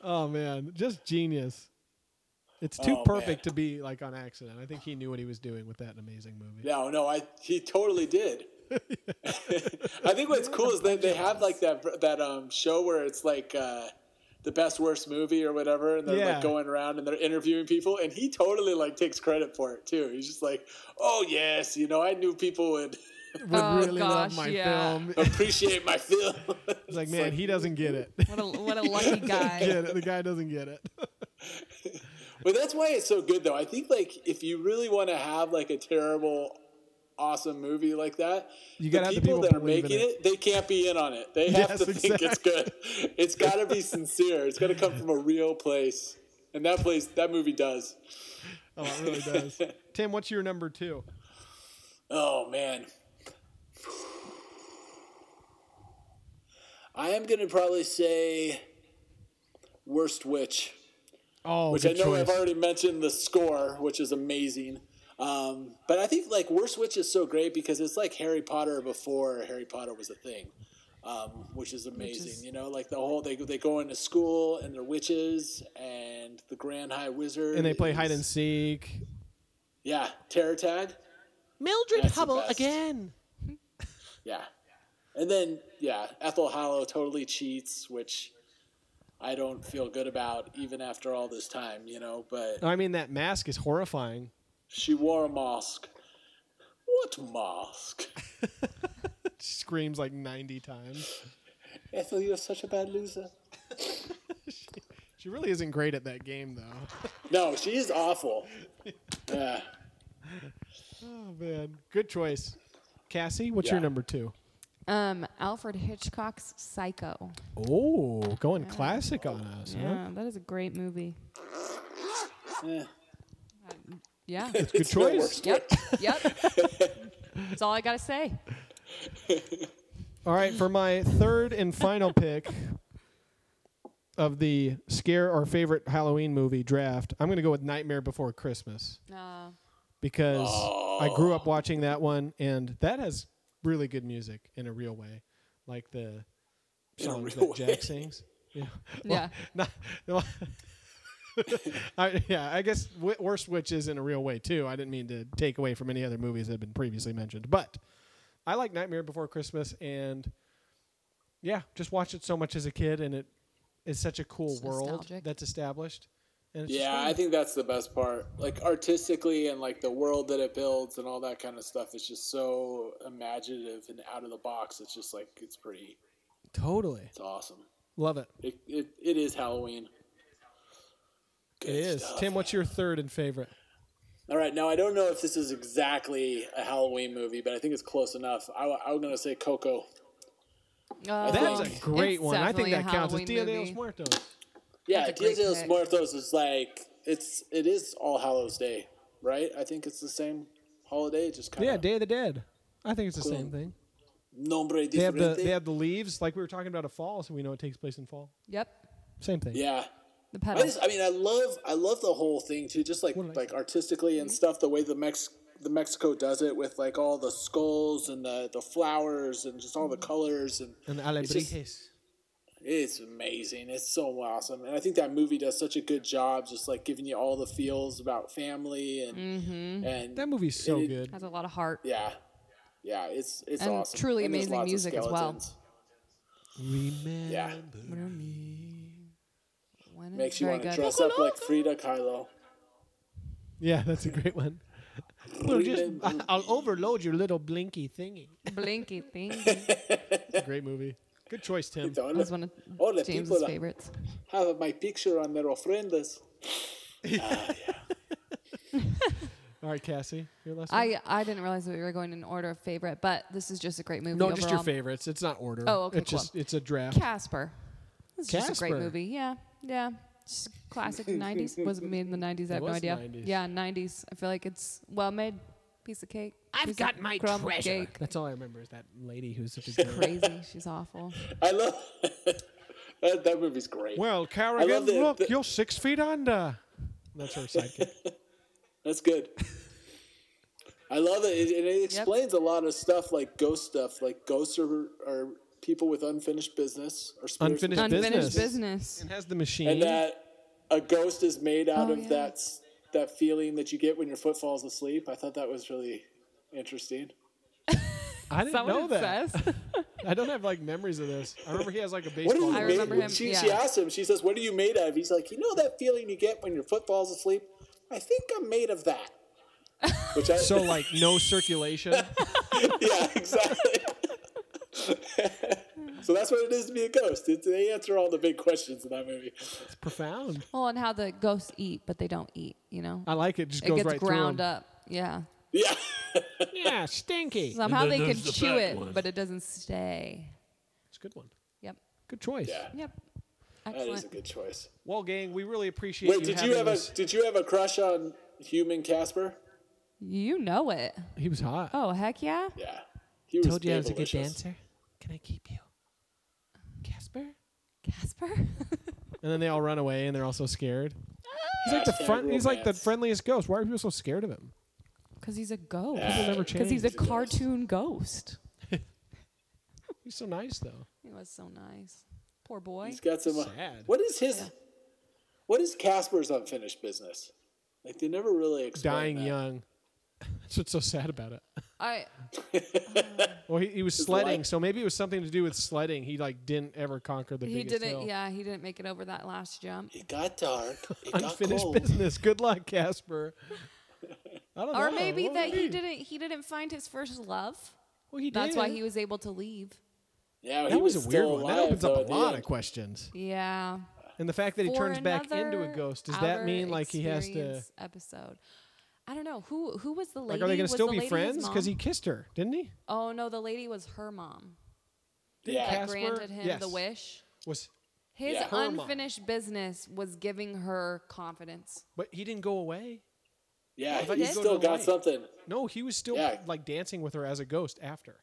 Speaker 2: Oh man, just genius. It's too
Speaker 5: Oh,
Speaker 2: perfect
Speaker 5: man.
Speaker 2: to be like on accident. I think he knew what he was doing with that amazing movie.
Speaker 5: No, no, I he totally did. I think what's cool is that they have like that that um show where it's like uh the best worst movie or whatever, and they're
Speaker 2: Yeah.
Speaker 5: like going around and they're interviewing people, and he totally like takes credit for it too. He's just like, "Oh yes, you know, I knew people would
Speaker 2: Would
Speaker 3: Oh,
Speaker 2: really love
Speaker 3: gosh,
Speaker 2: my
Speaker 3: yeah.
Speaker 2: film. It's
Speaker 5: appreciate my film." It's
Speaker 2: like, man, he doesn't get it.
Speaker 3: what a what a lucky guy.
Speaker 2: get it. The guy doesn't get it.
Speaker 5: But that's why it's so good, though. I think like if you really want to have like a terrible, awesome movie like that,
Speaker 2: You
Speaker 5: the
Speaker 2: gotta have the
Speaker 5: people
Speaker 2: people
Speaker 5: that are
Speaker 2: believe in
Speaker 5: making it. they can't be in on it. They have
Speaker 2: Yes,
Speaker 5: to think it's
Speaker 2: exactly.
Speaker 5: good. It's got to be sincere. It's got to come from a real place, and that place, that movie does.
Speaker 2: Oh, it really does. Tim, what's your number two?
Speaker 5: Oh man. I am gonna probably say worst witch.
Speaker 2: Oh,
Speaker 5: which I
Speaker 2: good
Speaker 5: know I've
Speaker 2: Oh, choice.
Speaker 5: already mentioned the score, which is amazing. Um, but I think like Worst Witch is so great because it's like Harry Potter before Harry Potter was a thing, um, which is amazing.
Speaker 3: is-
Speaker 5: You know, like the whole they they go into school and they're witches and the Grand High Wizard
Speaker 2: And they play
Speaker 5: is-
Speaker 2: hide and seek.
Speaker 5: yeah terror tag
Speaker 2: Mildred
Speaker 5: That's the
Speaker 2: Hubble
Speaker 5: best.
Speaker 2: again.
Speaker 5: yeah, and then yeah Ethel Hollow totally cheats, which I don't feel good about even after all this time. You know, but
Speaker 2: I mean, that mask is horrifying.
Speaker 5: she wore a mask. What mask?
Speaker 2: She screams like 90 times.
Speaker 5: Ethel, you're such a bad loser.
Speaker 2: She really isn't great at that game, though.
Speaker 5: No, she's awful. Yeah.
Speaker 2: Oh, man. Good choice. Cassie, what's your
Speaker 5: Yeah.
Speaker 2: number two?
Speaker 3: Um, Alfred Hitchcock's Psycho.
Speaker 2: Oh, going classic on us. Huh?
Speaker 3: Yeah, Uh, that is a great movie.
Speaker 5: Eh.
Speaker 3: Yeah.
Speaker 2: Good choice.
Speaker 3: yep. Yep. That's all I gotta say.
Speaker 2: All right, for my third and final pick of the scare or favorite Halloween movie draft, I'm going to go with Nightmare Before Christmas
Speaker 3: Uh,
Speaker 2: because I grew
Speaker 5: Oh.
Speaker 2: up watching that one, and that has really good music in a real way, like the songs
Speaker 5: real
Speaker 2: that Jack sings. Yeah.
Speaker 3: yeah.
Speaker 2: Not, no, I, yeah, I guess w- Worst Witch is in a real way too. I didn't mean to take away from any other movies that have been previously mentioned, but I like Nightmare Before Christmas, and yeah, just watched it so much as a kid, and it is such a cool
Speaker 3: It's
Speaker 2: world
Speaker 3: nostalgic.
Speaker 2: that's established. And it's just
Speaker 5: Yeah,
Speaker 2: fun.
Speaker 5: I think that's the best part. Like artistically and like the world that it builds and all that kind of stuff is just so imaginative and out of the box. It's just like it's pretty
Speaker 2: totally
Speaker 5: it's awesome.
Speaker 2: love it.
Speaker 5: It it, it is Halloween. Good
Speaker 2: It is
Speaker 5: stuff.
Speaker 2: Tim. What's your third and favorite?
Speaker 5: All right, now I don't know if this is exactly a Halloween movie, but I think it's close enough. I, wa- I was gonna say Coco.
Speaker 3: Uh,
Speaker 2: That's a
Speaker 5: think
Speaker 2: great
Speaker 3: it's
Speaker 2: one. I think
Speaker 3: definitely a
Speaker 2: that counts as Dia
Speaker 3: Halloween
Speaker 2: de los
Speaker 3: movie.
Speaker 2: Muertos.
Speaker 5: Yeah,
Speaker 3: That's a great
Speaker 5: Dia de los
Speaker 3: pick.
Speaker 5: Muertos is like it's it is All Hallows Day, right? I think it's the same holiday, just kind of
Speaker 2: Yeah, Day of the Dead. I think it's the same thing.
Speaker 5: nombre
Speaker 2: They have the
Speaker 5: diferente.
Speaker 2: they have the leaves like we were talking about a fall, so we know it takes place in fall.
Speaker 3: Yep.
Speaker 2: Same thing.
Speaker 5: yeah.
Speaker 3: The
Speaker 5: I
Speaker 3: pedal.
Speaker 5: just, I mean, I love, I love the whole thing too. Just like,
Speaker 2: What did I
Speaker 5: like artistically
Speaker 2: Mhm.
Speaker 5: and stuff, the way the Mex, the Mexico does it with like all the skulls and the the flowers and just
Speaker 2: Mm-hmm.
Speaker 5: all the colors and
Speaker 2: And the
Speaker 5: It's just-
Speaker 2: alebrijes.
Speaker 5: It's amazing. It's so awesome. And I think that movie does such a good job just like giving you all the feels about family and
Speaker 3: Mm-hmm.
Speaker 5: and
Speaker 2: That movie's so
Speaker 5: and it-
Speaker 2: good.
Speaker 3: has a lot of heart.
Speaker 5: Yeah. Yeah, it's it's
Speaker 3: And
Speaker 5: awesome.
Speaker 3: truly
Speaker 5: there's
Speaker 3: amazing
Speaker 5: lots of
Speaker 3: music as well.
Speaker 5: skeletons.
Speaker 2: Remember.
Speaker 5: Yeah.
Speaker 3: When it's
Speaker 5: Makes you
Speaker 3: very
Speaker 5: want to
Speaker 3: good.
Speaker 5: dress up like Frida Kahlo.
Speaker 2: Yeah, that's a great one. Well, just I'll overload your little blinky thingy.
Speaker 3: Blinky thing.
Speaker 2: Great movie. Good choice, Tim.
Speaker 3: That was one of
Speaker 5: All the
Speaker 3: James's
Speaker 5: people that-
Speaker 3: favorites.
Speaker 5: Have my picture on their ofrendas.
Speaker 2: All right, Cassie, your last one.
Speaker 3: I, I didn't realize that we were going in order of favorite, but this is just a great movie.
Speaker 2: no, just your
Speaker 3: overall.
Speaker 2: favorites. It's not order.
Speaker 3: Oh, okay,
Speaker 2: It's
Speaker 3: cool.
Speaker 2: just it's a draft.
Speaker 3: Casper. It's just a great
Speaker 2: Casper.
Speaker 3: movie. Yeah, yeah. Just classic '90s. Was it made in the '90s? I have no
Speaker 2: was
Speaker 3: idea.
Speaker 2: 90s.
Speaker 3: Yeah, '90s. I feel like it's well made. Piece of cake.
Speaker 7: I've
Speaker 3: Piece of
Speaker 7: got my
Speaker 3: crumb
Speaker 7: treasure.
Speaker 3: Cake.
Speaker 2: That's all I remember is that lady who's such a good
Speaker 3: Crazy. She's awful.
Speaker 5: I love that, that movie's great.
Speaker 2: Well,
Speaker 5: I
Speaker 2: Carrigan,
Speaker 5: love the-
Speaker 2: look,
Speaker 5: the-
Speaker 2: you're six feet under. That's her sidekick.
Speaker 5: That's good. I love it. It, and it explains a lot of stuff, like ghost stuff. Like ghosts are, are people with unfinished business or spiritual
Speaker 2: Unfinished
Speaker 3: Unfinished
Speaker 2: business.
Speaker 3: business.
Speaker 2: and has the machine.
Speaker 5: and uh, that a ghost is made out
Speaker 3: Oh,
Speaker 5: of
Speaker 3: yeah.
Speaker 5: that s- that feeling that you get when your foot falls asleep. I thought that was really interesting.
Speaker 2: I didn't
Speaker 3: Someone
Speaker 2: know that.
Speaker 3: says.
Speaker 2: I don't have like memories of this. I remember he has like a
Speaker 5: What are
Speaker 2: baseball.
Speaker 5: you
Speaker 3: I
Speaker 5: made?
Speaker 2: bat.
Speaker 3: remember him,
Speaker 5: She,
Speaker 3: yeah.
Speaker 5: she asked him. She says, "What are you made of?" He's like, "You know that feeling you get when your foot falls asleep. I think I'm made of that." Which I
Speaker 2: So like no circulation.
Speaker 5: yeah exactly. so that's what it is to be a ghost. It's, they answer all the big questions in that movie.
Speaker 2: It's profound.
Speaker 3: well, and how the ghosts eat, but they don't eat. You know,
Speaker 2: I like it. Just
Speaker 3: it
Speaker 2: goes
Speaker 3: gets
Speaker 2: right
Speaker 3: ground
Speaker 2: through. 'em.
Speaker 3: up. Yeah.
Speaker 5: Yeah,
Speaker 2: Yeah, stinky.
Speaker 3: Somehow
Speaker 7: then
Speaker 3: they can
Speaker 7: there's the
Speaker 3: chew
Speaker 7: fat
Speaker 3: it,
Speaker 7: one.
Speaker 3: but it doesn't stay.
Speaker 2: It's a good one.
Speaker 3: Yep.
Speaker 2: Good choice.
Speaker 5: Yeah.
Speaker 3: Yep.
Speaker 5: that is
Speaker 3: Excellent.
Speaker 5: a good choice.
Speaker 2: Well, gang, we really appreciate
Speaker 5: Wait,
Speaker 2: you
Speaker 5: did
Speaker 2: having
Speaker 5: you have a
Speaker 2: us.
Speaker 5: did you have a crush on human Casper?
Speaker 3: You know it.
Speaker 2: He was hot.
Speaker 3: Oh heck yeah.
Speaker 5: Yeah, he was babylicious.
Speaker 7: Can I keep you? Casper?
Speaker 3: Casper.
Speaker 2: And then they all run
Speaker 3: Ah.
Speaker 2: away, and they're all so scared. He's like the
Speaker 5: Hashtag
Speaker 2: front. He's like the
Speaker 5: romance.
Speaker 2: friendliest ghost. Why are people so scared of him?
Speaker 3: Because he's a ghost.
Speaker 5: People never
Speaker 3: Because he's a
Speaker 5: change.
Speaker 3: cartoon ghost.
Speaker 2: He's so nice though.
Speaker 3: He was so nice. Poor boy.
Speaker 5: He's got some. uh,
Speaker 2: Sad.
Speaker 5: What is his? What is Casper's unfinished business? Like they never really explain
Speaker 2: Dying
Speaker 5: that.
Speaker 2: young. That's what's so sad about it.
Speaker 3: I
Speaker 2: Well, he, he was sledding,
Speaker 5: life-
Speaker 2: so maybe it was something to do with sledding. He like didn't ever conquer the
Speaker 3: he
Speaker 2: biggest
Speaker 3: didn't.
Speaker 2: hill.
Speaker 3: Yeah, he didn't make it over that last jump.
Speaker 5: It got dark. It got
Speaker 2: Unfinished
Speaker 5: cold.
Speaker 2: business. Good luck, Casper. I don't
Speaker 3: Or
Speaker 2: know. Oh,
Speaker 3: maybe
Speaker 2: What
Speaker 3: that
Speaker 2: would
Speaker 3: he
Speaker 2: it be?
Speaker 3: didn't. He didn't find his first love.
Speaker 2: Well, he
Speaker 3: That's why
Speaker 2: did.
Speaker 3: he was able to leave.
Speaker 5: Yeah,
Speaker 2: That
Speaker 5: he
Speaker 2: was,
Speaker 5: was,
Speaker 2: a weird
Speaker 5: still
Speaker 2: one.
Speaker 5: Alive,
Speaker 2: That opens
Speaker 5: though,
Speaker 2: up
Speaker 5: at
Speaker 2: a
Speaker 5: the
Speaker 2: lot
Speaker 5: end.
Speaker 2: of questions.
Speaker 3: Yeah.
Speaker 2: And the fact that he
Speaker 3: For
Speaker 2: turns back into a
Speaker 3: another
Speaker 2: ghost, does
Speaker 3: outer
Speaker 2: that mean like he has to
Speaker 3: experience Episode. I don't know who who was the lady.
Speaker 2: like are they going
Speaker 3: Was
Speaker 2: to still
Speaker 3: the
Speaker 2: be
Speaker 3: lady his
Speaker 2: friends
Speaker 3: mom?
Speaker 2: he kissed her, didn't he?
Speaker 3: Oh no, the lady was her mom.
Speaker 5: Yeah.
Speaker 3: That
Speaker 2: Casper?
Speaker 3: granted him
Speaker 2: Yes.
Speaker 3: the wish.
Speaker 2: Was
Speaker 3: His
Speaker 5: Yeah.
Speaker 2: Her mom.
Speaker 3: unfinished business was giving her confidence.
Speaker 2: but he didn't go away.
Speaker 5: Yeah,
Speaker 2: thought
Speaker 5: he
Speaker 2: he'd go
Speaker 5: still
Speaker 2: to Hawaii.
Speaker 5: got something.
Speaker 2: No, he was still
Speaker 5: Yeah.
Speaker 2: like dancing with her as a ghost after.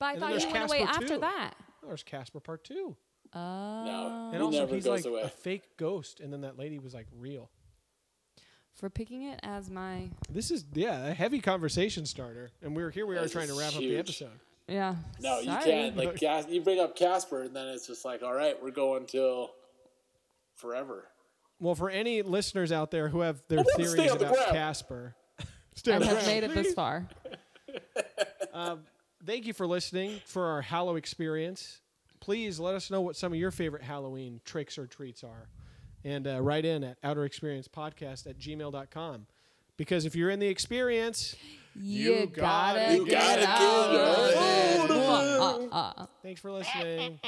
Speaker 3: But I
Speaker 2: And then
Speaker 3: thought he
Speaker 2: there's
Speaker 3: went away
Speaker 2: Casper,
Speaker 3: after
Speaker 2: too.
Speaker 3: that.
Speaker 2: Oh, there's Casper Part Two,
Speaker 3: Oh.
Speaker 5: No,
Speaker 2: and
Speaker 5: he
Speaker 2: also
Speaker 5: never
Speaker 2: he's like
Speaker 5: goes away.
Speaker 2: a fake ghost, and then that lady was like real.
Speaker 3: For picking it as my
Speaker 2: This is yeah a heavy conversation starter, and we're here we are
Speaker 5: This
Speaker 2: trying to
Speaker 5: is
Speaker 2: wrap up the
Speaker 5: huge.
Speaker 2: episode.
Speaker 3: yeah.
Speaker 5: No, you
Speaker 3: sorry.
Speaker 5: can't. Like Cas- you bring up Casper, and then it's just like, all right, we're going till forever.
Speaker 2: Well, for any listeners out there who have their
Speaker 5: want to stay
Speaker 2: theories
Speaker 5: on the
Speaker 2: about
Speaker 5: ground.
Speaker 2: Casper, stay on
Speaker 3: And
Speaker 2: the
Speaker 3: have
Speaker 2: ground,
Speaker 3: made it
Speaker 2: please.
Speaker 3: this far.
Speaker 2: thank you for listening for our Hallow experience. Please let us know what some of your favorite Halloween tricks or treats are. And uh, write in at outerexperiencepodcast at gmail.com. Because if you're in the experience,
Speaker 3: You,
Speaker 2: gotta
Speaker 3: gotta,
Speaker 2: You
Speaker 3: get
Speaker 5: gotta
Speaker 3: out.
Speaker 5: get
Speaker 3: of it. Uh, uh, uh.
Speaker 2: thanks for listening.